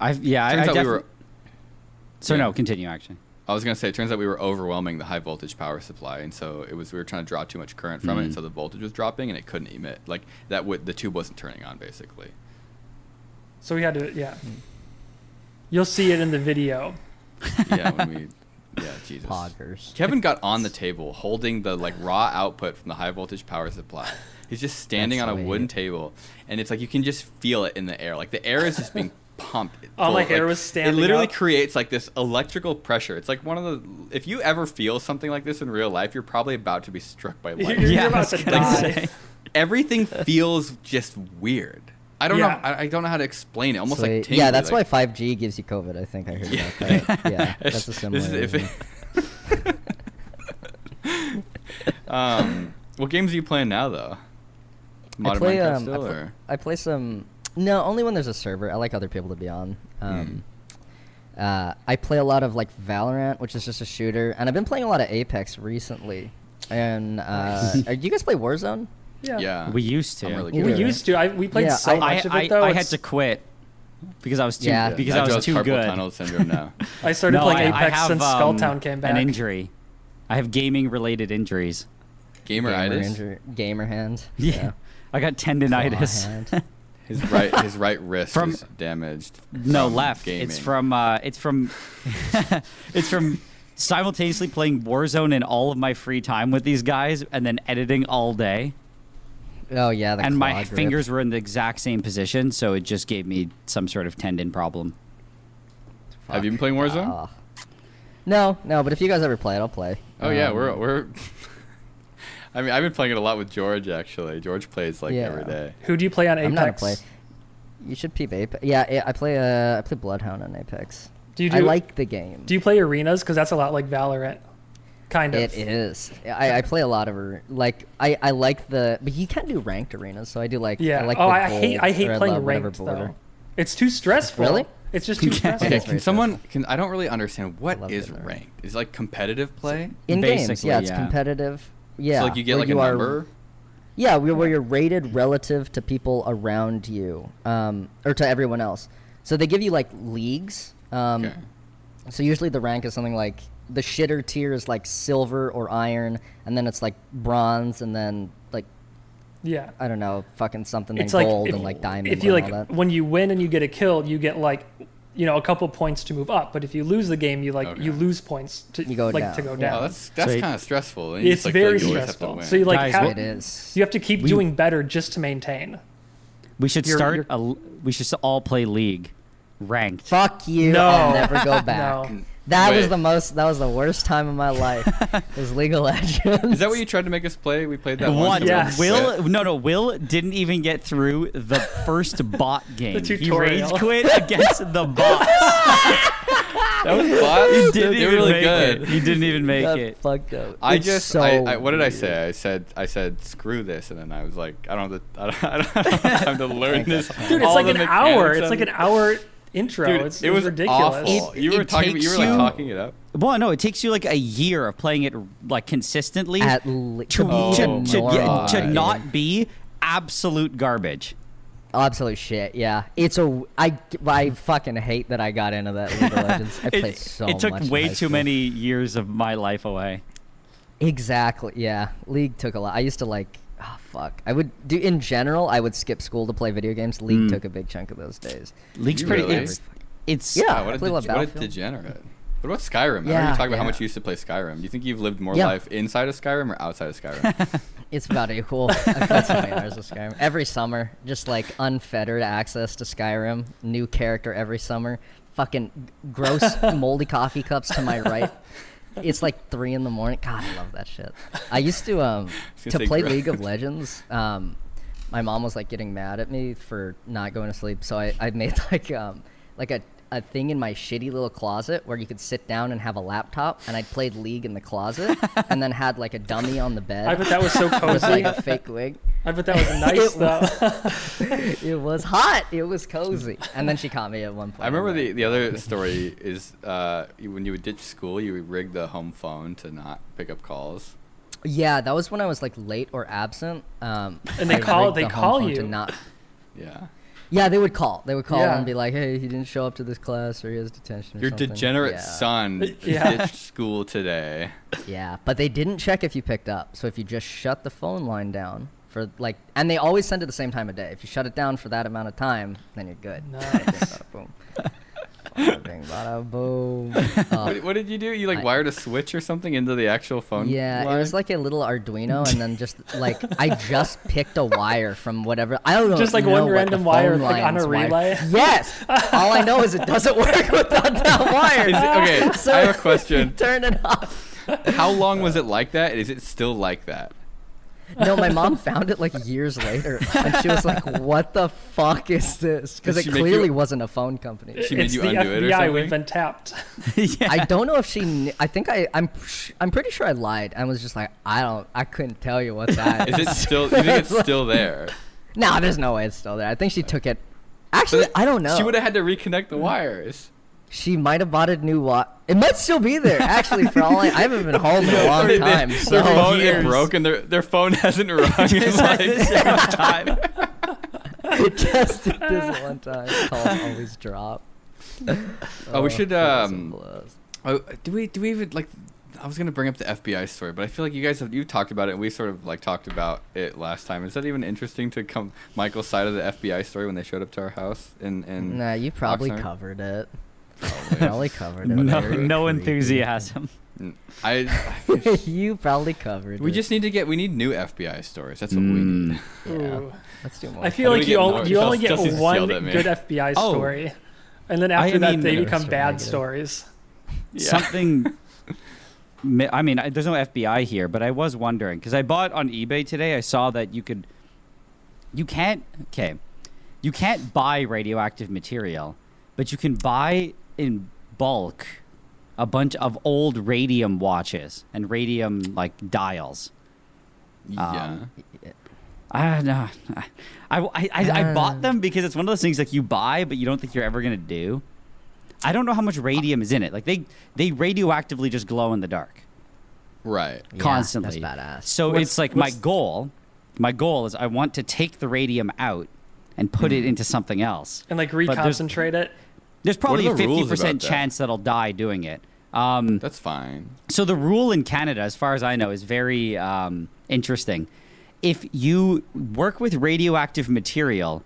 Speaker 4: I yeah. I, I
Speaker 1: Turns out we
Speaker 4: defi-
Speaker 1: were
Speaker 4: So
Speaker 1: yeah.
Speaker 4: no, continue actually.
Speaker 1: I was gonna say it turns out we were overwhelming the high voltage power supply and so it was we were trying to draw too much current from it and so the voltage was dropping and it couldn't emit. Like that would the tube wasn't turning on *laughs* basically.
Speaker 2: So we had to. Yeah.
Speaker 1: Hmm.
Speaker 2: You'll see it in the video.
Speaker 1: Yeah, when we Yeah, Jesus.
Speaker 3: Poggers.
Speaker 1: Kevin got on the table holding the like raw output from the high voltage power supply. He's just standing
Speaker 3: That's
Speaker 1: on a
Speaker 3: sweet.
Speaker 1: wooden table, and it's like you can just feel it in the air. Like the air is
Speaker 2: *laughs*
Speaker 1: just being pumped.
Speaker 2: All my
Speaker 1: Like,
Speaker 2: hair was standing
Speaker 1: It literally
Speaker 2: up.
Speaker 1: creates like this electrical pressure. It's like one of the. If you ever feel something like this in real life, you're probably about to be struck
Speaker 2: *laughs*
Speaker 1: by
Speaker 2: You're,
Speaker 1: lightning.
Speaker 2: you're
Speaker 4: Yeah, I
Speaker 2: about
Speaker 4: *laughs* was
Speaker 2: to
Speaker 4: gonna
Speaker 2: die.
Speaker 4: say.
Speaker 1: *laughs* Everything feels just weird. I don't
Speaker 2: Yeah.
Speaker 1: know. I, I don't know how to explain it. Almost like
Speaker 3: Sweet.
Speaker 1: tingly,
Speaker 3: yeah, that's
Speaker 1: like,
Speaker 3: why 5G gives you COVID. I think I heard
Speaker 1: Yeah.
Speaker 3: about
Speaker 1: *laughs*
Speaker 3: that. Yeah,
Speaker 1: It's-
Speaker 3: that's a similar.
Speaker 1: this is
Speaker 3: reason.
Speaker 1: if it- *laughs* um, what games are you playing now, though?
Speaker 3: I
Speaker 1: *laughs* Modern
Speaker 3: play,
Speaker 1: Minecraft
Speaker 3: um, I,
Speaker 1: still,
Speaker 3: pl-
Speaker 1: or?
Speaker 3: I play some. No, only when there's a server. I like other people to be on.
Speaker 1: Hmm.
Speaker 3: Um, uh, I play a lot of like Valorant, which is just a shooter, and I've been playing a lot of Apex recently. And uh, do you guys play Warzone?
Speaker 2: Yeah.
Speaker 1: yeah,
Speaker 4: We used to.
Speaker 1: I'm really
Speaker 3: Yeah.
Speaker 1: good.
Speaker 2: We used to. I, we played
Speaker 3: Yeah,
Speaker 2: so
Speaker 3: I-
Speaker 2: much
Speaker 4: I,
Speaker 2: of
Speaker 4: I,
Speaker 2: it though.
Speaker 4: I had
Speaker 2: it's-
Speaker 4: to quit because I was too
Speaker 3: Yeah.
Speaker 4: because
Speaker 1: That
Speaker 4: I was
Speaker 1: drives
Speaker 4: too
Speaker 1: carpal
Speaker 4: good.
Speaker 1: tunnel syndrome now.
Speaker 2: I started
Speaker 4: No,
Speaker 2: playing
Speaker 4: I- I
Speaker 2: Apex
Speaker 4: have,
Speaker 2: since
Speaker 4: um,
Speaker 2: Skulltown came back.
Speaker 4: An injury. I have gaming related injuries.
Speaker 3: gamer,
Speaker 1: Gameritis.
Speaker 3: injur- gamer hand.
Speaker 4: Yeah.
Speaker 1: *laughs*
Speaker 4: I got tendonitis.
Speaker 3: Claw hand.
Speaker 1: His right, his right wrist
Speaker 4: From-
Speaker 1: is damaged.
Speaker 4: No,
Speaker 1: from
Speaker 4: left.
Speaker 1: Gaming.
Speaker 4: It's from uh, it's from *laughs* it's from simultaneously playing Warzone in all of my free time with these guys and then editing all day.
Speaker 3: Oh yeah, the
Speaker 4: and my
Speaker 3: claw grip.
Speaker 4: fingers were in the exact same position, so it just gave me some sort of tendon problem.
Speaker 1: Have you been playing Warzone?
Speaker 3: Oh. No, no. But if you guys ever play it, I'll play.
Speaker 1: oh yeah,
Speaker 3: Um,
Speaker 1: we're we're. *laughs* I mean, I've been playing it a lot with George actually. George plays like
Speaker 3: Yeah.
Speaker 1: every day.
Speaker 2: Who do you play on Apex?
Speaker 3: I'm not a play. You should peep Apex. Yeah, I- I play. Uh, I play Bloodhound on Apex.
Speaker 2: Do you
Speaker 3: I
Speaker 2: do-
Speaker 3: like the game.
Speaker 2: Do you play arenas? Because that's a lot like Valorant, kind of.
Speaker 3: It is. I, I play a lot of ar- like I, I like the but you can do ranked arenas, so I do like
Speaker 2: Yeah.
Speaker 3: I like
Speaker 2: oh,
Speaker 3: the
Speaker 2: I hate
Speaker 3: gold,
Speaker 2: I
Speaker 3: or
Speaker 2: hate
Speaker 3: love
Speaker 2: playing
Speaker 3: whatever
Speaker 2: ranked
Speaker 3: border.
Speaker 2: though. It's too stressful.
Speaker 3: Really?
Speaker 2: It's just too
Speaker 4: Yeah.
Speaker 2: stressful.
Speaker 1: Okay,
Speaker 3: is
Speaker 1: can
Speaker 3: very
Speaker 1: someone? Can I don't really understand what
Speaker 3: love
Speaker 1: is
Speaker 3: it, though.
Speaker 1: ranked. Is it, like competitive play?
Speaker 3: In games,
Speaker 4: Basically,
Speaker 3: yeah, it's
Speaker 4: yeah.
Speaker 3: competitive. Yeah,
Speaker 1: so like you get
Speaker 3: where
Speaker 1: like
Speaker 3: you
Speaker 1: a
Speaker 3: are-
Speaker 1: number.
Speaker 2: Mm.
Speaker 3: Yeah, where, where you're rated relative to people around you, um, or to everyone else. So they give you like leagues. Um,
Speaker 1: Okay.
Speaker 3: So usually the rank is something like the shitter tier is like silver or iron, and then it's like bronze, and then like
Speaker 2: Yeah.
Speaker 3: I don't know, fucking something
Speaker 2: It's
Speaker 3: then
Speaker 2: like
Speaker 3: gold
Speaker 2: if,
Speaker 3: and like diamond.
Speaker 2: if you
Speaker 3: and
Speaker 2: like
Speaker 3: all that.
Speaker 2: when you win and you get a kill, you get like you know a couple points to move up. But if you lose the game, you like
Speaker 1: Okay.
Speaker 2: you lose points to
Speaker 3: You go
Speaker 2: like
Speaker 3: down.
Speaker 2: to go
Speaker 3: Yeah.
Speaker 2: down.
Speaker 1: Oh, that's that's
Speaker 4: So you-
Speaker 1: kind of stressful. and you
Speaker 2: it's
Speaker 1: just, like, feel
Speaker 2: very
Speaker 1: like you always have to
Speaker 2: stressful.
Speaker 1: win.
Speaker 2: So you like
Speaker 4: Guys,
Speaker 2: have,
Speaker 4: what-
Speaker 3: it is.
Speaker 2: you have to keep
Speaker 4: we-
Speaker 2: doing better just to maintain.
Speaker 4: We should
Speaker 2: You're-
Speaker 4: start
Speaker 2: you're-
Speaker 4: a l- we should all play League ranked.
Speaker 3: Fuck
Speaker 2: *laughs*
Speaker 3: you!
Speaker 2: No.
Speaker 3: I'll never go back.
Speaker 2: No.
Speaker 3: That was
Speaker 1: Wait.
Speaker 3: the most. That was the worst time
Speaker 2: *laughs*
Speaker 3: of my life. was League of Legends.
Speaker 1: Is that what you tried to make us play? We played that
Speaker 4: One,
Speaker 1: once.
Speaker 2: Yeah. Yes.
Speaker 4: *laughs* Will no no Will didn't even get through the
Speaker 3: *laughs*
Speaker 4: first bot game. he
Speaker 2: tutorial.
Speaker 4: rage quit against the bots.
Speaker 1: That was fun.
Speaker 4: Didn't
Speaker 1: They're
Speaker 4: even
Speaker 1: really
Speaker 4: make
Speaker 1: good.
Speaker 4: it. You didn't even
Speaker 3: *laughs*
Speaker 4: make
Speaker 3: That
Speaker 4: it.
Speaker 3: fucked up.
Speaker 1: I
Speaker 3: It's
Speaker 1: just,
Speaker 3: so
Speaker 1: I, I, what did I
Speaker 3: weird.
Speaker 1: say? I said, I said, screw this, and then I was like, I don't have the, *laughs* I don't, I don't have time to learn this.
Speaker 2: Dude, it's
Speaker 1: all
Speaker 2: like
Speaker 1: the
Speaker 2: an
Speaker 1: mechanics
Speaker 2: hour. It's
Speaker 1: of
Speaker 2: like
Speaker 1: it.
Speaker 2: an hour intro.
Speaker 1: Dude,
Speaker 2: it's,
Speaker 1: it was
Speaker 2: ridiculous.
Speaker 1: awful.
Speaker 4: It-
Speaker 1: you were
Speaker 4: it
Speaker 1: talking, you
Speaker 4: takes
Speaker 1: were like
Speaker 4: you-
Speaker 1: talking it up.
Speaker 4: Well, no, it takes you like a year of playing it like consistently
Speaker 3: At Oh
Speaker 4: to,
Speaker 3: le- to
Speaker 4: to, to,
Speaker 1: be
Speaker 4: to,
Speaker 1: normal.
Speaker 4: yeah, to
Speaker 1: Yeah.
Speaker 4: not be absolute garbage.
Speaker 3: Absolute shit. Yeah, it's a. I I fucking hate that I got into that League of Legends. I played
Speaker 4: It,
Speaker 3: so
Speaker 4: it took
Speaker 3: much in
Speaker 4: way
Speaker 3: high
Speaker 4: too
Speaker 3: school.
Speaker 4: many years of my life away.
Speaker 3: Exactly. Yeah, League took a lot. I used to like. Oh, fuck. I would do in general. I would skip school to play video games. League took a big chunk of those days.
Speaker 4: League's
Speaker 1: You
Speaker 4: pretty.
Speaker 1: really?
Speaker 4: It's,
Speaker 3: *laughs*
Speaker 4: it's
Speaker 3: Yeah.
Speaker 1: what,
Speaker 3: I
Speaker 1: a
Speaker 3: played a lot
Speaker 1: deg-
Speaker 3: of
Speaker 1: what a
Speaker 3: Battlefield.
Speaker 1: degenerate. What about Skyrim? I remember
Speaker 3: Yeah,
Speaker 1: you talking about how
Speaker 3: yeah.
Speaker 1: much you used to play Skyrim. Do you think you've lived more
Speaker 3: Yeah.
Speaker 1: life inside of Skyrim or outside of Skyrim?
Speaker 3: It's about equal.
Speaker 1: *laughs*
Speaker 3: I've played so many hours of Skyrim. Every summer, just like unfettered access to Skyrim, new character every summer, fucking gross
Speaker 1: *laughs*
Speaker 3: moldy coffee cups to my right. It's like three in the
Speaker 1: *laughs*
Speaker 3: morning. God, I love that shit. I used to um
Speaker 1: gonna
Speaker 3: to
Speaker 1: say *laughs*
Speaker 3: play
Speaker 1: gross.
Speaker 3: League of Legends. Um, my mom was like getting mad at me for not going to sleep, so I, I made *laughs* like um like a a thing in my shitty little closet where you could sit down and have a laptop, and I played League in the closet, and then had like a dummy on the bed.
Speaker 2: *laughs* I bet that was
Speaker 3: *laughs*
Speaker 2: so
Speaker 3: with
Speaker 2: cozy. *laughs*
Speaker 3: like a fake wig.
Speaker 2: I bet that was nice
Speaker 3: *laughs* It
Speaker 2: though.
Speaker 3: It was hot. It was cozy. And then she caught me at one point.
Speaker 1: I remember
Speaker 3: I'm
Speaker 1: the,
Speaker 3: like,
Speaker 1: the
Speaker 3: *laughs*
Speaker 1: other story is uh, you- when you would ditch school, you would rig the home phone to not pick up calls.
Speaker 3: Yeah, that was when I was like late or absent. Um,
Speaker 2: And they
Speaker 3: I
Speaker 2: call-
Speaker 3: rigged
Speaker 2: they
Speaker 3: the home
Speaker 2: call
Speaker 3: phone
Speaker 2: you.
Speaker 3: To not,
Speaker 1: Yeah.
Speaker 3: yeah, they would call. They would call
Speaker 2: Yeah.
Speaker 3: and be like, "Hey, he didn't show up to this class, or he has detention." Or
Speaker 1: Your
Speaker 3: something."
Speaker 1: degenerate
Speaker 3: yeah.
Speaker 1: son
Speaker 2: *laughs* Yeah.
Speaker 1: ditched school today.
Speaker 3: *laughs* Yeah, but they didn't check if you picked up. So if you just shut the phone line down for like, and they always send it the same time of day. If you shut it down for that amount of time, then you're good.
Speaker 2: Nice.
Speaker 3: Bada *laughs* boom. Bada bing,
Speaker 1: *laughs*
Speaker 3: bada boom. Oh,
Speaker 1: What, what did you do? You like
Speaker 3: I-
Speaker 1: wired a switch or something into the actual phone?
Speaker 3: Yeah,
Speaker 1: line?
Speaker 3: it was like a little Arduino, and then just
Speaker 2: *laughs*
Speaker 3: like I just picked a wire from whatever. I don't know.
Speaker 2: Just, like,
Speaker 3: know
Speaker 2: one
Speaker 3: what the
Speaker 2: random
Speaker 3: phone
Speaker 2: wire, like, on
Speaker 3: line's
Speaker 2: a
Speaker 3: wire-
Speaker 2: relay? *laughs*
Speaker 3: Yes. All I know is it doesn't *laughs* work without that wire.
Speaker 1: Is it-
Speaker 3: *laughs*
Speaker 1: okay,
Speaker 3: So
Speaker 1: I have a
Speaker 3: you *laughs*
Speaker 1: question.
Speaker 3: turn it off.
Speaker 1: How long was it like that? Is it still like that?
Speaker 3: No, my mom found it like years later, and she was like, "What the fuck is this?" Because
Speaker 1: Did
Speaker 3: it
Speaker 1: she make you-
Speaker 3: clearly wasn't a phone company.
Speaker 1: She made
Speaker 2: it's
Speaker 1: you
Speaker 2: the
Speaker 1: undo it or
Speaker 2: FBI.
Speaker 1: something?
Speaker 2: We've been tapped.
Speaker 4: yeah.
Speaker 3: I don't know if she. Kn- I think I. I'm. sh- I'm pretty sure I lied. I was just like, I don't. I couldn't tell you what that
Speaker 1: Is it still? You think
Speaker 3: *laughs*
Speaker 1: it's still there?
Speaker 3: No, there's no way it's still there. I think she took it. Actually, I don't know. Mm.
Speaker 1: She would have had to reconnect the wires.
Speaker 3: She might have bought a new watch. It might still be there. Actually, for all I, I haven't been
Speaker 1: *laughs*
Speaker 3: home in a long
Speaker 1: They- they-
Speaker 3: time.
Speaker 1: their
Speaker 3: so-
Speaker 1: phone
Speaker 3: *laughs*
Speaker 1: it
Speaker 4: years.
Speaker 1: broke and their their phone *laughs* hasn't rung. in like,
Speaker 4: time.
Speaker 1: *laughs*
Speaker 3: it just did this one time. Calls always drop.
Speaker 1: oh, we should.
Speaker 3: that was a
Speaker 1: Um,
Speaker 3: blast.
Speaker 1: oh, do we? Do we even like? I was gonna bring up the FBI story, but I feel like you guys have you talked about it. and We sort of like talked about it last time. Is that even interesting to come Michael's side of the FBI story when they showed up to our house? And
Speaker 4: Mm.
Speaker 1: and
Speaker 3: Nah, you probably
Speaker 1: Oxnard?
Speaker 3: covered it. Probably covered it.
Speaker 4: *laughs* No,
Speaker 3: Very
Speaker 4: no
Speaker 3: creepy.
Speaker 4: enthusiasm.
Speaker 1: I
Speaker 3: *laughs* you probably covered
Speaker 1: we
Speaker 3: it.
Speaker 1: just need to get we need new FBI stories. That's what we
Speaker 4: Mm.
Speaker 1: need.
Speaker 3: Yeah.
Speaker 2: Ooh.
Speaker 3: Let's do more.
Speaker 2: I feel
Speaker 1: How do
Speaker 2: like
Speaker 1: we
Speaker 2: you
Speaker 1: get
Speaker 2: only
Speaker 1: more?
Speaker 2: you only
Speaker 1: Justin-
Speaker 2: get
Speaker 1: Justin
Speaker 2: one
Speaker 1: yelled at me.
Speaker 2: good FBI
Speaker 4: Oh.
Speaker 2: story, and then
Speaker 4: I
Speaker 2: after that
Speaker 4: mean-
Speaker 2: they
Speaker 3: That's
Speaker 2: become
Speaker 3: so
Speaker 2: bad
Speaker 3: negative.
Speaker 2: stories.
Speaker 4: Something. mi- I mean, I, there's no FBI here, but I was wondering because I bought on eBay today. I saw that you could. You can't. Okay. You can't buy radioactive material, but you can buy in bulk a bunch of old radium watches and radium like dials.
Speaker 1: Yeah.
Speaker 4: I no, I, I, I, I
Speaker 3: Uh.
Speaker 4: bought them because it's one of those things like you buy but you don't think you're ever gonna do. I don't know how much radium is in it. Like they they radioactively just glow in the dark
Speaker 1: right.
Speaker 3: Yeah,
Speaker 4: constantly.
Speaker 3: that's badass.
Speaker 4: So
Speaker 2: What's-
Speaker 4: it's like my
Speaker 2: what's-
Speaker 4: goal. My goal is I want to take the radium out and put it into something else.
Speaker 2: and like
Speaker 4: there's-
Speaker 2: reconcentrate it.
Speaker 4: There's probably
Speaker 1: the
Speaker 4: a
Speaker 1: rules
Speaker 4: fifty
Speaker 1: about
Speaker 4: percent
Speaker 1: that?
Speaker 4: chance that? I'll die doing it. Um,
Speaker 1: That's fine.
Speaker 4: so the rule in Canada, as far as I know, is very um, interesting. If you work with radioactive material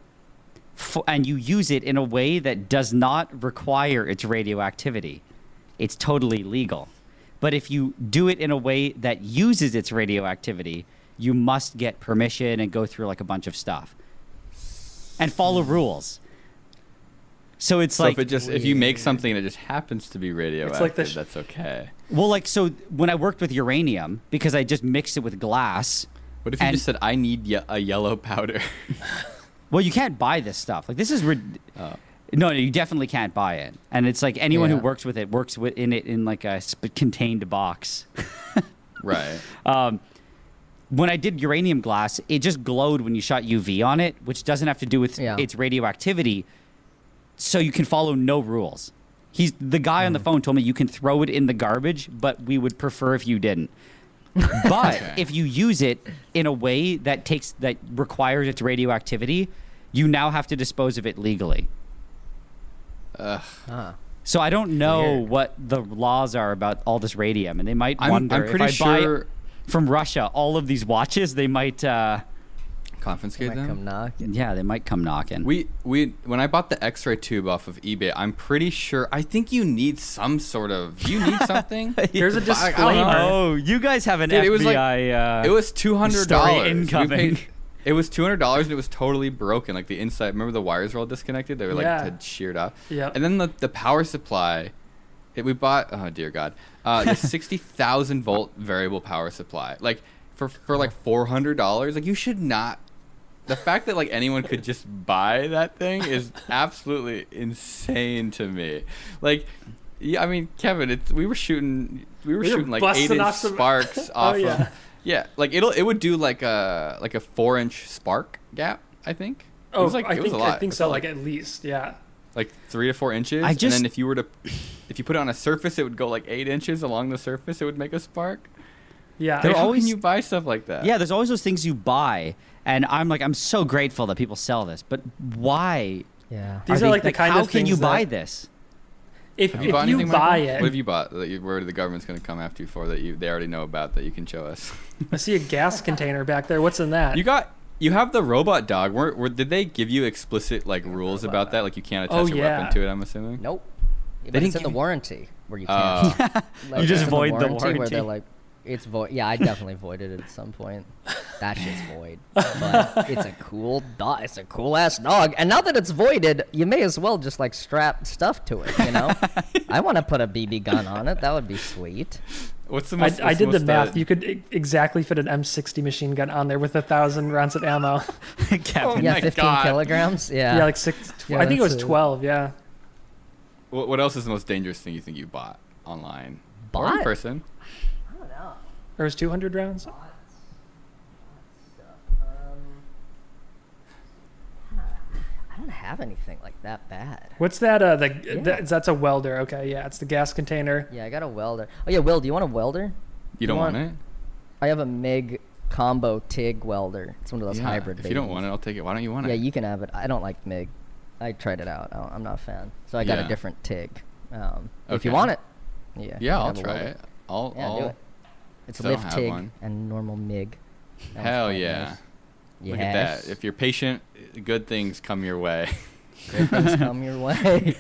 Speaker 4: f- and you use it in a way that does not require its radioactivity, it's totally legal. But if you do it in a way that uses its radioactivity, you must get permission and go through like a bunch of stuff and follow rules. So it's
Speaker 1: So
Speaker 4: like
Speaker 1: if it just if you make something that just happens to be radioactive,
Speaker 2: like the sh-
Speaker 1: that's okay.
Speaker 4: Well, like so when I worked with uranium because I just mixed it with glass.
Speaker 1: What if you
Speaker 4: And-
Speaker 1: just said, "I need ye- a yellow powder"?
Speaker 4: Well, you can't buy this stuff. Like this is rid-
Speaker 1: Oh.
Speaker 4: no, no, you definitely can't buy it. And it's like anyone
Speaker 3: Yeah.
Speaker 4: who works with it works with in it in like a sp- contained box.
Speaker 1: *laughs* right.
Speaker 4: When I did uranium glass, it just glowed when you shot UV on it, which doesn't have to do with
Speaker 3: Yeah.
Speaker 4: its radioactivity. So you can follow no rules. He's the guy
Speaker 3: Mm.
Speaker 4: on the phone told me you can throw it in the garbage, but we would prefer if you didn't. But
Speaker 1: Okay.
Speaker 4: if you use it in a way that takes that requires its radioactivity, you now have to dispose of it legally.
Speaker 1: Ugh.
Speaker 3: Huh.
Speaker 4: So I don't know
Speaker 3: Weird.
Speaker 4: what the laws are about all this radium, and they might
Speaker 1: I'm-
Speaker 4: wonder
Speaker 1: I'm pretty
Speaker 4: if I
Speaker 1: sure-
Speaker 4: buy from Russia all of these watches, they might, uh,
Speaker 1: Confiscate
Speaker 3: Might come
Speaker 1: them.
Speaker 3: knock.
Speaker 4: yeah, they might come knocking. *laughs*
Speaker 1: We we when I bought the X-ray tube off of eBay, I'm pretty sure. I think you need some sort of you
Speaker 3: *laughs*
Speaker 1: need something.
Speaker 2: There's a
Speaker 1: But *laughs* I- I don't know.
Speaker 2: disclaimer.
Speaker 4: oh, you guys have an
Speaker 1: Dude,
Speaker 4: FBI.
Speaker 1: it was like-
Speaker 4: uh,
Speaker 1: It was two hundred dollars.
Speaker 4: incoming.
Speaker 1: It was two hundred dollars, and it was totally broken. Like the inside, remember the wires were all disconnected. They were like
Speaker 2: Yeah.
Speaker 1: had sheared off.
Speaker 2: Yep.
Speaker 1: And then the, the power supply, it, we bought. Oh dear God, uh,
Speaker 2: *laughs*
Speaker 1: the sixty thousand volt variable power supply. Like for for like four hundred dollars. Like you should not the fact that like anyone could just buy that thing is absolutely insane to me. Like, yeah, I mean, Kevin, it's, we were shooting, we were
Speaker 2: We were
Speaker 1: shooting like
Speaker 2: busting
Speaker 1: eight inch
Speaker 2: off some-
Speaker 1: sparks
Speaker 2: *laughs* Oh,
Speaker 1: off
Speaker 2: yeah.
Speaker 1: of, yeah, like it'll it would do like a like a four inch spark gap, I think. it
Speaker 2: Oh,
Speaker 1: was like,
Speaker 2: I
Speaker 1: it was
Speaker 2: think
Speaker 1: a lot.
Speaker 2: I think
Speaker 1: It
Speaker 2: so.
Speaker 1: felt
Speaker 2: Like at least, yeah.
Speaker 1: like three to four inches.
Speaker 4: I
Speaker 1: and
Speaker 4: just-
Speaker 1: then if you were to, if you put it on a surface, it would go like eight inches along the surface. It would make a spark.
Speaker 2: Yeah,
Speaker 4: They're
Speaker 1: Like, how
Speaker 4: always-
Speaker 1: can you buy stuff like that?
Speaker 4: Yeah, there's always those things you buy, and I'm like, I'm so grateful that people sell this, but why?
Speaker 3: Yeah.
Speaker 2: These are, like, the kind
Speaker 4: how
Speaker 2: of
Speaker 4: can you
Speaker 2: things
Speaker 4: buy
Speaker 2: that- *laughs*
Speaker 4: this? *laughs*
Speaker 2: if
Speaker 1: Have
Speaker 2: if
Speaker 1: bought
Speaker 2: you
Speaker 1: anything,
Speaker 2: buy
Speaker 1: Michael?
Speaker 2: it,
Speaker 1: what have you bought that you, where the government's going to come after you for that you they already know about that you can show us?
Speaker 2: I see
Speaker 1: *laughs*
Speaker 2: a gas container back there. What's in that?
Speaker 1: You got you have the robot dog. Were, were, did they give you explicit like rules about that? Like you can't attach
Speaker 2: Oh,
Speaker 1: a
Speaker 2: yeah.
Speaker 1: weapon to it. I'm assuming.
Speaker 3: Nope. But
Speaker 1: didn't
Speaker 3: it's in the
Speaker 1: give-
Speaker 3: warranty where you
Speaker 1: Uh,
Speaker 3: can't. Like,
Speaker 4: *laughs* You just
Speaker 3: it's in
Speaker 4: void the
Speaker 3: Where
Speaker 4: warranty.
Speaker 3: they're like, it's void. Yeah, I definitely voided it at some point. That shit's
Speaker 4: *laughs*
Speaker 3: void. But it's a cool dog. It's a cool ass dog. And now that it's voided, you may as well just like strap stuff to it. You
Speaker 4: *laughs*
Speaker 3: know, I want to put a BB gun on it. That would be
Speaker 4: *laughs*
Speaker 3: sweet.
Speaker 1: what's the
Speaker 2: I,
Speaker 1: most?
Speaker 2: I
Speaker 1: what's
Speaker 2: did the
Speaker 1: most,
Speaker 2: math.
Speaker 1: uh,
Speaker 2: You could e- exactly fit an M60 machine gun on there with a thousand rounds of ammo. *laughs*
Speaker 4: Captain,
Speaker 3: Yeah,
Speaker 1: my
Speaker 3: fifteen
Speaker 1: God.
Speaker 3: kilograms. Yeah.
Speaker 2: Yeah, like six. tw-
Speaker 3: Yeah,
Speaker 2: I think it
Speaker 3: that's
Speaker 2: was
Speaker 3: a-
Speaker 2: twelve. Yeah.
Speaker 1: what, what else is the most dangerous thing you think you bought online? Or in
Speaker 3: Bought?
Speaker 1: person?
Speaker 2: Or was 200 rounds?
Speaker 3: I don't have anything like that bad.
Speaker 2: What's that? Uh, the
Speaker 3: Yeah.
Speaker 2: that- that's a welder. Okay, yeah, it's the gas container.
Speaker 3: Yeah, I got a welder. Oh yeah, Will, do you want a welder?
Speaker 1: You don't
Speaker 3: want-
Speaker 1: want, it?
Speaker 3: I have a MIG combo TIG welder. It's one of those
Speaker 1: Yeah,
Speaker 3: hybrid.
Speaker 1: If you don't
Speaker 3: babies.
Speaker 1: want it, I'll take it. Why don't you want
Speaker 3: Yeah,
Speaker 1: it?
Speaker 3: you can have it. I don't like MIG. I tried it out. I don't, I'm not a fan. So I got
Speaker 1: Yeah.
Speaker 3: a different TIG. Um, If you
Speaker 1: Okay.
Speaker 3: want it, yeah. you
Speaker 1: yeah, I'll
Speaker 3: have a
Speaker 1: try
Speaker 3: welder.
Speaker 1: it. I'll,
Speaker 3: Yeah,
Speaker 1: I'll
Speaker 3: do it. It's
Speaker 1: so I don't
Speaker 3: lift
Speaker 1: have
Speaker 3: TIG
Speaker 1: one.
Speaker 3: and normal MIG. That one's
Speaker 1: hell
Speaker 3: quite
Speaker 1: yeah.
Speaker 3: nice.
Speaker 1: Look at that.
Speaker 3: Yes.
Speaker 1: If you're patient, good things come your way. *laughs*
Speaker 3: Great things *laughs* come your way.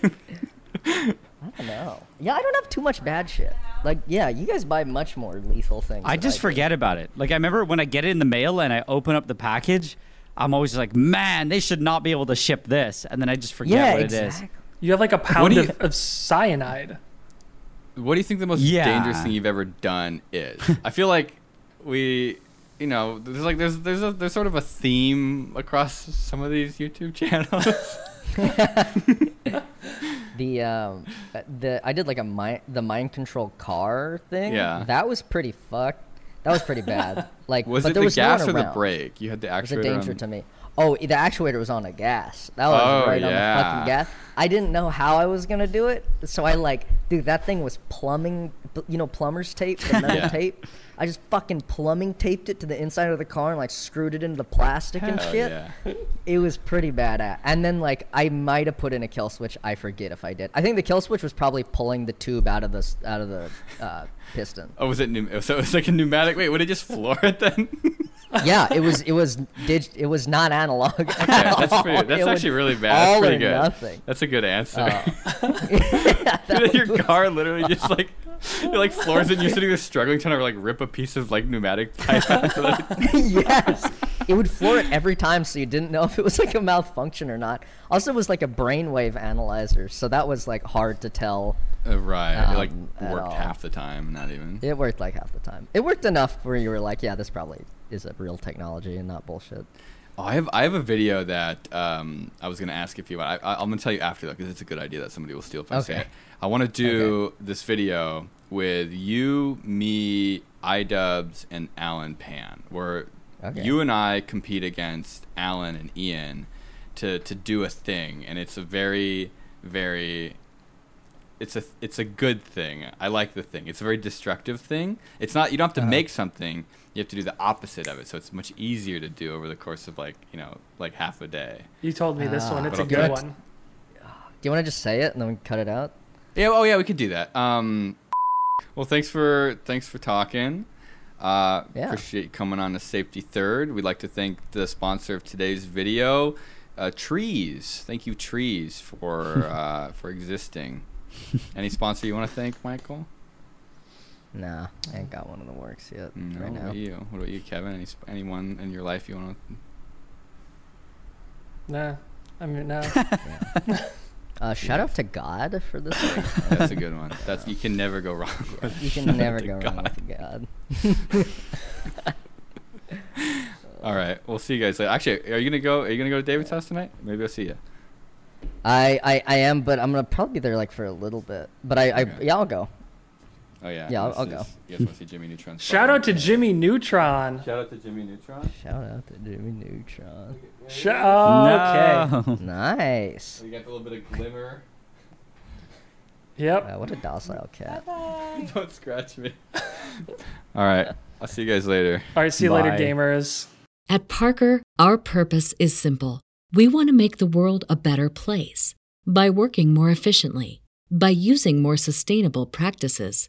Speaker 3: I don't know. Yeah, I don't have too much bad shit. Like, yeah, you guys buy much more lethal things.
Speaker 4: I
Speaker 3: than
Speaker 4: just
Speaker 3: do.
Speaker 4: forget about it. Like I remember when I get it in the mail and I open up the package, I'm always like, man, they should not be able to ship this, and then I just forget
Speaker 3: Yeah,
Speaker 4: what
Speaker 3: exactly.
Speaker 4: it is.
Speaker 2: You have like a pound
Speaker 1: do
Speaker 2: of,
Speaker 1: you-
Speaker 2: of cyanide.
Speaker 1: What do you think the most
Speaker 4: Yeah.
Speaker 1: dangerous thing you've ever done is? I feel like we, you know, there's like there's there's a, there's sort of a theme across some of these YouTube *laughs* channels.
Speaker 3: *laughs* The um, uh, the I did like a mind the mind control car thing.
Speaker 1: Yeah.
Speaker 3: that was pretty fucked. That was
Speaker 1: *laughs*
Speaker 3: pretty bad. Like,
Speaker 1: was
Speaker 3: but
Speaker 1: it
Speaker 3: there
Speaker 1: the
Speaker 3: was no
Speaker 1: gas
Speaker 3: one
Speaker 1: or the
Speaker 3: around.
Speaker 1: brake? You had the actuator.
Speaker 3: It was a danger
Speaker 1: on-
Speaker 3: to me. Oh, the actuator was on a gas. That was
Speaker 1: Oh,
Speaker 3: right on the
Speaker 1: yeah.
Speaker 3: fucking gas. I didn't know how I was gonna do it, so I like, dude, that thing was plumbing, you know, plumber's tape, the
Speaker 1: *laughs*
Speaker 3: metal
Speaker 1: Yeah.
Speaker 3: tape. I just fucking plumbing taped it to the inside of the car and like screwed it into the plastic and
Speaker 1: Hell
Speaker 3: shit.
Speaker 1: yeah.
Speaker 3: It was pretty badass. And then like I might have put in a kill switch. I forget if I did. I think the kill switch was probably pulling the tube out of the s- out of the uh, piston.
Speaker 1: Oh, was it pneum- so? It was like a pneumatic. Wait, would it just floor it
Speaker 3: *laughs*
Speaker 1: then?
Speaker 3: yeah, it was it was dig- it was not analog. at
Speaker 1: *laughs* yeah, that's
Speaker 3: all.
Speaker 1: pretty,
Speaker 3: It
Speaker 1: that's actually
Speaker 3: was
Speaker 1: really bad. That's
Speaker 3: All
Speaker 1: pretty
Speaker 3: or
Speaker 1: good.
Speaker 3: nothing. *laughs*
Speaker 1: That's a good answer. *laughs*
Speaker 3: Yeah, *laughs* that
Speaker 1: Dude, your
Speaker 3: was-
Speaker 1: car literally just like it like floors it and you're sitting there struggling trying to like rip a piece of like pneumatic *laughs* pipe out so that it-
Speaker 3: yes, it would floor it every time, so you didn't know if it was like a malfunction or not. Also, it was like a brainwave analyzer, so that was like hard to tell.
Speaker 1: Uh, right it like
Speaker 3: Um, at
Speaker 1: worked
Speaker 3: all.
Speaker 1: half the time not even
Speaker 3: It worked like half the time. It worked enough where you were like, yeah, this probably is a real technology and not bullshit.
Speaker 1: oh, i have i have a video that um i was gonna ask if you want I, I, i'm gonna tell you after though because it's a good idea that somebody will steal if i say
Speaker 3: Okay.
Speaker 1: it i want to do this video with you me idubs and alan pan where
Speaker 3: Okay.
Speaker 1: you and i compete against alan and ian to to do a thing and it's a very very it's a it's a good thing. I like the thing. It's a very destructive thing. It's not you don't have to make something. You have to do the opposite of it. So it's much easier to do over the course of like you know like half a day.
Speaker 2: You told me this one.
Speaker 4: Ah.
Speaker 2: It's a
Speaker 1: But
Speaker 2: good
Speaker 1: what-
Speaker 2: one.
Speaker 3: Do you want to just say it and then we cut it out?
Speaker 1: Yeah. Oh yeah, we could do that. Um, well, thanks for thanks for talking. Uh,
Speaker 3: Yeah.
Speaker 1: Appreciate you coming on to Safety Third. We'd like to thank the sponsor of today's video, uh, Trees. Thank you, Trees, for
Speaker 3: *laughs*
Speaker 1: uh, for existing. Any sponsor you want to thank, Michael?
Speaker 3: Nah, I ain't got one in the works yet
Speaker 1: No,
Speaker 3: right
Speaker 1: what
Speaker 3: now.
Speaker 1: about you? What about you, Kevin? Any, sp- anyone in your life you oh, want to?
Speaker 2: Nah, I mean no.
Speaker 3: Uh, shout out to God for this. one.
Speaker 1: That's a good one. That's you can never go wrong. *laughs* With.
Speaker 3: You can never
Speaker 1: to
Speaker 3: go wrong with God.
Speaker 1: Uh, All right, we'll see you guys later. Actually, are you gonna go? Are you gonna go to David's house tonight? Maybe I'll see you.
Speaker 3: I, I, I am, but I'm gonna probably be there like for a little bit. But I, I
Speaker 1: Okay.
Speaker 3: yeah, I'll go.
Speaker 1: Oh yeah.
Speaker 3: Yeah, I'll-
Speaker 1: this
Speaker 3: I'll
Speaker 1: is-
Speaker 3: go.
Speaker 1: You guys want to see Jimmy Neutron?
Speaker 2: *laughs* Shout out to Jimmy Neutron.
Speaker 1: Shout out to Jimmy Neutron.
Speaker 3: Shout out to Jimmy Neutron.
Speaker 2: Sh- oh, okay.
Speaker 4: No.
Speaker 3: Nice.
Speaker 1: We got a little bit of glimmer.
Speaker 2: Yep.
Speaker 3: Wow, what a docile cat.
Speaker 1: Don't scratch *laughs* me. All right, I'll see you guys later.
Speaker 2: All right. See you later,
Speaker 4: Bye.
Speaker 2: gamers.
Speaker 5: At Parker, our purpose is simple. We want to make the world a better place by working more efficiently, by using more sustainable practices,